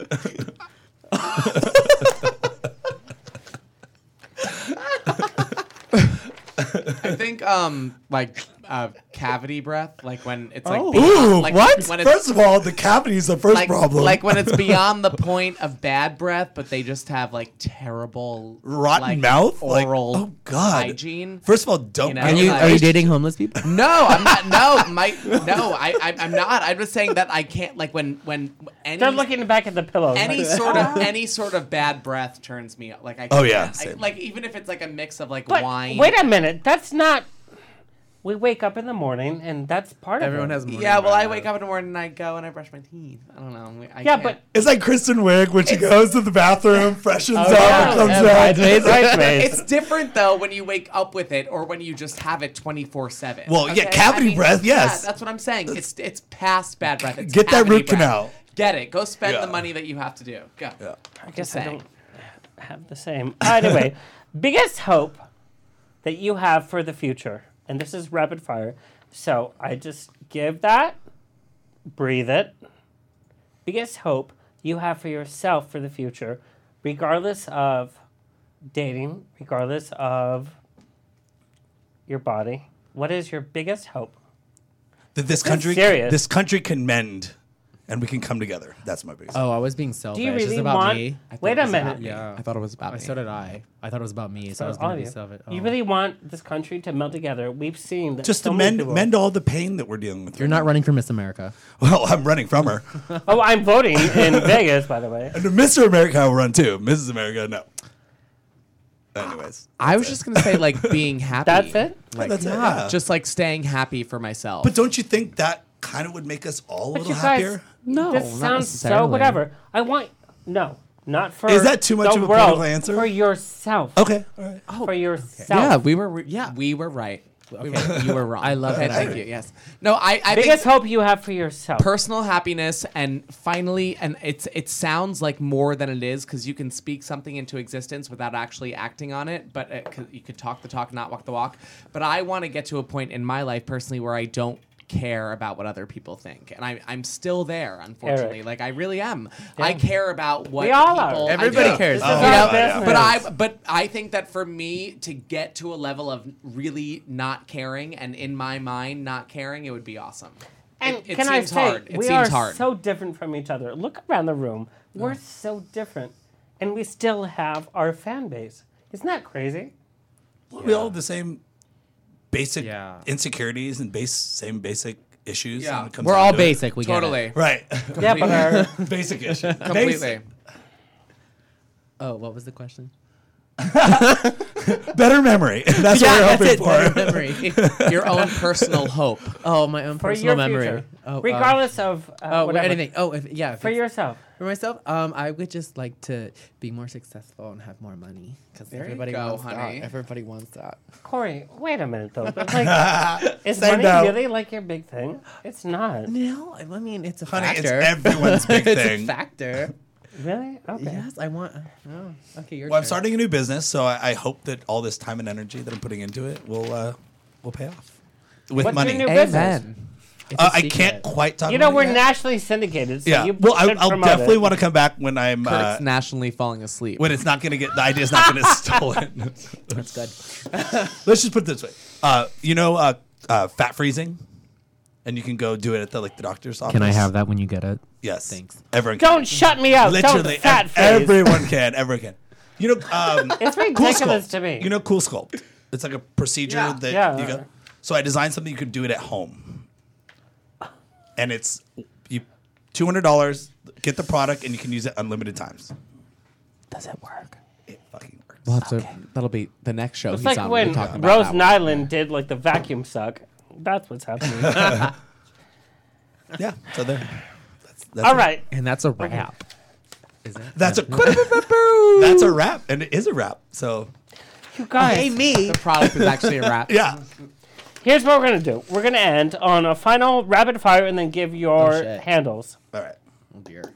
G: I think um like uh cavity breath, like when it's like
F: Ooh,
G: beyond- Oh. like,
F: what?
G: when it's-
F: Oh. First of all, the cavity is the first
G: like,
F: problem.
G: like when it's beyond the point of bad breath, but they just have like terrible
F: rotten
G: like,
F: mouth. Like,
G: oral
F: oh god.
G: hygiene.
F: First of all, don't.
G: You know,
F: get
G: Are you-
F: like-
G: are you
H: dating homeless people?
G: No, I'm not. No, my no, I, I I'm not. I'm just saying that I can't like when when any
A: Start looking back at the pillow.
G: any
A: Like-
G: sort of any sort of bad breath turns me up. Like I
A: Oh, yeah,
G: can't. I-
A: same.
G: like even if it's like a mix of like
A: But
G: wine.
A: wait a minute, that's not. We wake up in the morning, and that's part
G: Everyone
A: of it.
G: has morning Yeah, well, I breath. wake up in the morning and I go and I brush my teeth. I don't know. I
A: Yeah,
G: can't.
A: but-
F: It's like Kristen Wiig when she
G: It's-
F: goes to the bathroom, freshens
G: Oh,
F: up,
G: yeah.
F: and comes
G: Yeah,
F: out.
G: bridesmaids. it's different though when you wake up with it or when you just have it 24 7
F: Well, yeah, cavity breath, yes.
G: yeah, that's what i'm saying it's it's past bad breath it's
F: Get that
G: cavity
F: root
G: breath.
F: canal.
G: get it go spend
A: Yeah.
G: the money that you have to do go
A: I
G: just
A: guess I
G: saying
A: don't have the same. Either way, biggest hope that you have for the future, and this is rapid fire. So I just give that, breathe it. Biggest hope you have for yourself for the future, regardless of dating, regardless of your body. What is your biggest hope?
F: That this
A: That's
F: country,
A: serious.
F: this country can mend, and we can come together. That's my biggest.
H: Oh, I was being selfish.
A: Do you
H: It's
A: really
H: about
A: want-
H: me. I thought
A: Wait
H: it
A: a
H: was
A: minute.
H: about me.
A: Yeah.
G: I thought it was about
H: I,
G: me.
H: So did I. I thought it was about me, so I was
A: all
H: going
A: of
H: to
A: you.
H: be selfish.
A: You
H: Oh.
A: really want this country to meld together. We've seen that
F: Just
A: so
F: to
A: many
F: mend,
A: people-
F: mend all the pain that we're dealing with.
H: You're not running for Miss America.
F: Well, I'm running from her.
A: oh, I'm voting in Vegas, by the way.
F: And Mr. America, I will run too. Mrs. America, no. Anyways,
G: i was just gonna say like being happy
F: That's it?
G: like,
F: That's it,
G: yeah,
F: yeah.
G: just like staying happy for myself
F: but don't you think that kind of would make us all a
A: But
F: little
A: you guys,
F: happier?
A: this sounds so whatever. I want no. Not for
F: Is that too much
A: the
F: of a
A: world,
F: political answer?
A: For yourself.
F: Okay.
A: Oh, for yourself.
G: Yeah, we were. re- yeah, we were right. We were- you were wrong.
A: I love
G: Okay,
A: that
G: Thank
A: answer.
G: you. Yes. No. I. I think
A: Biggest hope you have for yourself.
G: Personal happiness, and finally, and it's it sounds like more than it is because you can speak something into existence without actually acting on it. But it, 'cause you could talk the talk, not walk the walk. But I want to get to a point in my life personally where I don't care about what other people think, and I, I'm still there. Unfortunately, like I really am. I care about what
A: We all are.
G: people. I
A: Everybody
G: do.
A: cares. Oh, This
G: You
A: is
G: know,
A: our business.
G: But I but I think that for me to get to a level of really not caring and in my mind not caring, it would be awesome.
A: And
G: it, it
A: can
G: seems
A: I say,
G: hard. It
A: we
G: seems
A: are
G: hard.
A: so different from each other. Look around the room.
F: Oh.
A: We're so different, and we still have our fan base. Isn't that crazy?
F: We all have the same basic insecurities and base same basic issues.
G: Yeah.
F: when it comes
H: We're all
F: down to it.
H: basic, we get it. Totally.
F: Right.
H: Yeah, but our-
F: basic issues.
H: Completely.
F: Basic.
H: Oh, what was the question?
F: Better memory. That's
H: Yeah,
F: what we're
H: that's
F: hoping for.
H: it, better memory.
G: Your own personal hope.
H: Oh, my own
A: For
H: personal
A: your
H: memory.
A: future.
H: Oh, um,
A: Regardless of, uh,
H: oh,
A: whatever.
H: anything. Oh, if, yeah. if
A: For
H: it's-
A: yourself.
H: For myself, um, I would just like to be more successful and have more money because
A: There you
H: everybody
A: go,
H: wants
A: honey.
H: that. Everybody wants that.
A: Corey, wait a minute though. But like, is money
H: no.
A: really like your big thing? It's not.
H: No, I mean it's a
A: Honey, it's
H: factor.
A: everyone's big
H: It's a
F: thing.
H: factor.
A: Really? Okay.
H: Yes, I want. Oh, okay, you're.
F: Well, I'm starting a new business, so I, I hope that all this time and energy that I'm putting into it will uh, will pay off with
A: What's
F: money.
A: your new business?
F: Uh, I can't quite talk.
A: You know
F: about
A: we're
F: it yet.
A: nationally syndicated. So
F: yeah.
A: You
F: well, I,
A: should
F: I'll
A: promote
F: definitely
A: it.
F: want to come back when I'm uh,
G: Kurt's nationally falling asleep.
F: when it's not going to get the idea's not going to get stolen.
H: That's good.
F: Let's just put it this way. Uh, you know, uh, uh, fat freezing, and you can go do it at the like the doctor's office.
H: Can I have that when you get it?
F: Yes. Thanks. Everyone. Can.
A: Don't shut me out.
F: Literally,
A: Literally, fat
F: ev-
A: face.
F: everyone can. Everyone can. You know, um,
A: It's
F: Cool
A: ridiculous
F: Sculpt.
A: to me.
F: You know, cool sculpt. It's like a procedure
A: Yeah.
F: that
A: Yeah.
F: you go. So I designed something you could do it at home, and it's you two hundred dollars. Get the product, and you can use it unlimited times.
H: Does it work?
F: It fucking works.
G: We'll have to, That'll be the next show.
A: It's
G: he's
A: like
G: on.
A: when
G: we'll talk about
A: Rose
G: that one.
A: Nyland did like the vacuum suck. That's what's happening.
F: yeah. So there. That's,
A: All right.
H: And that's a wrap.
F: Is it? That's a that's a wrap, and it is a wrap. So
A: You guys.
F: Hey, me. The product is actually a wrap. Yeah.
A: Here's what we're gonna do. We're gonna end on a final rapid fire and then give your
S: Oh, shit.
A: handles.
F: All right.
S: Oh dear.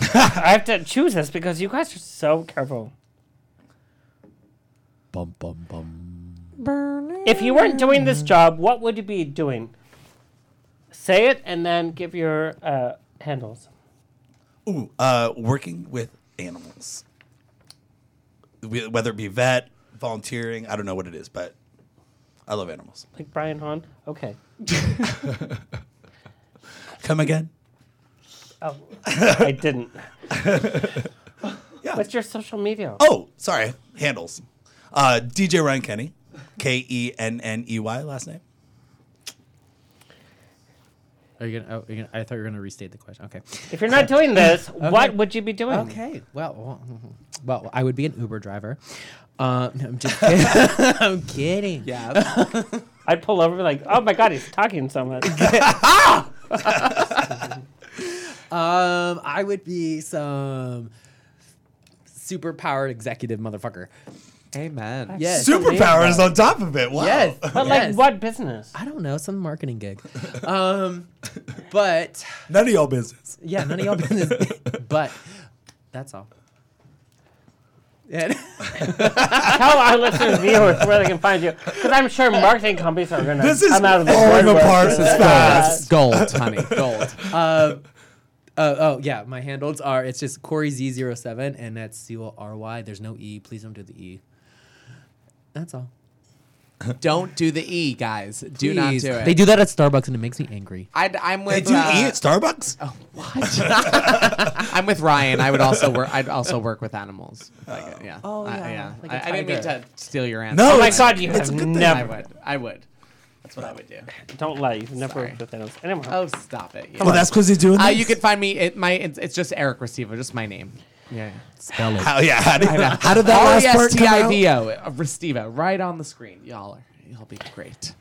A: I have to choose this because you guys are so careful.
G: Bum bum bum.
A: If you weren't doing this job, what would you be doing? Say it and then give your uh, handles.
F: Ooh, uh, working with animals, Wh- whether it be vet, volunteering, I don't know what it is, but I love animals.
A: Like Brian Hahn. Okay.
F: Come again?
A: Oh, I didn't. What's your social media?
F: Oh, sorry, handles. Uh, DJ Ryan Kenny, K E N N E Y last name.
H: Are you gonna? Oh, you're gonna I thought you were gonna restate the question. Okay.
A: If you're not doing this,
H: Okay.
A: what would you be doing?
H: Okay. Well, well, well, I would be an Uber driver. Um, no, I'm just kidding. I'm kidding.
A: Yeah. I'd pull over and be like, oh my god, he's talking so much.
H: Um, I would be some super powered executive motherfucker.
G: Amen.
H: Yes.
F: Superpowers on top of it. Wow.
H: Yes.
A: But like,
H: Yes.
A: what business?
H: I don't know, some marketing gig. um, but
F: none of y'all business.
H: Yeah, none of y'all business. but that's all. Yeah.
A: Tell our listeners, viewers, where they can find you, because I'm sure marketing companies are gonna.
H: This is
A: come out of the
H: falling
A: woodwork
H: apart
A: for
H: as
A: that.
H: fast.
G: Gold, honey, gold.
H: Uh, uh, oh yeah, my handles are it's just Corey Z07 and that's C O R Y. There's no E. Please don't do the E. That's all.
G: Don't do the E, guys. Do not
H: Please.
G: do it.
H: They do that at Starbucks and it makes me angry.
G: I'd, I'm with.
H: do E
G: uh,
H: at
F: Starbucks.
G: Oh, what? I'm with Ryan. I would also work. I'd also work with animals. Like, yeah.
H: Oh,
G: I-
H: yeah,
G: yeah.
H: like a
G: I, I didn't mean to
H: tiger.
G: steal your answer.
A: No, Oh my it's- God, you it's have a good thing. never-
G: I would. I would. That's what I would do.
A: Don't lie. You've never worked with animals. Anyone?
G: Oh, stop it.
F: Well, that's 'cause he's doing
G: Uh,
F: this?
G: you can find me. It, my. It's, it's just Eric Restivo. Just my name. Yeah.
H: Spell it.
F: How- yeah, how did-
G: I know. Oh,
F: how did that last part come out?
G: R-E-S-T-I-V-O, uh, Restivo, right on the screen. Y'all are. Y'all be great.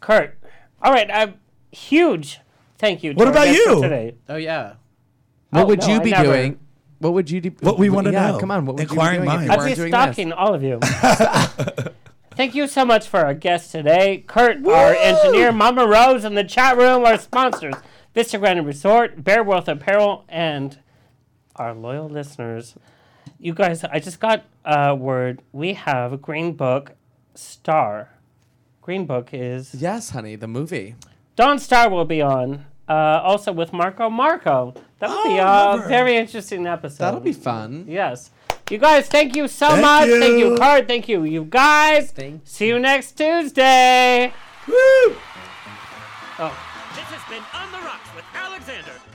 A: Kurt. All right. I'm huge. Thank you. to
G: What
A: our
G: about
A: guest for
G: you?
A: today?
H: Oh yeah.
R: What
A: Oh,
R: would
A: no,
R: you
A: I
R: be
A: never-
R: doing? What would you do?
F: What we wanna
R: yeah,
F: know.
R: Come on. What would
F: Inquiring
R: you be doing if
F: minds.
R: you
A: I'd
R: weren't
A: be
R: doing
A: stalking
R: this?
A: all of you. Thank you so much for our guest today, Kurt, our engineer, Mama Rose, and the chat room, our sponsors, Vista Grand Resort, Bear Wealth Apparel, and our loyal listeners. You guys, I just got a word. We have a Green Book star. Green Book is
R: yes, honey, the movie.
A: Don Star will be on. Uh, also with Marco Marco. That'll be
R: Oh,
A: a very interesting episode. That'll be
R: fun.
A: Yes. You guys, thank you so
R: Thank
A: much. Thank you,
R: you.
A: Card. Thank you, you guys. See you next Tuesday. Woo! Oh.
L: This has been On the Rocks with Alexander